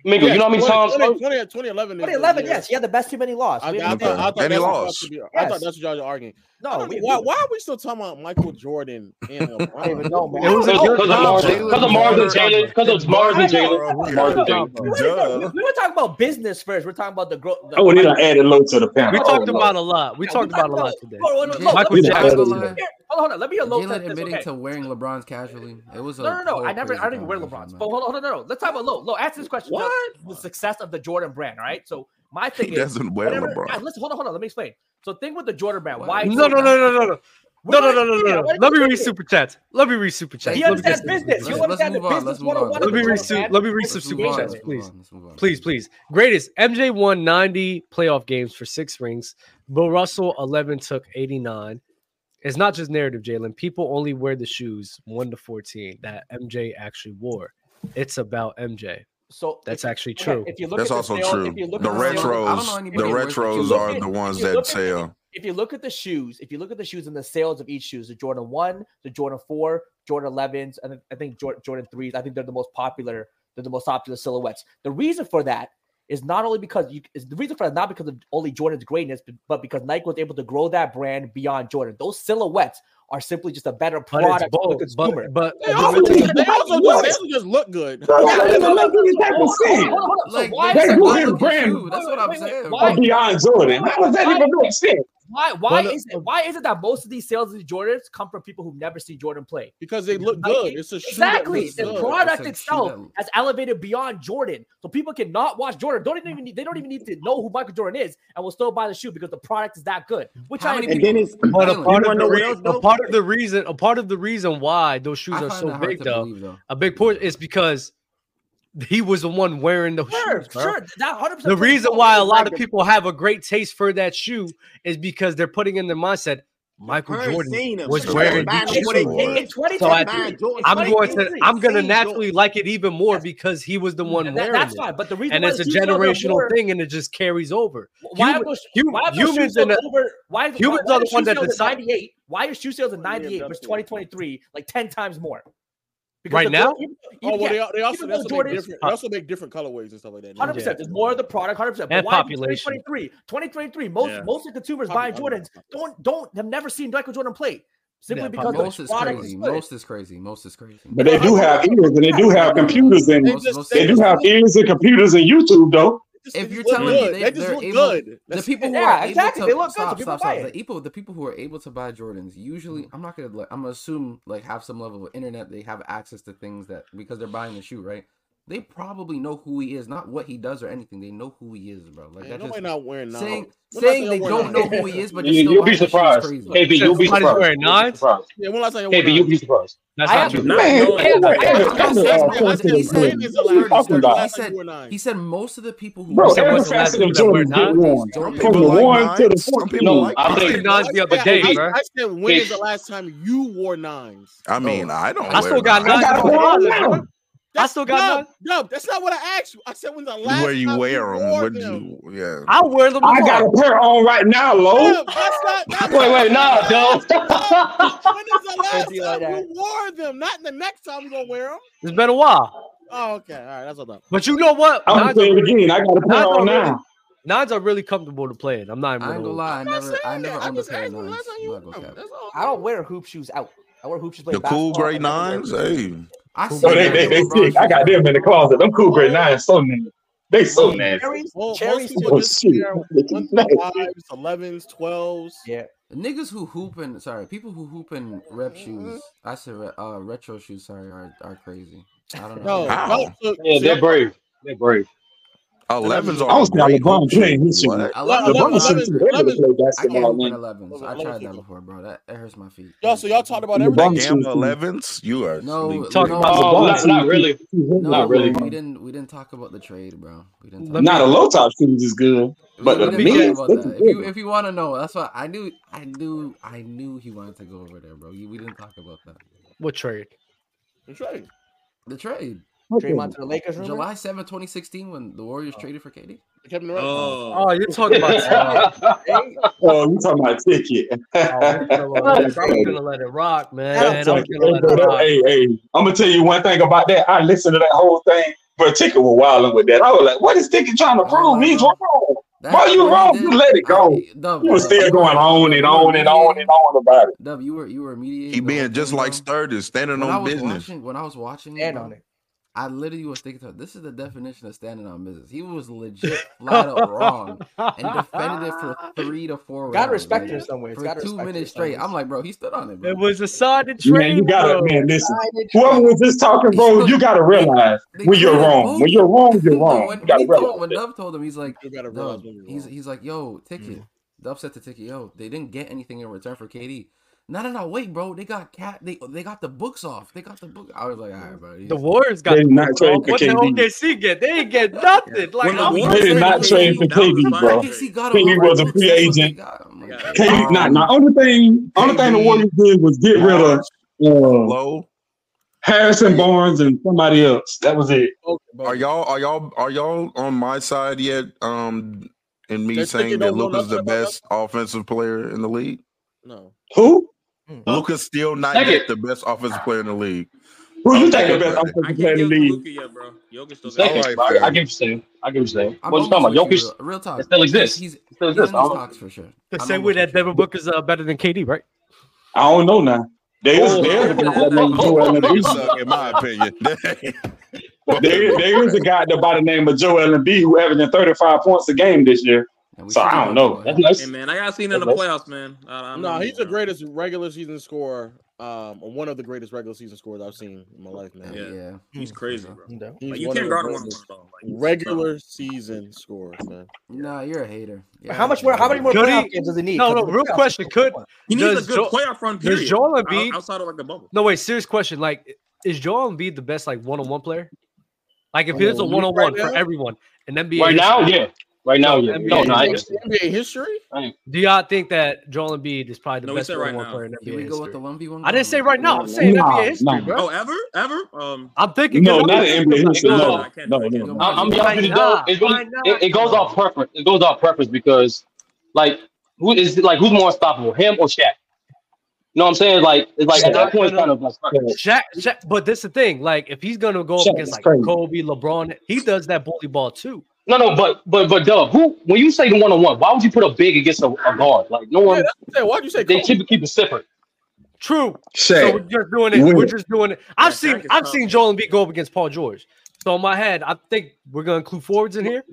Mingo, you know how many
20,
times?
20, 20, 2011 is the
2011,
year.
yes, he had the best team and he lost.
I,
We
I,
didn't
thought,
think-
I, thought that's what y'all
lost.
should be- I
Yes.
thought that's what y'all are arguing. I
No,
don't
we-
know, why, why are we still talking about Michael Jordan and LeBron?
I don't even know, man.
It was a good
Because of
job,
Marvin, because of Marvin Jalen,
Jalen Barber.
because of Marvin
I know.
Jalen,
No,
Marvin
no, no.
Jalen.
We were talking- we- we were talking about business first. We're talking about the growth.
Oh, they done added low to the panel.
We
Oh,
talked
Lord.
about a lot. We talked about a lot today.
Hold on, hold on, hold on, let
Michael
me-
We done added
Jackson.
a
Hold
lot.
on, hold on. Let me hear low
Jalen
test this,
admitting
okay?
to wearing LeBron's casually. It was a
No, no, no.
whole
I never.
crazy
I don't even wear
conversation,
LeBron's.
man.
But hold on, hold on, no, no. Let's talk about low. Low. Answer this question. Joe. The success of the Jordan brand. All right. So my thing
He
is,
doesn't wear
whatever.
LeBron.
Guys, listen. Hold on, hold on. Let me explain. So thing with the Jordan brand. Why? it's
No, no,
so
no, no, no, no.
We're
No, no, no,
not-
no,
yeah,
no, no.
what-
Let me
what
read
is it?
super chats. Let me read super chats.
He
Let me get
understands
some.
business. You
Let's- let's
understand the
move on,
business
let's move on.
101 of the
Let me read,
Jordan
su-
brand.
let me read
It's
some
Let's
super
move on.
chats,
Let's
creative.
please,
move on. Let's move on.
please, please. Greatest MJ won ninety playoff games for six rings. Bill Russell eleven took eighty nine. It's not just narrative, Jalen. People only wear the shoes one to fourteen that MJ actually wore. It's about MJ.
So
That's
if you-
actually
okay,
true.
if you look
That's
at the
also
snail-
true.
if you look
The
at the snail-
I don't know
retros, the
anybody
if
who
you-
wears the
retros
shoes.
are the
if
ones
you
that
look at-
tell.
if you look at the shoes, if you look at the shoes and the sales of each shoes, the Jordan one, the Jordan four, Jordan elevens, and I think Jordan, Jordan threes. I think they're the most popular. They're the most popular silhouettes. The reason for that is not only because you is the reason for that not because of only Jordan's greatness, but, but because Nike was able to grow that brand beyond Jordan. Those silhouettes are simply just a better
But it's
product for the
both.
consumer.
But but
They
but
also
the
What?
just,
thing.
they also just,
What?
they also just look good.
That
Yeah,
doesn't
so,
even make any type of
hold on,
sense.
hold on, hold on. So
Like
why
they
That
is
just
it
you
why
look
his
the
brand
shoe.
wait,
That's
wait,
what I'm
wait, wait,
saying,
why
of
bro.
beyond Jordan. How does that
why
even make sense?
why why
But uh,
is it why is it that most of these sales of these Jordans come from people who've never seen Jordan play?
because they look
Nike-
good. It's a shoe that
exactly.
looks
It's a-
The
good.
it's
product
a shoe
itself
that-
has elevated beyond Jordan, so people cannot watch Jordan. Don't even need, they don't even need to know who Michael Jordan is, and will still buy the shoe because the product is that good. Which
How
I
many
agree.
And
people?
then it's
But a
Jalen,
you
part of
wanna
the
know what
re-
else
a
though?
part of the reason a part of the reason why those shoes
I
are
find
so
that hard
big
to
though
believe, though.
a big point is because he was the one wearing those
Sure,
shoes, bro.
sure, that hundred percent.
The reason why a lot
Like
of
the
people have a great taste for that shoe is because they're putting in their mindset
the
Michael
parents
Jordan
seen them.
was
So they
wearing
was
these
In,
shoes.
buying them for their
in, in
kids. They was
2023,
So I
buying Jordan
in
for
I'm
their
going to
kids.
twenty-three.
They
I'm gonna
seen
naturally
Jordan.
like it even more
Yes.
because he was the one
That, that-
wearing
that's
it.
fine. But the reason
And
why
it's
the
a
shoe sales are
generational
more
thing and it just carries over.
why are
Human,
those
human
why are those shoe
humans
sales
in a,
over why is why,
humans
why
are
are
the one
shoe
that
sales in
decide
98 why are shoe sales in
What year
98 versus
duck in?
2023 like 10 times more because
right
the girl
now.
even,
Oh
even,
well,
yeah
they, al- they also
even
they
though
also make
Jordan's
different they also make different colorways and stuff like that. now.
100
Yeah.
percent there's more of the product 100 percent but
And
why is
population.
2023 2023 most
Yeah.
most of the consumers buying
Popu- I don't know.
Jordans don't don't have never seen Michael Jordan play simply
Yeah,
because the
Most
population.
is
product
Correct.
is
crazy.
good
Most is crazy. Most is crazy.
But they do have ears and they do
No,
have
no, no, no,
computers
no.
and
They
Most,
just
most
they
they do
just
sales.
have
look
ears and computers and YouTube though.
just, they
If
just
you're
look
telling me
good.
they
They just
they're
look
able,
good.
the
That's
people who are
yeah
able
exactly
to
they look good so
stop,
people
stop,
buy
stop. The
it
people, the people who are able to buy Jordans, usually,
Mm-hmm.
I'm not gonna, like, I'm gonna assume like have some level of internet. They have access to things that because they're buying the shoe, right? They probably know who he is, not what he does or anything. They know who he is, bro. Like
man,
that just
nobody not wearing
saying
nine. When last time
saying
y'all
they
wore
don't
nine?
know who he is, but they're
You,
still
you'll be
buying the shoe is
surprised.
crazy.
KB,
You said
you'll be
somebody's
surprised.
wearing
You'll be
nines.
surprised.
Yeah, when last time y'all wore
KB, you'll
nine?
be surprised.
That's
I
not
have
true.
Not
Man,
knowing
they
is
were
That's
crazy.
not
That's
true.
what I'm
ever kind
I
of
said
saying, bro.
uh,
when I
close to
said
the
He's
plate.
saying
when is the
What
he's
are you
thirty-six. He
talking about?
last when the last time you
said
wore nine?
he said most of the people who
Bro,
buy
every
Jordan
Someone's
facet
last
of
people that wear
Jordan
nowadays,
been
nines.
worn
don't they?
Some people like
from the one
nines.
to the
Some
You say nines
No, I think
people like nines.
fourteen.
I
the other
said
day,
I,
bro.
I said when is
K-
the last time you wore nines?
I mean,
Oh,
I
I
don't
I
wear
still
don't.
got
I
nines
nines.
in
got
my
one
closet,
now.
bro. I
That's
still got
dumb.
nines.
Dub, that's not what I asked you. I said when's the
Where
last
you
time you
wear them?
wore
What
them?
you? Yeah.
I wear them
I got
tomorrow.
a pair on right now, low.
Dub, that's not that's
Wait,
not
wait,
what I
nah,
asked
though.
you, Dub. When is the
It'd
last
be like
time
that
you wore them? Not the next time you're gonna wear them.
It's been a while,
Oh, okay. All right, that's what I thought.
but you know what?
I'm gonna
Nines are
say it
really
again. I got a pair
nines
on
are really
now.
nines are really comfortable to play in. I'm not even
I
gonna
ain't gonna
lie.
lie.
I'm
I
not
never, I
saying
never
that. I
owned a
just
pair of
asked when the
nines.
last time
I'm
you
not
wore
gonna cap.
them. That's all
I don't
good.
wear hoop shoes out I wear hoop shoes playing
The cool
basketball
gray
I never wear
nines.
hoop shoes
Hey,
I
Cool
Oh,
seen
gray
they
guys
they
with
nines.
LeBron
they
shoes
sick. I got
on.
them in the closet. Them cool gray
Well,
nines so nasty. They so
Most
nasty.
cherries
well, most
cherries
people
Oh
just
shit,
wear
they
one through
nasty.
fives, elevens, twelves.
yeah
Niggas who hoop in, sorry, people who hoop in rep shoes. I said re- uh, retro shoes. Sorry, are are crazy. I don't know. I
No,
don't
no.
get
how?
it.
So,
Yeah,
so
they're
your
brave. They're brave.
elevens
Elevens
is
I
are
don't
a
see how
great hoop
LeBron
shoe.
playing his shoes.
What?
I love
ele-
LeBron
LeBron
should
elevens,
too
shoes.
able to
elevens,
play
I can't hoop
basketball
in
now.
elevens. I
elevens
tried
is
that
a
before, bro. That, that hurts my feet. That
Y'all,
hurts
so
my
y'all talking
feet.
about
And
The
LeBron
everything.
gamma
shoes too.
elevens. You are
No,
sleep
talking
real.
about
no,
Oh,
LeBron
not,
shoes.
not really. Not
no, bro.
Not
really.
really.
We didn't we didn't talk about the trade, bro. We didn't talk
Let me
Not
about
a
that.
low top shoes is good,
We
but
we
the
didn't talk about
mids, that's
that. If you
different.
if you want to know, that's why I knew I knew I knew he wanted to go over there, bro. You- We didn't talk about that.
What trade?
That's right.
The trade,
Draymond to the Lakers rumor
July seventh, 2016, when the Warriors
oh.
traded for KD.
Kevin Durant.
Oh.
Oh,
Oh, you're talking about
Hey,
ticket.
hey,
Oh, you talking about ticket?
Oh, we
that's
could have lost this. I was
funny.
gonna let it rock,
That's
man. I was
funny.
gonna
Hey,
let it
but, uh,
rock.
hey, hey, I'm gonna tell you one thing about that. I listened to that whole thing particular wilding with that. I was like, what is Dicky trying to prove? He's wrong. Bro, you wrong. You let it go. You were still going on and on and on and on about it.
Dub, you were you were mediating.
He being just like Sturgis, standing
when I
on
was
business.
Watching, when I was watching
Stand
bro,
on it.
I literally was thinking, to her, this is the definition of standing on business. He was legit flat up wrong and defended it for three to four
Gotta
rounds.
respect
like,
her some way. It's
For
gotta
two
respect her
minutes
some
straight.
ways.
I'm like, bro, he stood on it, bro.
It was a solid trade.
Man, you gotta
bro.
man, listen. Whoever was just talking, bro, you gotta realize when you're wrong. When you're wrong, you're
No,
wrong.
when,
You gotta
he told,
realize
when
that.
Dub told him, he's like,
realize
"Dub,"
when you're
he's, he's like, yo, Ticket. Dub said to Ticket, yo, they didn't get anything in return for KD. No, no, no, wait, bro. They got cat. They they got the books off. They got the book. I was like, all right, bro.
The Warriors got
They
the
not
books
trading
off.
for
What the
KD.
OKC get? They didn't get nothing. Like
When the
I'm
They Oh, did not trade for KD, bro.
he got
KD was a free agent. KD not. Now, only thing, only thing the Warriors did was get rid of uh, Harrison Barnes and somebody else. That was it.
Are y'all are y'all are y'all on my side yet? Um, in me
They're
saying
thinking
that
don't know
Luca's
nothing
the
about
best offensive player in the league.
No.
Who?
Mm.
Luca's still not
Second.
yet the best offensive player in the league.
Who you think
Okay,
the best
buddy.
offensive player in the league?
Second,
All right,
bro. I,
fair.
I get what you're saying. I get what you're saying.
I'm
what you
almost
talking about?
with you,
Jokic
real, real talk.
it still
He's-
exists.
he's-
it still
he's
exists.
on these
I don't-
talks for sure.
The
I'm
same way that Devin Booker's uh, better than KD, right?
I don't know now.
Oh,
There's there's a guy that named Joel
Niggas
Embiid.
suck, in my opinion.
There, there is a guy that by the name of Joel Embiid who averaging 35 points a game this year. So I don't know. That's, that's,
Hey man, I got seen in the
that's-
playoffs, man. I, I'm
No,
not-
he's the greatest regular season scorer. Um, or one of the greatest regular season scores I've seen in my life, man.
Yeah.
Yeah.
He's crazy, bro.
He's
Like, you
one
can't
of the
guard him one on
greatest
one, though.
regular season scores, man.
Nah, you're a hater. Yeah,
How much more? How many more playoff games does he need?
No,
'Cause
no.
the
Real
playoffs-
question. Could
He needs a
does
good playoff run,
does
period.
Joel
Out-
Embiid
outside of like the bubble?
No, wait. Serious question. Like, is Joel Embiid the best like one on one player? Like, if there's a
Right
one on one
now?
for everyone in NBA,
Right now,
history-
yeah. Right now,
No,
yeah.
NBA
No, no, I
history.
get it.
NBA history?
Do y'all think that Joel Embiid is probably the
No, he
best
said
one on
right
one
now.
player in NBA
Here we go
history?
with the one v one.
I didn't say right now. I'm saying
Nah,
NBA history,
nah.
bro.
Oh, ever, ever. Um,
I'm thinking.
no,
'cause I'm
not
thinking
in
about
NBA
it.
history.
Go
No,
on.
no, no. no.
I'm, I'm be
Why
honest with you though.
not?
It
Why
really it,
not?
it goes off preference. It goes off preference because like who is like who's more unstoppable, him or Shaq? You know what I'm saying? Like it's like at
Shaq uh,
that point it's
gonna-
kind of like preference.
Shaq, Shaq, but this is the thing. Like, if he's gonna go up
Shaq
against
is
like
crazy.
Kobe, LeBron, he does that bully ball too.
No, no, but but but Dub, who when you say the one on one, why would you put a big against a, a guard? Like no one.
Why'd you say
they typically keep it separate?
True. So
Shaq.
we're just doing it.
Win
We're
it.
just doing it. I've seen
is
I've seen Joel Embiid go up against Paul George. So in my head, I think we're gonna include forwards in here.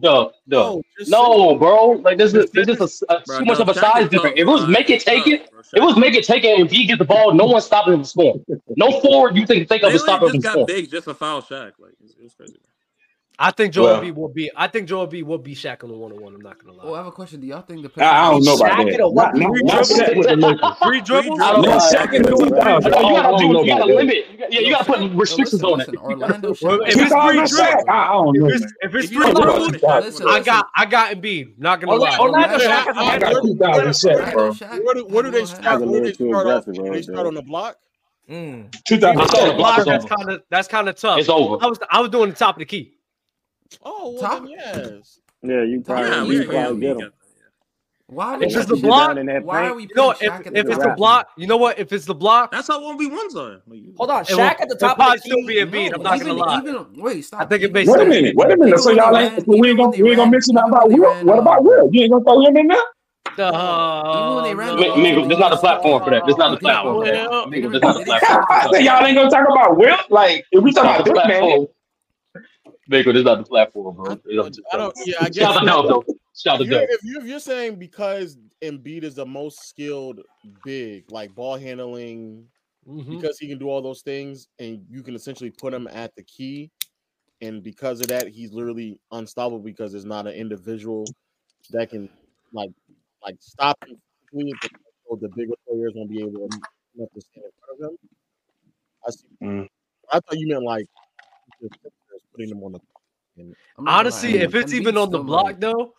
Dub, Dub.
Oh,
No, just
No, bro. Like this is this is a, a-
Bro,
too much
Dub,
of a
Shaq
size
is
difference.
tough,
If it was
bro.
make it take
Tough,
it, if it was make it take it, and he get the ball, no one's stopping him from scoring. No forward you think think
They
of is
only
stopping him from
just got
scoring.
big just to foul Shaq. Like it's, it's crazy.
I think Joel
Well-
Embiid will be. I think Joel Embiid will be Shaq on the one on one. I'm not gonna lie.
Well, Oh, I have a question. Do y'all think the
I, I don't know about
Shaq
that.
in a one-
Not, not,
three
not
dribbles?
Shaq with the Lakers.
Three dribbles.
I don't know. Shaq in the 2000s.
No,
I
Oh, you gotta
don't
do.
know
You
about
gotta
that.
limit. You gotta, you gotta put restrictions on it.
Orlando
Well, if
Oh,
it's three
2000 Shaq?
dribbles,
I, I don't know.
if it's,
man.
if it's
I
three
don't know about
dribbles,
2000.
I got I got Embiid. Not gonna lie.
Orlando Shaq is
I got
better.
2000 Shaq, bro.
Where do, where do they
That's
start?
a
Where
little
do they
too
start off?
aggressive,
Do they start on the block?
If
Mm.
2000
it's on the
Shaq.
block,
Block
that's
off.
kind of that's kind of tough.
It's over.
I was I was doing the top of the key.
Oh, well,
Top-
then yes.
Yeah, you probably,
Yeah, we
you
got
probably
Embiid.
get him.
Why
If
do
it's
Once
the
you get
block,
down in that
why are
paint,
we
no.
putting
If
Shaq at the
if
It's
top?
a
it's a
wrap.
block, you know what? If it's the block,
That's how one v ones are. Like, you-
Hold on,
it will-
Shaq at the
it'll
top of
probably
the
still
key.
be Embiid. I'm not
even,
gonna lie.
Even wait, stop.
I think it
even
makes
Wait a
sense.
minute. Wait a minute. So
Even when
y'all
they
ain't.
ran-
So we
even when
ain't gonna
they
we ain't gonna
ran-
mention nothing
even when
about
they
Will.
ran,
What about
um,
Will? You ain't gonna throw him in there?
uh,
Even when they ran the
Mi-
ball to
Mingle,
the
there's not a platform for that. There's not
They didn't
a platform for that.
they
Mingle,
never
there's not
they
a
didn't
platform.
I said y'all ain't gonna talk about Will. Like if we
It's
talk
not the
about this man,
platform. Mingle, this is not the platform, bro. I'm just
I
telling
don't.
you.
Yeah, I guess.
Shout out to Dub, though. Shout out to
If you're,
Dub.
if, you, if you're saying because Embiid is the most skilled big, like ball handling,
Mm-hmm.
because he can do all those things, and you can essentially put him at the key, and because of that, he's literally unstoppable because there's not an individual that can like like stop him. completely, but also The bigger players won't be able to enough to stand in front of him. I see.
Mm.
I thought you meant like putting him on the and
I'm not gonna lie.
Honestly, if it's
Embiid's
even on the
still
block
money.
though,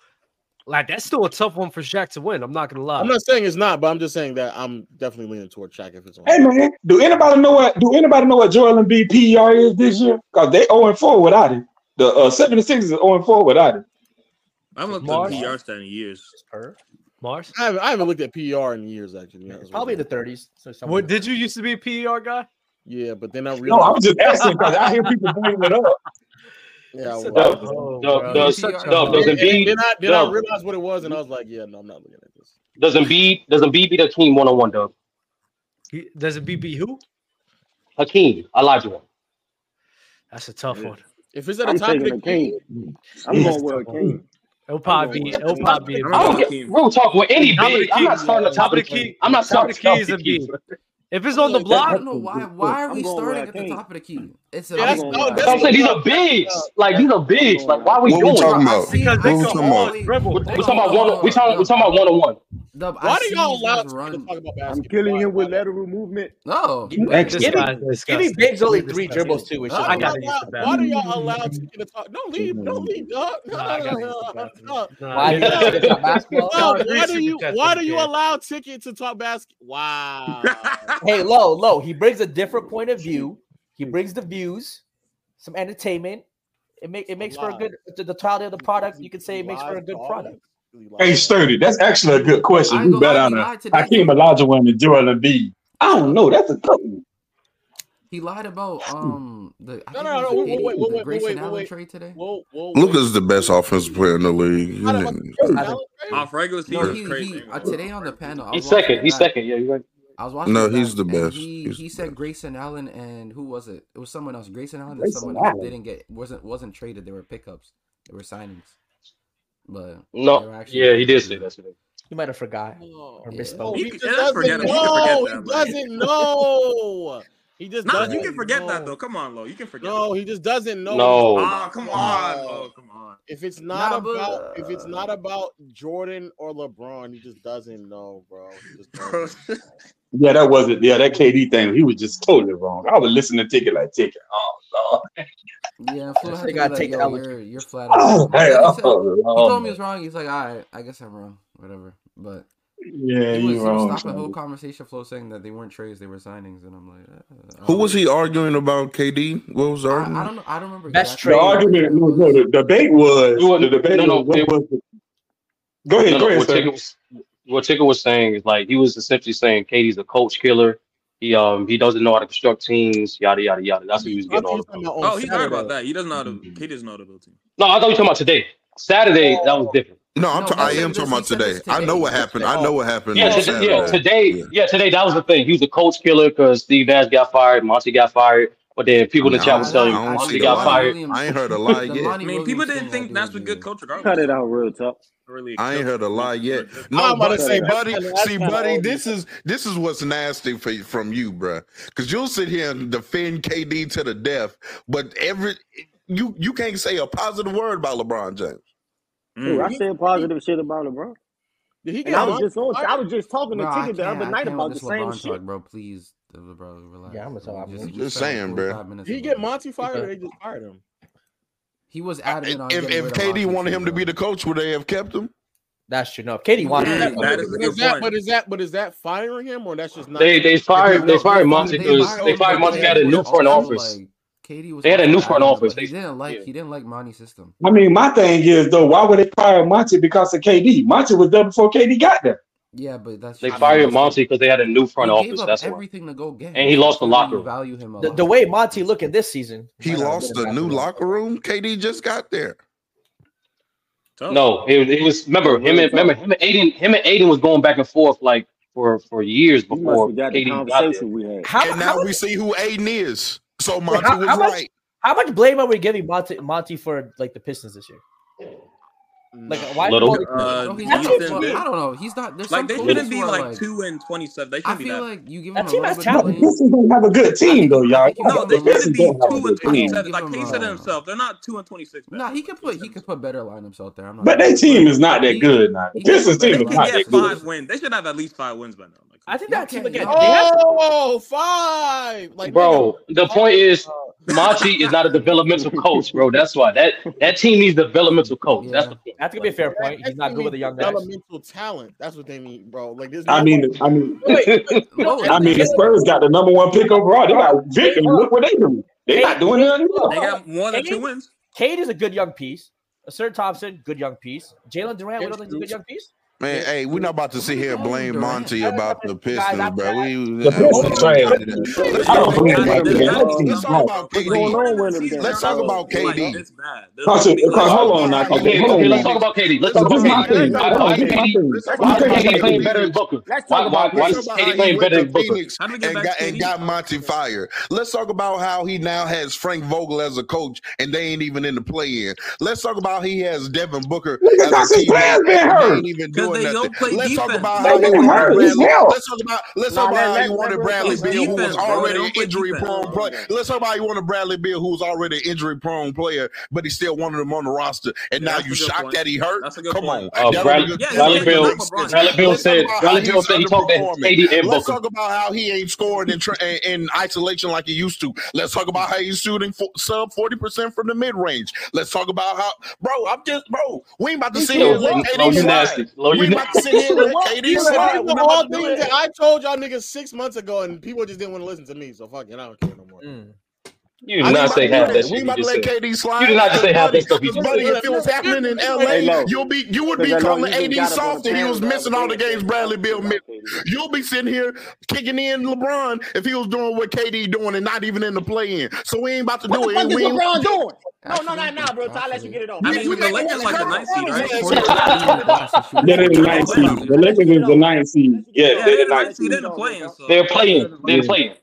like that's still a tough one for Shaq to win. I'm not gonna lie.
I'm not saying it's not, but I'm just saying that I'm definitely leaning toward Shaq if it's on.
Hey man, do anybody know what do anybody know what Joel Embiid PER E is this year? Because they 0 and 4 without him. The uh, 76ers is 0 and 4 without him.
I haven't looked at
Mars.
the PR stat in years.
Mars.
I haven't, I haven't looked at PR in years, actually. It's
Probably in the 30s. So somewhere.
What did you used to be a PER guy?
Yeah, but then I
No, I was
realized
just asking because I hear people bringing it up.
Yeah,
It's a
wow.
dub, dub, dub, It's such a dub. dub.
And- and Then I then I
Dub.
realized what it was, and I was like, yeah, no, I'm not looking at this.
Does Embiid does Embiid beat Hakeem one on one, Doug?
He- Does it BB who?
Hakeem, Olajuwon.
That's a tough one.
If it's at the I'm top of taking the Hakeem. I'm going with Hakeem.
It'll probably be. It'll probably be.
I don't get real talk with any big. I'm not starting to top of the key. I'm not
top of
starting
the key is Embiid. If it's on the block,
I don't know why. Why are we starting at the top of the key? It's a
That's what I'm saying. These are bigs. Like these are bigs. Like why are we
What we
doing
talking
that?
about? Because they What we can talking all about?
We're we're talking about one. We're talking. We're talking about one on one.
Why do y'all allow us to talk about basketball?
I'm killing him with lateral movement.
No,
You This
Give me- give me Biggs only three dribbles too. Which is
Why, do y'all, why do y'all allow us to get a talk? Don't leave, don't leave, dog. No, no, no, no, no.
Nah, Why I do gotta you- use the bathroom.
Dog,
Nah,
why do you
super
why
chat
do you
again.
allow ticket to talk basket? Wow.
hey, low, low. He brings a different point of view. He brings the views, some entertainment. It make it makes for a
Wow.
good the the totality of the product. You could say it makes for a good product.
Hey, Sturdy, that's actually a good question.
I
Who
go-
better
I
on
lied today.
Hakeem Olajuwon and Joel Embiid? I don't know. That's a tough one.
He lied about um the I
No,
think
no,
it was
no,
the
wait, wait,
Katie- the
wait, wait, wait,
Grayson
wait,
Allen
wait.
trade today.
Whoa, whoa,
Luca's the best offensive player in the league. You didn't-
Off regular
No,
season
he,
is crazy.
he uh, today on the panel. I
He's
was watching
second.
it
He's
back.
second. Yeah, you're right.
I was watching.
No,
it back,
he's the
and
best.
He
He's
he said Grayson Allen and who was it? It was someone else. Grayson Allen and
Grayson
someone else
Allen.
didn't get wasn't wasn't traded. They were pickups. They were signings. But they
No.
were actually
Yeah, he did say that today.
You might have forgot or
Oh,
misspoke.
he
He just
Yeah, that's
doesn't
forgettable. You can forget
know. He
that, like-
doesn't know. He just
Nah,
doesn't
you can forget that
know.
though. Come on, Lo. You can forget.
No, he just doesn't know.
No.
Ah, come on, Lo. Come on.
If it's not
Nah, but,
about if it's
uh,
not about Jordan or LeBron, he just doesn't know, bro. He just doesn't know.
Yeah, that wasn't. Yeah, that KD thing. He was just totally wrong. I would listen to Ticket like Ticket. Oh Lord.
yeah, Flo
Just
had
they
to be
gotta
like,
take the
"Yo,
L.
you're you're flat out
Oh,
wrong."
hey,
Like he said,
oh,
he told me he
Lord.
was wrong. He's like, "All right, I guess I'm wrong. Whatever." But
Yeah,
he was
you
he was
wrong,
stopping the whole
Sturdy.
conversation flow saying that they weren't trades, they were signings, and I'm like, uh, I
Who
don't
was
know.
he arguing about, KD? What was the
I, I
argument?
don't know. I don't remember
Best
exactly
The
trade.
what
argument,
it
no,
was.
no, the debate was
We were,
the debate
no,
was
no.
what
It,
was the. Go ahead,
No,
go
no.
ahead,
What
Sturdy.
Tigger was what Tigger was saying is like he was essentially saying Katie's a coach killer. He um he doesn't know how to construct teams. Yada yada yada. That's what he was
I
getting
thought
all
you were
about.
talking about on
Oh, he's right about
Saturday.
that. He doesn't know how to.
Mm-hmm.
He doesn't know how to build team.
No, Oh, I thought you were talking about today. Saturday
Oh.
that was different.
No, I'm
No,
t-
he
I
said
am
this.
talking
He
about
said
today. Oh.
this
I know
today.
what happened. I know what happened
Yeah,
on
today, yeah,
Saturday.
today,
Yeah.
yeah, today. That was the thing. He was a coach killer because Steve Nash got fired, Monty got fired, but then
I
people in
mean,
the
I
chat was
Nah,
don't,
telling
I,
I
I
you
don't see
Monty
the
the
got
Lonnie
fired.
lie.
Williams,
I ain't heard a lie
the
yet.
I
Lonnie
mean, people
Williams
didn't
thing. I
think
do
Nash was a good
agree.
coach regardless.
Cut it
though.
out real talk.
Really,
I ain't
killed
heard a lie yet. No,
I'm about to
but
say
see,
that's
buddy,
kind of that's
see,
kind of
buddy,
old.
this is this is what's nasty for, from you, bruh. Because you'll sit here and defend KD to the death, but every you you can't say a positive word about LeBron James.
Dude, I
Mm.
said positive shit about LeBron.
Did he
And I
get
was
Monty
just on. I
fired?
was just talking to
Bro, I
Ticket the
can't.
other
I
night
can't with
about
this
the same
LeBron talk,
shit.
bro. Please, bro, bro relax.
Yeah, I'm gonna tell
We
him.
just
I'm
we just
just
spent like
saying, bruh.
45 minutes
Did he
on
get
this.
Monty fired or they just fired him?
He was adamant on
If
getting
if
rid of
KD
Monty
wanted
too,
him to be
bro.
the coach, would they have kept him?
That's true. No, if Katie
But
wanted
is
him,
that,
Mm,
but,
that
is,
is a
but
good
is that
point.
but is that but is that firing him or that's just not
They
him?
they fired
No,
they
they fi-
fired Monty
they
because
fired
they
him, but
fired Monty. They had
Katie
a
was
new front
also
office.
like, Katie was
They had a
also
new front
adamant,
office.
but
They
he didn't
yeah.
like he didn't like Monty's system.
I mean, my thing is though, why would they fire Monty because of KD? Monty was there before KD got there.
Yeah, but that's
They
just not
fired
his
Monty
system.
because they had a new front
He gave
office.
up
That's why.
everything to go get
And
him,
he
so
lost the
clearly
locker
you
room.
value him a
the, the
lot.
way Monty looking this season
He
might not have been
lost
his
a
locker
new
room.
locker room. KD just got there.
Tough.
No, it, it was. Remember
Yo,
him
real
and remember
talk.
him and Aiden. Him and Aiden was going back and forth like for for years
You must
before
forgot the
KD got there.
conversation we had.
How
And
how
now
much
we see who Aiden is. So
wait,
Monty
how,
was
how much
right.
how much blame are we giving Monty Monty for like the Pistons this year? Like
Nah.
why is
Little.
all the
Uh,
Bro, he's
that team's
not.
defense.
Well,
weird.
I don't know. He's not. There's
Like
some
they
coaches
shouldn't
who
be
are
like
like.
two and twenty-seven. They
I
shouldn't be
feel
that.
like you give him
That
a
team
little
has
bit of
No,
talent.
the
blame.
Pistons don't have a good
I
team
think
though,
you. I
y'all.
think you
Come
give
No,
him
on,
they
a
the
little.
shouldn't
Pistons
be
don't have a
two
good
and
I think you
team.
twenty-seven.
give
Like
him
K said it
a.
himself, they're not two and twenty-six.
No, he could put he could
27.
put better lineups out there. I'm not
But
gonna lie,
their team
but
is not that
he
good now.
he could
The
put
Pistons
better
team
They can
is not
lineups
get
than
that good.
five
this.
wins. They should have at least five wins by now. Like, come
I
on.
think
Y'all
that team
can't.
again
Y'all
they have
Oh, five. Like nigga.
Bro, the point is Monty is not a developmental coach, bro. That's why that that team needs developmental coach. That's
yeah.
the point.
that's gonna be a
Like,
fair
That,
point.
that
He's not
team
good with
needs
the young guys.
developmental talent. That's what they need, bro. Like there's
I
no
mean, I mean,
Wait, wait, you know
Low
what?
I
is
mean,
Hey,
the
nasty,
Spurs
bro.
got the number one pick overall. They
Look,
got Victor.
look,
Look what they doing. They're
Kate,
not doing
Kate,
anything
look,
else.
They
hold on.
got more than two
Kate,
wins.
Kate is a good young piece. Sir Thompson, good young piece. Jalen Durant, we
That's
don't think is a
true.
good young piece.
Man, hey, we're not about to sit here and blame Monty about the
Guys,
Pistons,
I'm
bro. We,
The Pistons trash.
Let's
I don't
talk
believe
about
that, man. That
KD. Let's talk
team's trash.
about
What's going on
KD.
with him, then?
Let's talk about KD.
Cross it- cross- hold on now. Cross-
Okay,
hold
okay,
on
let's
now.
talk about KD. Let's
So
talk
this
about KD.
is my thing.
Why,
Let's talk
why is
about my
KD?
thing.
Why
You
is
can't
KD
talk
playing
about
better than Booker?
Let's
Why
talk
why
about
why
let's
is
talk about
KD
how he
playing
went
better
to
than Booker?
Phoenix and got and got Monty fired. Let's talk about how he now has Frank Vogel as a coach and they ain't even in the play in. Let's talk about how he has Devin Booker
Niggas
as a
got some players
teammate
been
and they
hurt.
ain't even doing nothing. Let's talk about
They
how he
getting
wanted
hurt. It's
Bradley.
hell.
Let's talk about let's
Nah,
talk about
let
how
let
he
let
wanted
real
Bradley
quick. Let
Beal,
real
who was
quick. Let
already
real
an injury prone player. Let's talk about how he wanted Bradley Beal, who was already an injury prone player, but he still wanted him on the roster. And now you shocked that he hurt. Come on,
Uh,
that don't
Brad,
even that
Bradley
don't even
Bill,
make sense.
Bradley Bill
Let's talk
said,
about how
Bradley
he
Bill
is
said he talked to
underperforming.
KD and
Let's
Booker.
talk about how he ain't scoring in, tra- in, in isolation like he used to. Let's talk about how he's shooting fo- sub forty percent from the mid range. Let's talk about how, bro. I'm just, bro. We ain't about to
This
sit
shit
here and let
rough.
KD
Lo, you
slide.
nasty. Lo,
We
you
ain't about to
This
sit here
shit
and
is
let
rough.
KD
You
slide.
lied
We're
for
not about
all
to do
things
that.
that I told y'all niggas six months ago, and people just didn't want to listen to me. So fuck it, I don't care no more.
Mm.
You did
We
not
ain't about
say
to do
half that
that. We
shit
ain't
you
about to
just
let
said.
KD
You
slide.
did not just
Cause
say half that
buddy,
stuff you
cause
just
buddy,
said.
if it was happening in
Hey,
LA,
Lo.
you'll be you would
Because
be
I know
calling
you just got
AD
up on a
soft and he
panel
was
the other
missing all
day
the
and
games
said
Bradley
something
Bill missed.
about KD.
You'll be sitting here kicking in LeBron if he was doing what KD doing and not even in the play in. So we ain't about to
What
do
the
it.
fuck
And
is
we ain't
LeBron
do
doing?
it.
No, no, not now, bro. So I'll let you get it off.
We,
I
we
let you
got
get it
to
off.
watch
Let
Kurt
LeBron
Warner's
finish.
ass
Let
out.
LeBron finish.
They're
Let
the
LeBron
ninth
finish.
seed. The
I let you
Lakers
get it
is the
off.
ninth seed.
Get it
Yeah,
off.
they're
I
the ninth
let you get
seed.
it off, bro.
They're
Let you get
playing.
it off.
They're
Yeah,
playing.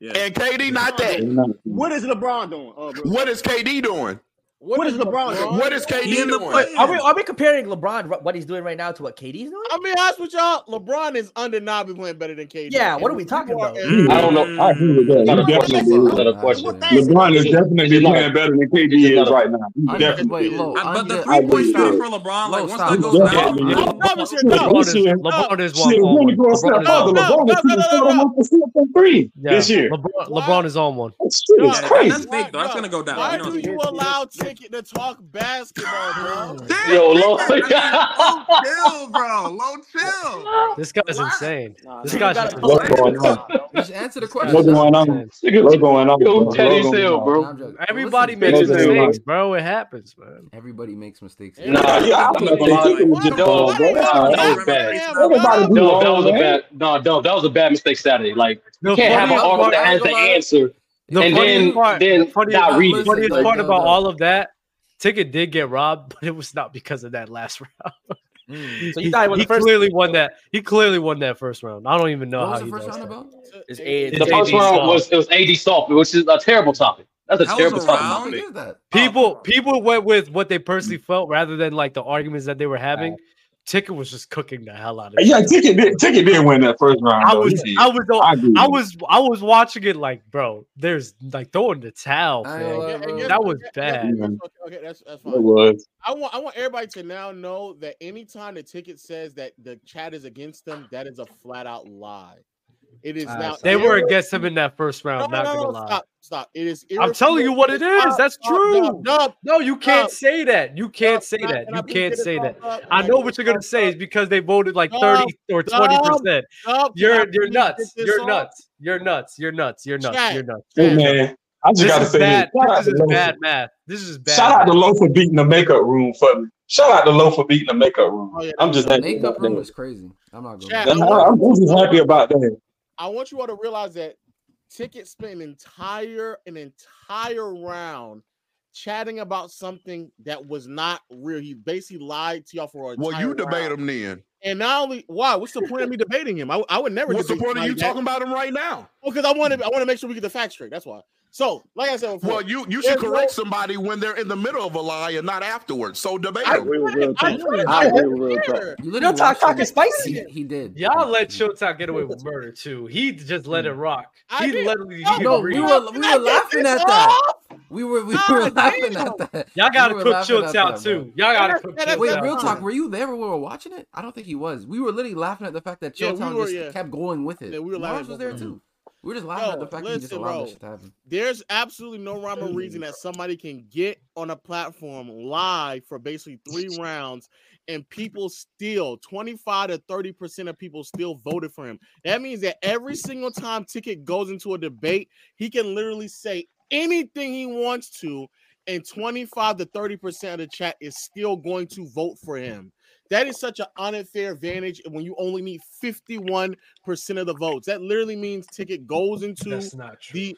And KD not
they're
that.
the ninth seed.
What is LeBron doing, uh, bro?
What is KD doing?
What
What
is
is
LeBron doing?
LeBron
What is
doing?
KD doing?
Wait, are we are we comparing LeBron r- what he's doing right now to what KD's doing?
I'll be honest with y'all. LeBron is undeniably playing better than KD.
Yeah, what
And
are we
people
talking
are
about?
and,
I
I
and
don't know.
don't agree with
It's
that.
not
He
a question,
definitely
bro. It's
is.
not a
Nah,
question.
well,
man.
thanks.
LeBron
It's just,
is
it's
definitely
just not
playing
a.
better
It's
than
just
KD is
not a.
right now. He
Under
definitely
wait,
is.
low
I, but the
under
three point
I really
shooting
underscore.
do.
for LeBron,
Low
like once that
stop,
He
goes
low
down,
stop,
definitely
No,
is.
low.
no, but
Shit,
shit, no.
this
LeBron is
year,
LeBron is one
shit, if
on
Wendy
one.
goes
LeBron is on
step further,
one.
No,
LeBron
no,
was
no, no,
shooting
no,
seven
no.
one percent from three this
Yeah,
year.
LeBron
Why?
LeBron is on one.
That shit is
Yeah,
yeah, that,
crazy.
that's
why,
fake though. That's
yo,
gonna go down. You
why
know
do
what I'm
you
saying?
allow Ticket to talk basketball, dog?
Damn,
Yo, Lo.
nigga. I mean, low chill, bro. Low chill, bro.
This guy's
Relax.
insane.
Nah,
This
nah, nah,
guy's
Niggas
just
gotta
What's
relax.
going
insane.
on?
Just answer the
This
question,
guy's
What's
just
Lo.
going on?
insane.
What's
Niggas,
going on,
yo,
bro? What's
petty as
going
oh,
hell,
on?
bro.
Nah, I'm joking. Well, listen,
Everybody
What's
makes
Petty as
going
hell.
mistakes,
on?
bro. It happens, man.
everybody makes mistakes, man.
oh, Nah, yeah,
Everybody makes
I'm not gonna
mistakes.
lie.
Ticket
Like,
was
Why?
your
No,
Why
dog,
they
bro.
got to
nah, that was
program
knock
my
bad.
face
Bam
now, bro.
Everybody
out?
be
No, that
wrong,
was a
man.
bad. No, no, that was a bad mistake Saturday. Like you
The
can't have an
funniest part,
That was
artist that
I ain't
has
gonna
the
lie.
answer
the
and
funniest
then
Funny,
part, the
then
funniest,
not
but
read it.
listen,
funniest
Like,
like
part
yo,
about
yo,
all of that. Ticket did get robbed, but it was not because of that last round.
Mm, So you
He,
thought it was
he
the first
clearly won that. He clearly won that first round. I don't even know
what
how
was the
he
first
lost
round
that.
about?
it's
It's
the
AD.
first
AD
round
soft.
was it was AD soft, which is a terrible topic. That's a
That was a
terrible
what
topic to
topic
round.
pick.
is that? Oh, come
People
on. Mm.
people went with what they personally felt rather than like the arguments that they were having. Ticket was just cooking the hell out of that.
Yeah,
That's
Ticket did. Ticket did win that first round,
I
though. He
was
did.
I was on-
I agree
I was
with
I was watching it like, bro, there's like throwing the towel,
I ain't
fam.
Yeah,
gonna lie,
and
bro.
guess
That
what?
was
Guess, guess,
bad.
you. Yeah,
guess
it
what? Okay, that's that's fine.
was.
I want I want everybody to now know that anytime the ticket says that the chat is against them, that is a flat out lie. It is now
They were
irre-
against him in that first
no
round.
no
Not
no
gonna
no
lie.
stop stop. It is
I'm telling
irrefutable.
you what it is.
Stop
That's
stop stop
true.
stop
No, you can't
stop
say that. You can't
stop.
say
Can I,
that.
can I
You
please
can't
get it
say
off?
that.
Stop. Can
I
I
know
get
what
this
you're gonna
off?
say
Stop.
is because they voted like 30
Stop.
or 20
Stop.
percent.
Stop. Can I
You're you're
please get
nuts.
this
You're
off?
nuts. You're nuts. You're nuts. You're nuts.
Chat
You're nuts.
Hey
chat.
You're nuts.
man, I just
This
gotta
is
say this.
bad.
Shout out
This
to
is
Loaf.
bad math. This is
Shout
bad
out
math.
to Loaf for beating the makeup room for me. Shout out to Loaf for beating the makeup room.
Oh yeah, that
I'm
was
just
The
happy about
makeup room
that.
is crazy. I'm not gonna
chat.
lie.
I want
I'm
you all.
just
I
happy
want you
about that.
I want you all to realize that Ticket spent an entire an entire round chatting about something that was not real. He basically lied to y'all for an
Well,
entire
you debate
round.
him then.
And not only why, what's the point of me debating him? I, I would never
What's the
debate
point of
somebody
you
that
talking about him right now?
because I want to I want to make sure we get the facts straight. That's why. So, like I said
Well,
before,
you you should
there's no
correct somebody when they're in the middle of a lie and not afterwards. So debate
I
them.
Real
tried,
real
I
talk.
tried
I
to
real
that's
real talk.
fair.
You
Yo,
literally
talk
watched
talking
him. He
spicy.
he did.
Y'all
He,
let
he,
Showtime get away
he
with murder too. He just let it
mm.
rock.
I
He
did.
literally
Oh,
he
No, we
agreed.
no,
were
can
we
I
were
get
laughing
this
at that.
off?
We were we were
God
laughing
damn.
at that.
Y'all
We
gotta
were
cook
laughing at
Showtime
that, bro.
too. Y'all
Yeah,
gotta
that's
cook
yeah, that's
Wait,
that's
Showtime
real talk.
too.
fine.
Were you there when we were watching it? I don't think he was. We were literally laughing at the fact that
Yeah, we
Chilltown
were
just
yeah.
kept going with it.
Yeah, we were laughing at
Mars was
both
there
of them.
too. We were just laughing at the
Yo,
fact that he just
listen,
allowed that
bro.
shit to happen.
There's absolutely no rhyme or reason that somebody can get on a platform live for basically three rounds and people still 25 to 30 percent of people still voted for him. That means that every single time ticket goes into a debate, he can literally say anything he wants to, and 25 to 30 percent of the chat is still going to vote for him. That is such an unfair advantage when you only need 51% of the votes. That literally means ticket goes into
That's not true.
the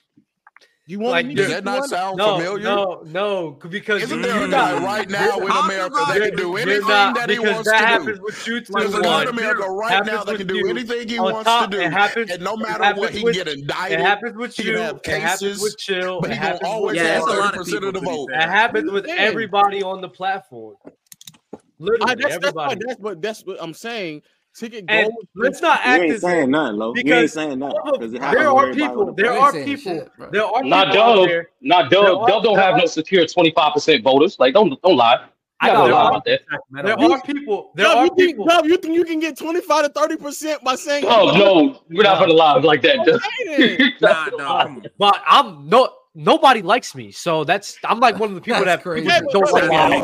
you want me to
does that not
one?
sound
no,
familiar?
No, no, c- because
Isn't
you-
there
you're
a
not-
guy right now in America that can do
You're
anything
not-
that he
because
wants
that
to
happens
do?
With you two,
There's a guy in
one.
America right
Happens
now that
with
can do
you.
anything he
On
wants
top,
to do.
It happens,
and no
it
matter
happens
what, he
with,
can get indicted.
It happens with
he can
you.
have
It happens with
cases,
Chill.
but
it
he gonna
happens with
always
Will.
have 30% of the vote.
It happens with everybody on the platform. Literally,
I, Ah, that's,
everybody.
That's, what, that's what that's what I'm saying. Ticket
And
goes.
let's not
You
act
ain't
as
saying nothing, Lo. You ain't
because
saying nothing
some of-
because it happens
there
to
are
everybody on
people,
the
there
platform.
are people, there are people
Not
out
Dub.
there.
Not
There
Dub.
are
Dub don't have no secure 25% voters. Like, don't don't lie.
I
You
got
gotta
there
lie
are-
about that.
there are people. There
Dub,
are
you think,
people.
Dub, you think you can get 25 to 30 percent by saying
Oh,
Dub, no, Oh, we're not gonna lie like that, Dub.
Okay then.
Nah, But I'm no nobody likes me, so that's I'm like one of the people that people
Hey,
just don't
but-
like.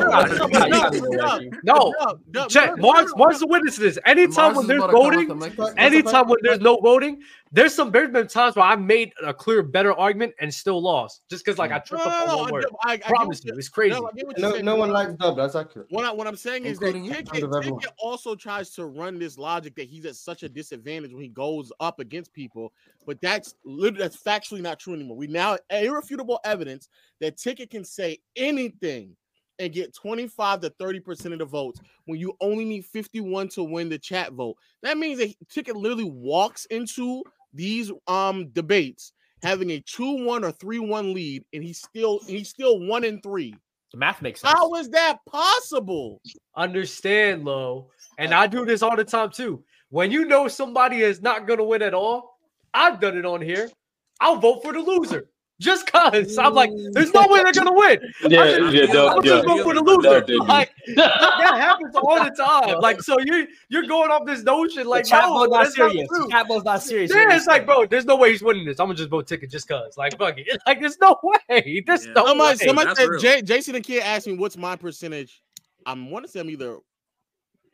Nah,
but- but-
nah, nah,
but-
nah,
Dub,
No,
Dub, Dub,
check.
Dub,
Mars, Mars the witness to this. Anytime
Mars
when
is
there's
about to come
voting,
out the microphone.
anytime when there's no voting, there's some there's been times where I made a clear better argument and still lost just because like
Mm.
I tripped up on one word.
I, I get
Promise
what
you,
you-
it's crazy.
No, I get what you're
No,
saying,
no
but
one likes Dub. That's accurate.
What, I, what I'm saying is that
Including you,
Ticket,
kind of everyone.
Ticket also tries to run this logic that he's at such a disadvantage when he goes up against people, but that's lit- that's factually not true anymore. We now irrefutable evidence that Ticket can say anything and get 25 to 30 percent of the votes when you only need 51 to win the chat vote. That means that Ticket literally walks into these um debates having a two one or three one lead, and he's still he's still one in three.
The math makes sense.
How is that possible?
Understand, low, and I do this all the time too. When you know somebody is not gonna win at all, I've done it on here. I'll vote for the loser just cause I'm like, there's no way they're gonna win. I'm
Yeah,
just-
yeah, Dub,
I'm
yeah.
just vote for the
Dub
loser.
did do
Like that that happens all the time. Like so, you you're going off this notion like,
chat
no,
vote's not
that's not
serious.
true.
The chat vote's not serious.
Yeah, it's like, bro, there's no way he's winning this. I'm gonna just vote ticket just cause. Like, fuck it. Like, there's no way. There's no
somebody,
way.
somebody said, J- Jason the kid asked me, "What's my percentage?" I'm want to say I'm either,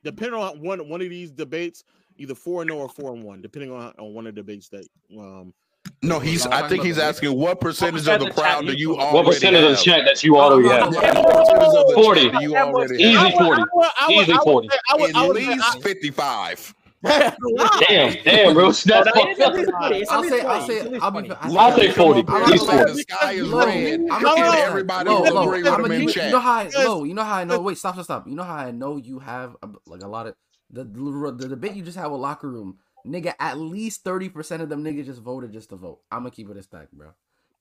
depending on one one of these debates, either four and no or four and one, depending on, on one of the debates that um.
No, he's. I think he's asking what percentage of
percent
the
of the chat
crowd do
you
you
vote?
already
What percentage of
have?
the chat that you already have?
Yeah, what percentage of the
Forty.
chat do you already have?
Easily forty. Easily forty.
At least fifty-five.
Damn, damn, bro. That's fucked up.
I'll say, I'll say, I'll be.
I'll say forty.
I'm
He's
not
forty.
gonna
sky is
Low,
red.
I'm
Look
not
at
gonna-
everybody
low,
who
low.
agree with
I'm
him
a-
in
you,
chat.
you know how I, low, you know how I know. Wait, stop, stop, stop. You know how I know you have um, like a lot of the the, the debate you just have a locker room, nigga. At least thirty percent of them niggas just voted just to vote. I'm gonna keep it a stack, bro.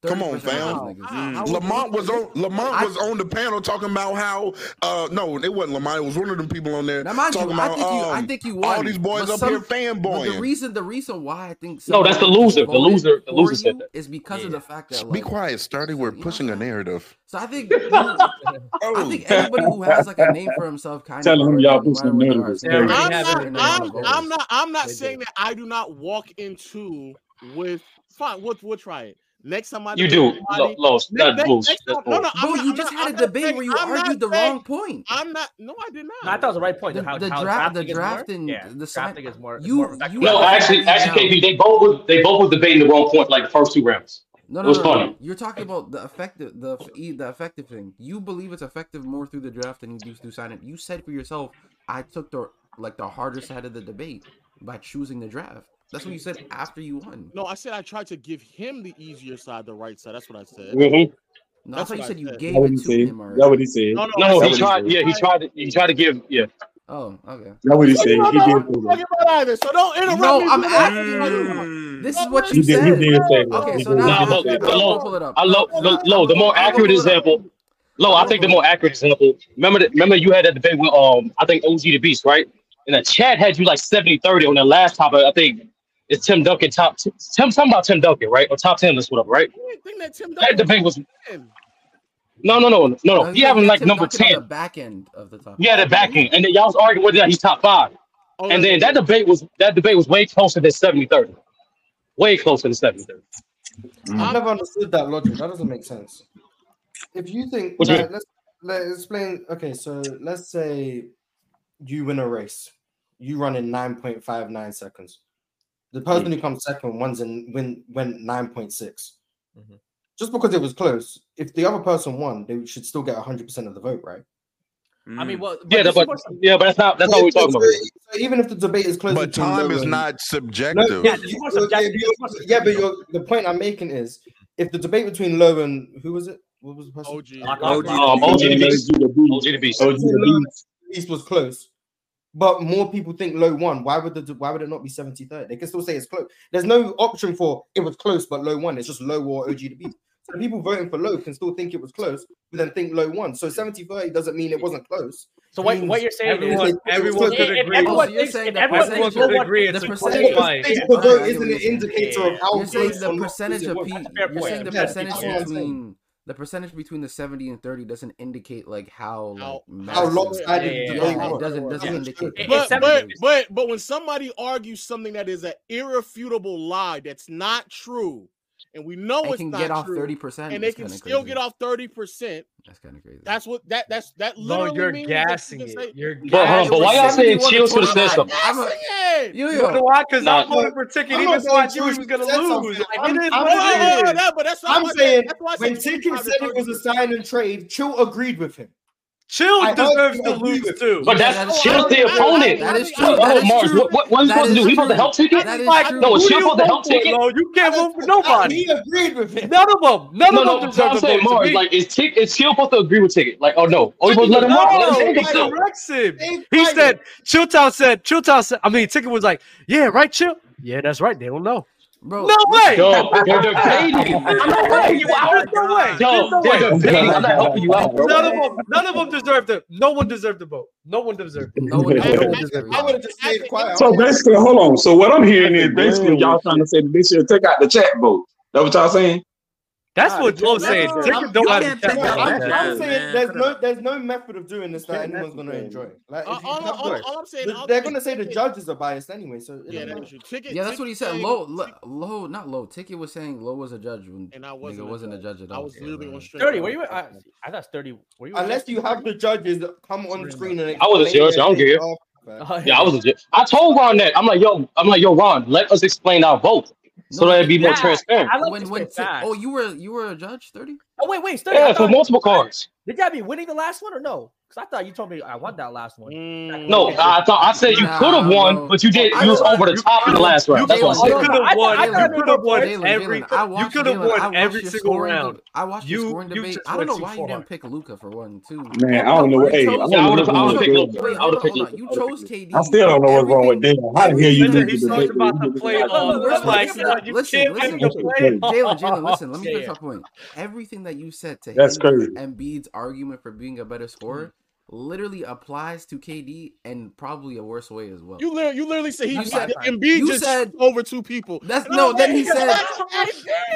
Come on,
30% of Ah,
fam. Mm.
those niggas.
Lamont was on Lamont was on the panel talking about how uh no, it wasn't Lamont, it was one of them people on there
Now, mind
talking
you,
about
I think you, I
um,
think you won.
all these boys
but
up
some-
here
but The
fanboying.
reason, the reason why I think
No, that's the
some niggas just
loser. The
voted
loser. The
for
loser said
you
that.
is because of the fact that
Just Be
like,
quiet, Sturdy. We're pushing a narrative.
so I think, I think anybody who has like a name for himself kind of
Telling him
already
y'all
in
pushing
whatever regards.
narrative is crazy.
Everybody
I'm
has
not.
certain name
I'm,
of voters.
I'm not. I'm not saying that I do not walk into with fine. We'll we'll try it next time. I
You
debate
do.
somebody-
Lo- Los,
Next,
that's
next,
bullshit.
next
That's
time, no, no.
bullshit.
I'm
Bro,
not,
you
I'm
just
not- I'm
had a
not
debate
saying-
where you
I'm not
argued the
saying-
wrong point.
I'm not. No, I did
No, I
not.
thought it was the right point.
The,
how
the
how
draft, the
drafting is more.
draft, and
Yeah,
the sign.
drafting is more. Is more
You,
of a
you
No,
have
actually,
everybody down.
actually, KB, they both were they both were debating the wrong point like the first two rounds.
No,
It
no,
was
no, no.
funny.
no. You're talking about the effective, the f- e- the effective thing. You believe it's effective more through the draft than you do through signing. You said for yourself, I took the like the harder side of the debate by choosing the draft. That's what you said after you won.
No, I said I tried to give him the easier side, the right side. That's what I said.
Mhm.
No, I
That's
thought
what
you
I
said you
said.
gave it to him
That
already.
what he said.
No, no, I
No,
said
he tried. Yeah, he tried. To, he tried to give. Yeah,
Oh, okay.
that what he
So
said.
you don't
He
know
did.
what I'm talking about either. So don't interrupt
No,
me.
I'm
with
asking
that.
you. This is
Don't
what
He
you
did. He
said.
did say that.
Okay,
He
so
did.
now
Nah,
I,
but
am
but
I'm gonna
low,
pull it up.
I
No,
low,
I'm gonna,
low.
I'm
The
gonna,
more
I'm gonna
accurate
pull it up.
example. Low,
I'm
I
gonna
think the
pull it
more
up.
accurate example. Remember, that, remember, you had that debate with um, I think OG the Beast, right? And the chat had you like 70-30 on the last topic. I think it's Tim Duncan top. Tim, something about Tim Duncan, right? Or top ten list, whatever, right?
I didn't think that Tim
That
Duncan
debate was
was
no, no, no, no,
No,
no. He
you guys
having
had
like
Tim
number
Duncan on
ten.
the back end of the topic.
Yeah, the back end. And then y'all was arguing whether or not he's top five.
Oh,
And
that's
then that debate was that debate was way closer than 70-30. Way closer than 70-30.
I've
Mm.
I'm
never understood that logic. That doesn't make sense. If you think,
What you mean?
like, let's let's explain. Okay, so let's say you win a race. You run in nine point five nine seconds. The person
Mm.
who comes second wins in win went nine point six.
Mm-hmm.
Just because it was close, if the other person won, they should still get hundred percent of the vote, right?
I mean, well,
Yeah,
this
but,
is what's-
yeah, but that's not that's not what we're talking about. here.
So even if the debate is close,
But
between
time
Lil
is
and-
not
No,
subjective.
you- you- you- yeah, but you're, the point I'm making is if the debate between Low and who was it? What was the person?
OG. Um, OG the Beast. OG the Beast.
OG the Beast. was close, but more people think Low won. Why would the why would it not be 70 30? They can still say it's close. There's no option for it was close, but Low won. It's just Low or OG the Beast. So the people voting for Low can still think it was close, but then think Low won. So 70 30 doesn't mean it wasn't close.
So
It
what,
means
what you're saying
it was
is
close. It was close.
If, if everyone thinks, if everyone thinks Lil Wayne-
the percentage of the vote isn't an indicator of how
you're saying
close
the
or not
percentage
it
of
was.
people.
That's a fair
You're
point.
saying the
Yeah,
percentage
that's what I'm saying.
between the percentage between the seventy and thirty doesn't indicate like how like
how
massive-
lopsided
yeah,
the
yeah,
debate
yeah, it
was.
doesn't doesn't indicate. that.
But, but but but when somebody argues something that is an irrefutable lie that's not true, and we know
They
it's
can
not
get off
true,
30%,
and they
that's
can
kinda
still
crazy.
get off thirty percent.
That's kind of crazy.
That's what that that's that
No,
literally
you're
means that you
gassing
can
it.
say-
You're
But hold on, but why y'all saying chills to the system?
I'm a, it.
You,
You know why? Because
Nah.
I voted for Ticket,
I'm
even
not
though I
saying
knew he was gonna
Chills said
lose.
something.
Like,
I'm-
it is
I'm
what
saying-
it is.
No, but that's
I'm
why I said-
saying
that's why I said
when Ticket
25 to
said it was a sign and trade, Chill agreed with him.
Chill
deserves to lose
too.
But that's Chill's the opponent.
That is
Hold
true.
on,
That is
Mars,
true.
what, what, what is
That
he supposed to
is
do? He supposed to
true.
help ticket?
That is
Like,
true.
No, is
who do
Chill
you
supposed to help
vote for,
ticket?
Lo? You can't vote for nobody.
He agreed with him.
None of them. None
No,
of
no,
them
that's
deserve
what I'm
a
saying,
vote to
Mars.
me.
Like, is tick is Chill supposed to agree with ticket? Like, oh no, oh, you supposed to let him walk? Let him
No,
take
he
himself.
corrects him. He said, Chilltown said, Chilltown said, I mean, Ticket was like, yeah, right, Chill? Yeah, that's right. They don't know.
Bro,
no way.
Yo, they're debating. I'm not helping you out.
There's no way.
Yo,
There's no
they're
way.
debating. I'm not helping you out, bro.
None of them, none of them deserved it. No one deserved the vote. No one deserved it.
No one
No one
deserves it.
deserved
I
it.
would have just stayed quiet.
So basically, hold on. So what I'm hearing is basically y'all trying to say that they should take out the chat vote. That what y'all saying?
That's
Nah,
what
the
Lo's
judge
saying.
said-
Ticket don't have to check
No,
out
I'm,
that.
I'm saying there's no there's no method of doing this that anyone's gonna enjoy. Like, if
Uh,
you
all-
have
all-
to-
all I'm saying-
the-
all I'm
they're
saying-
gonna say the judges are biased anyway. So it
Yeah,
don't
that's
matter.
true. Ticket.
Yeah, that's what he said.
Ticket
Low, lo- low, not low. Ticket was saying low was a judge when
And I wasn't
nigga
a
wasn't a
judge.
judge at
I
all.
was
so,
literally
like,
on straight.
thirty. Where you? at? I, I thought it's thirty. Were
Uh,
you? at?
Unless you have the judges come on screen and
I was a
explain
judge. I
their
don't
case
care.
after.
Oh,
Yeah, I was a judge. I told Ron that. I'm like, yo, I'm like, yo, Ron, let us explain our vote so
No,
that it'd be more
Yeah,
transparent.
I like
when
this
when
bit
Tick-
fast.
oh you were you were a judge thirty.
Oh wait, wait, Sturdy, I
Yeah, for
thought,
multiple cards.
did y'all be winning the last one or no? Because I thought you told me I won that last one.
Mm.
No, I thought I said you could have
Nah,
won,
bro.
but you did.
I
You was
thought-
over the top in the last round. That's what I'm
Jalen,
You
saying.
Jalen,
could have won.
I
You
thought
could have won
Jalen,
every.
Jalen, I
You
watched
could have
Jalen. I
won
watched
every
your
single
scoring.
round.
de- I watched your
You-
scoring
you
debate.
just
I don't
went
know
too
why you
far.
didn't pick Luca for one, two.
Man, I
No,
don't know.
you
Hey, I
chose.
don't
Yeah, I
know
would have.
what's
I
wrong
would
No,
have
with
picked
Jalen.
wait,
Luca. I would
hold
have
on,
picked
hold on.
Luca.
You
I would have picked
chose
Luca.
I
KD.
still don't know what's wrong with
Everything,
Jalen. How the hell
everything
you
And
that
then
lose
he
the
talked
debate?
about the
You
play
lose the
on.
no,
debate?
I'm
listen,
like,
listen,
yo, you
listen,
can't win
listen.
the play
Jalen, Jalen,
on.
listen. Let me finish my point. Everything that you said to
That's
hinder
crazy.
Embiid's argument for being a better scorer literally applies to KD and probably a worse way as well.
You literally, you literally said he
You said-
Embiid
you
just
said-
over two people.
That's
And I
no.
was
Then
like,
he said.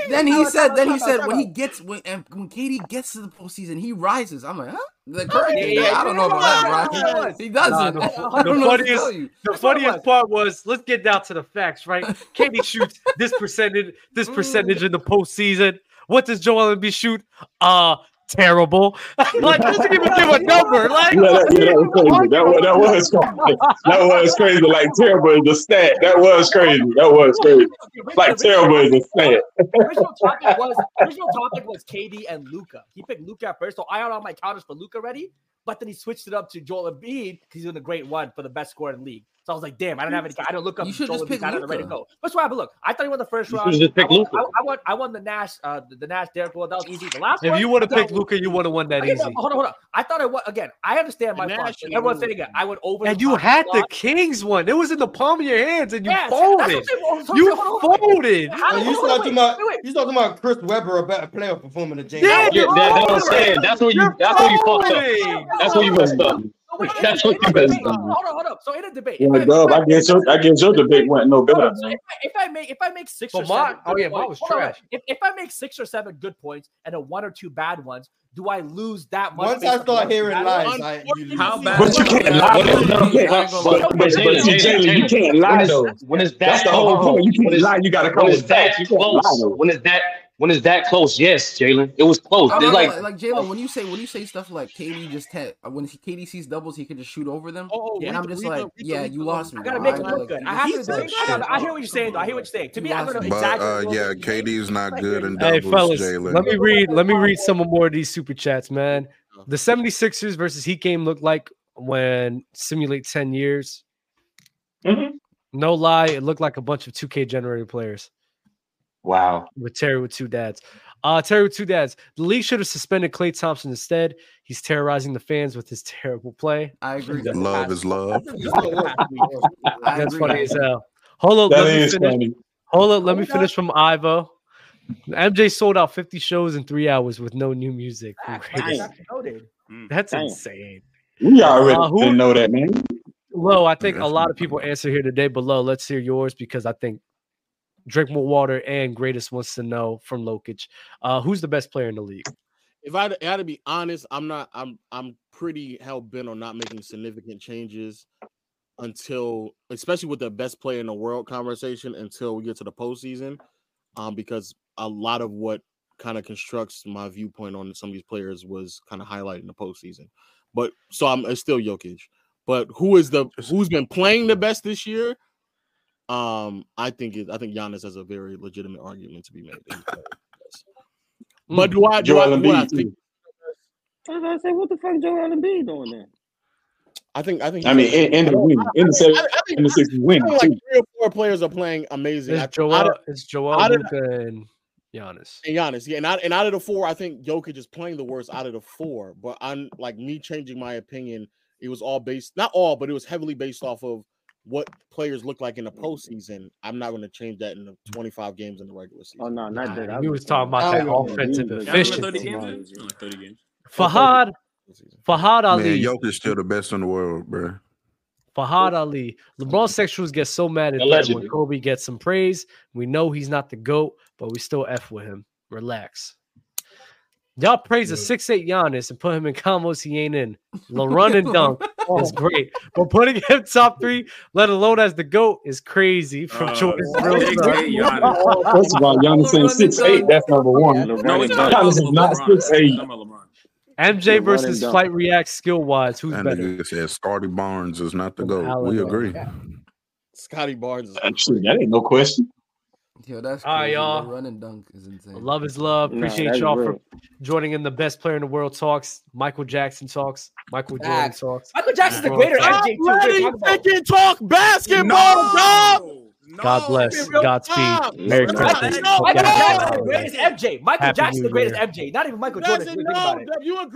Then he
Time out,
said.
time
Then
out,
he
time out,
said
time
when he
out.
gets when and when Katie gets to the postseason, he rises. I'm like, huh? The current
Yeah,
KD.
yeah,
I don't
yeah,
know about that,
yeah, yeah,
bro.
yeah.
He
Nah,
doesn't.
the,
I
the
don't know what to
funniest,
tell you.
the
That's all it
funniest
was.
part was let's get down to the facts, right? KD shoots this percentage, this
Mm.
percentage in the postseason. What does Joel Embiid shoot? Uh terrible. like doesn't even give a number. Like
Yeah, that, yeah, that was crazy. That was that was crazy. That was crazy. Like terrible is a stat. That was crazy. That was crazy. Like terrible is a stat.
Original topic was original topic was KD and Luca. He picked Luca at first, so I had all my counters for Luca ready, but then he switched it up to Joel Embiid because he's doing a great one for the best scorer in the league. So I was like, damn, I don't have any. I don't look up.
You should
Joel
just pick
Embiid. I don't know where to
Luka.
go. That's why. But look, I thought he won the first
You
round.
should just
I
pick
won.
Luca.
I, I won. I won the Nash. Uh, the, the Nash Derrick Rowell. That was easy. The last
if
one.
you would
I
have
thought
picked Luca, you would have won that
Okay, no,
easy.
hold on, hold on. I thought I was again. I understand my fault.
National
Everyone's
League.
saying it. I went over.
And
the
you
top
had the
lot.
Kings one. It was in the palm of your hands, and you
Yes, that's what I'm
folded.
saying. Hold on, hold on,
You
hold on, wait.
folded.
How-
Are
hold on,
you
hold on,
talking about?
wait, wait.
You talking about Chris Webber a better player performer than James?
Yeah,
Harden?
Yeah,
you're
that,
folding.
that's what I'm saying. That's where you.
You're
That's where you fucked up.
folding.
That's where you messed up.
So wait, in a,
That's what
in
you
a
messed
debate,
up.
hold on, hold up. So in a debate, if
Well,
I, if
Dub,
I
I guess your I guess your debate wasn't no
Hold
better,
on, so
man.
if, I, if I make if I make six
But
or
mine-
seven,
oh
good
yeah, mine
points-
was
hold on,
trash.
If, if I make six or seven good points and a one or two bad ones, do I lose that much?
Once
based
I
on the one
start
or two
hearing
bad
lies,
ones?
I, you
How
lose.
bad
But you
was
can't
it?
lie.
When it's,
though. You can't lie.
but,
But
Jalen,
but but see,
Jalen,
Jalen, you
Jalen,
can't
when
lie
it's
though.
when it's
That's
that
the
hold
whole
on, hold on.
point. You
When
can't
it's
lie. You got to
when
come
it's
with
that
facts. You can't lie
close,
though.
when it's that when it's that close, yes, Jalen, it was close.
I'm
It's
not gonna
like
lie. Like Jalen, when you say when you say stuff like KD just te- when he, KD sees doubles, he can just shoot over them,
Oh, oh,
and
read
I'm
the,
just
read the,
like,
read the,
yeah,
read
you
the
lost me,
I gotta
bro.
make
I
it
ain't
look
like
good.
you
I
just
have
He
to
said
said
debate.
some
I
shit,
gotta. I hear
bro.
what you're
Come
saying. though. I
on,
hear what
bro.
you're saying. To
You
me, I'm
lost
gonna
me,
But
bro.
uh,
exaggerate a little
yeah,
bit. today.
KD's not
Like,
good in
Hey
doubles,
fellas,
Jalen.
let me read. Let me read some more of these super chats, man.
brother.
The 76ers versus Heat game looked like when simulate 10 years. No lie, it looked like a bunch of 2K generated players.
Wow.
With Terry with two dads. Uh, Terry with two dads. The league should have suspended Clay Thompson instead. He's terrorizing the fans with his terrible play.
I agree.
Love is love.
That's funny as hell. Hold on,
That
let me
is
finish.
funny.
Hold on,
Oh
let me finish from Ivo. MJ sold out 50 shows in three hours with no new music. Greatest. That's
Damn.
insane.
We already
Uh, who-
didn't know that, man.
Lo, I think a lot of people answer here today, but Lo, let's hear yours because I think drink more water and greatest wants to know from Lokic. Uh, who's the best player in the league?
If I had to be honest, I'm not. I'm I'm pretty hell bent on not making significant changes until, especially with the best player in the world conversation, until we get to the postseason, um, because a lot of what kind of constructs my viewpoint on some of these players was kind of highlighted in the postseason. But so I'm it's still Jokic. But who is the who's been playing the best this year? Um, I think it, I think Giannis has a very legitimate argument to be made. that he's playing the best. But do I do, I,
Joel
do I
Embiid,
think
I was gonna say, what the fuck Joel Embiid doing there?
I think I think
I mean, in, in the win, in the seven, in the six
I
win.
think like
too.
three or four players are playing amazing.
It's
I- out
Joel,
of-
it's Joel,
out of-
Luka, and Giannis.
and Giannis, yeah, and out, and out of the four, I think Jokic is playing the worst out of the four. But I'm like me changing my opinion. It was all based, not all, but it was heavily based off of what players look like in the postseason. I'm not going to change that in the 25 games in the regular season.
Oh no, not that.
Nah, we was talking about that offensive efficiency.
Like 30 games.
Fahad, Fahad
Man,
Ali,
Jokic still the best in the world, bro.
Fahad Ali. LeBron sexuals get so mad at them
Allegedly.
when Kobe gets some praise. We know he's not the GOAT, but we still F with him. Relax. Y'all praise a 6'8 Giannis and put him in combos he ain't in. The run and dunk is great. But putting him top three, let alone as the GOAT, is crazy from
Uh,
Jordan's
six
real
eight
son.
Giannis.
First of all, Giannis ain't six eight. That's number one.
No, we're talking
Giannis is
about
not
LeBron.
six eight.
Talking about LeBron.
MJ
and
versus
dunk.
Flight React skill wise. Who's
That
better?
nigga said Scotty Barnes is not the
From
GOAT. We
Alabama.
agree.
Scotty Barnes is
Actually, that ain't no question.
Yo, that's
All right,
crazy.
y'all.
The run and dunk is insane.
Love is love.
Nah,
Appreciate
that's
y'all
real.
for joining in the best player in the world talks. Michael Jackson talks. Michael Jordan
Facts.
talks.
Michael Jackson's the
LeBron
greater
talks.
MJ too. What are you talking about?
Freaking talk basketball, dog.
God bless. Godspeed. Merry
No,
Christmas.
no,
Hope
Michael
y'all have a
Jackson's the
holiday.
greatest MJ. Michael
Happy
Jackson's
New
the greatest
Year.
MJ. Not even Michael Jordan. if you Think about it.
You agree?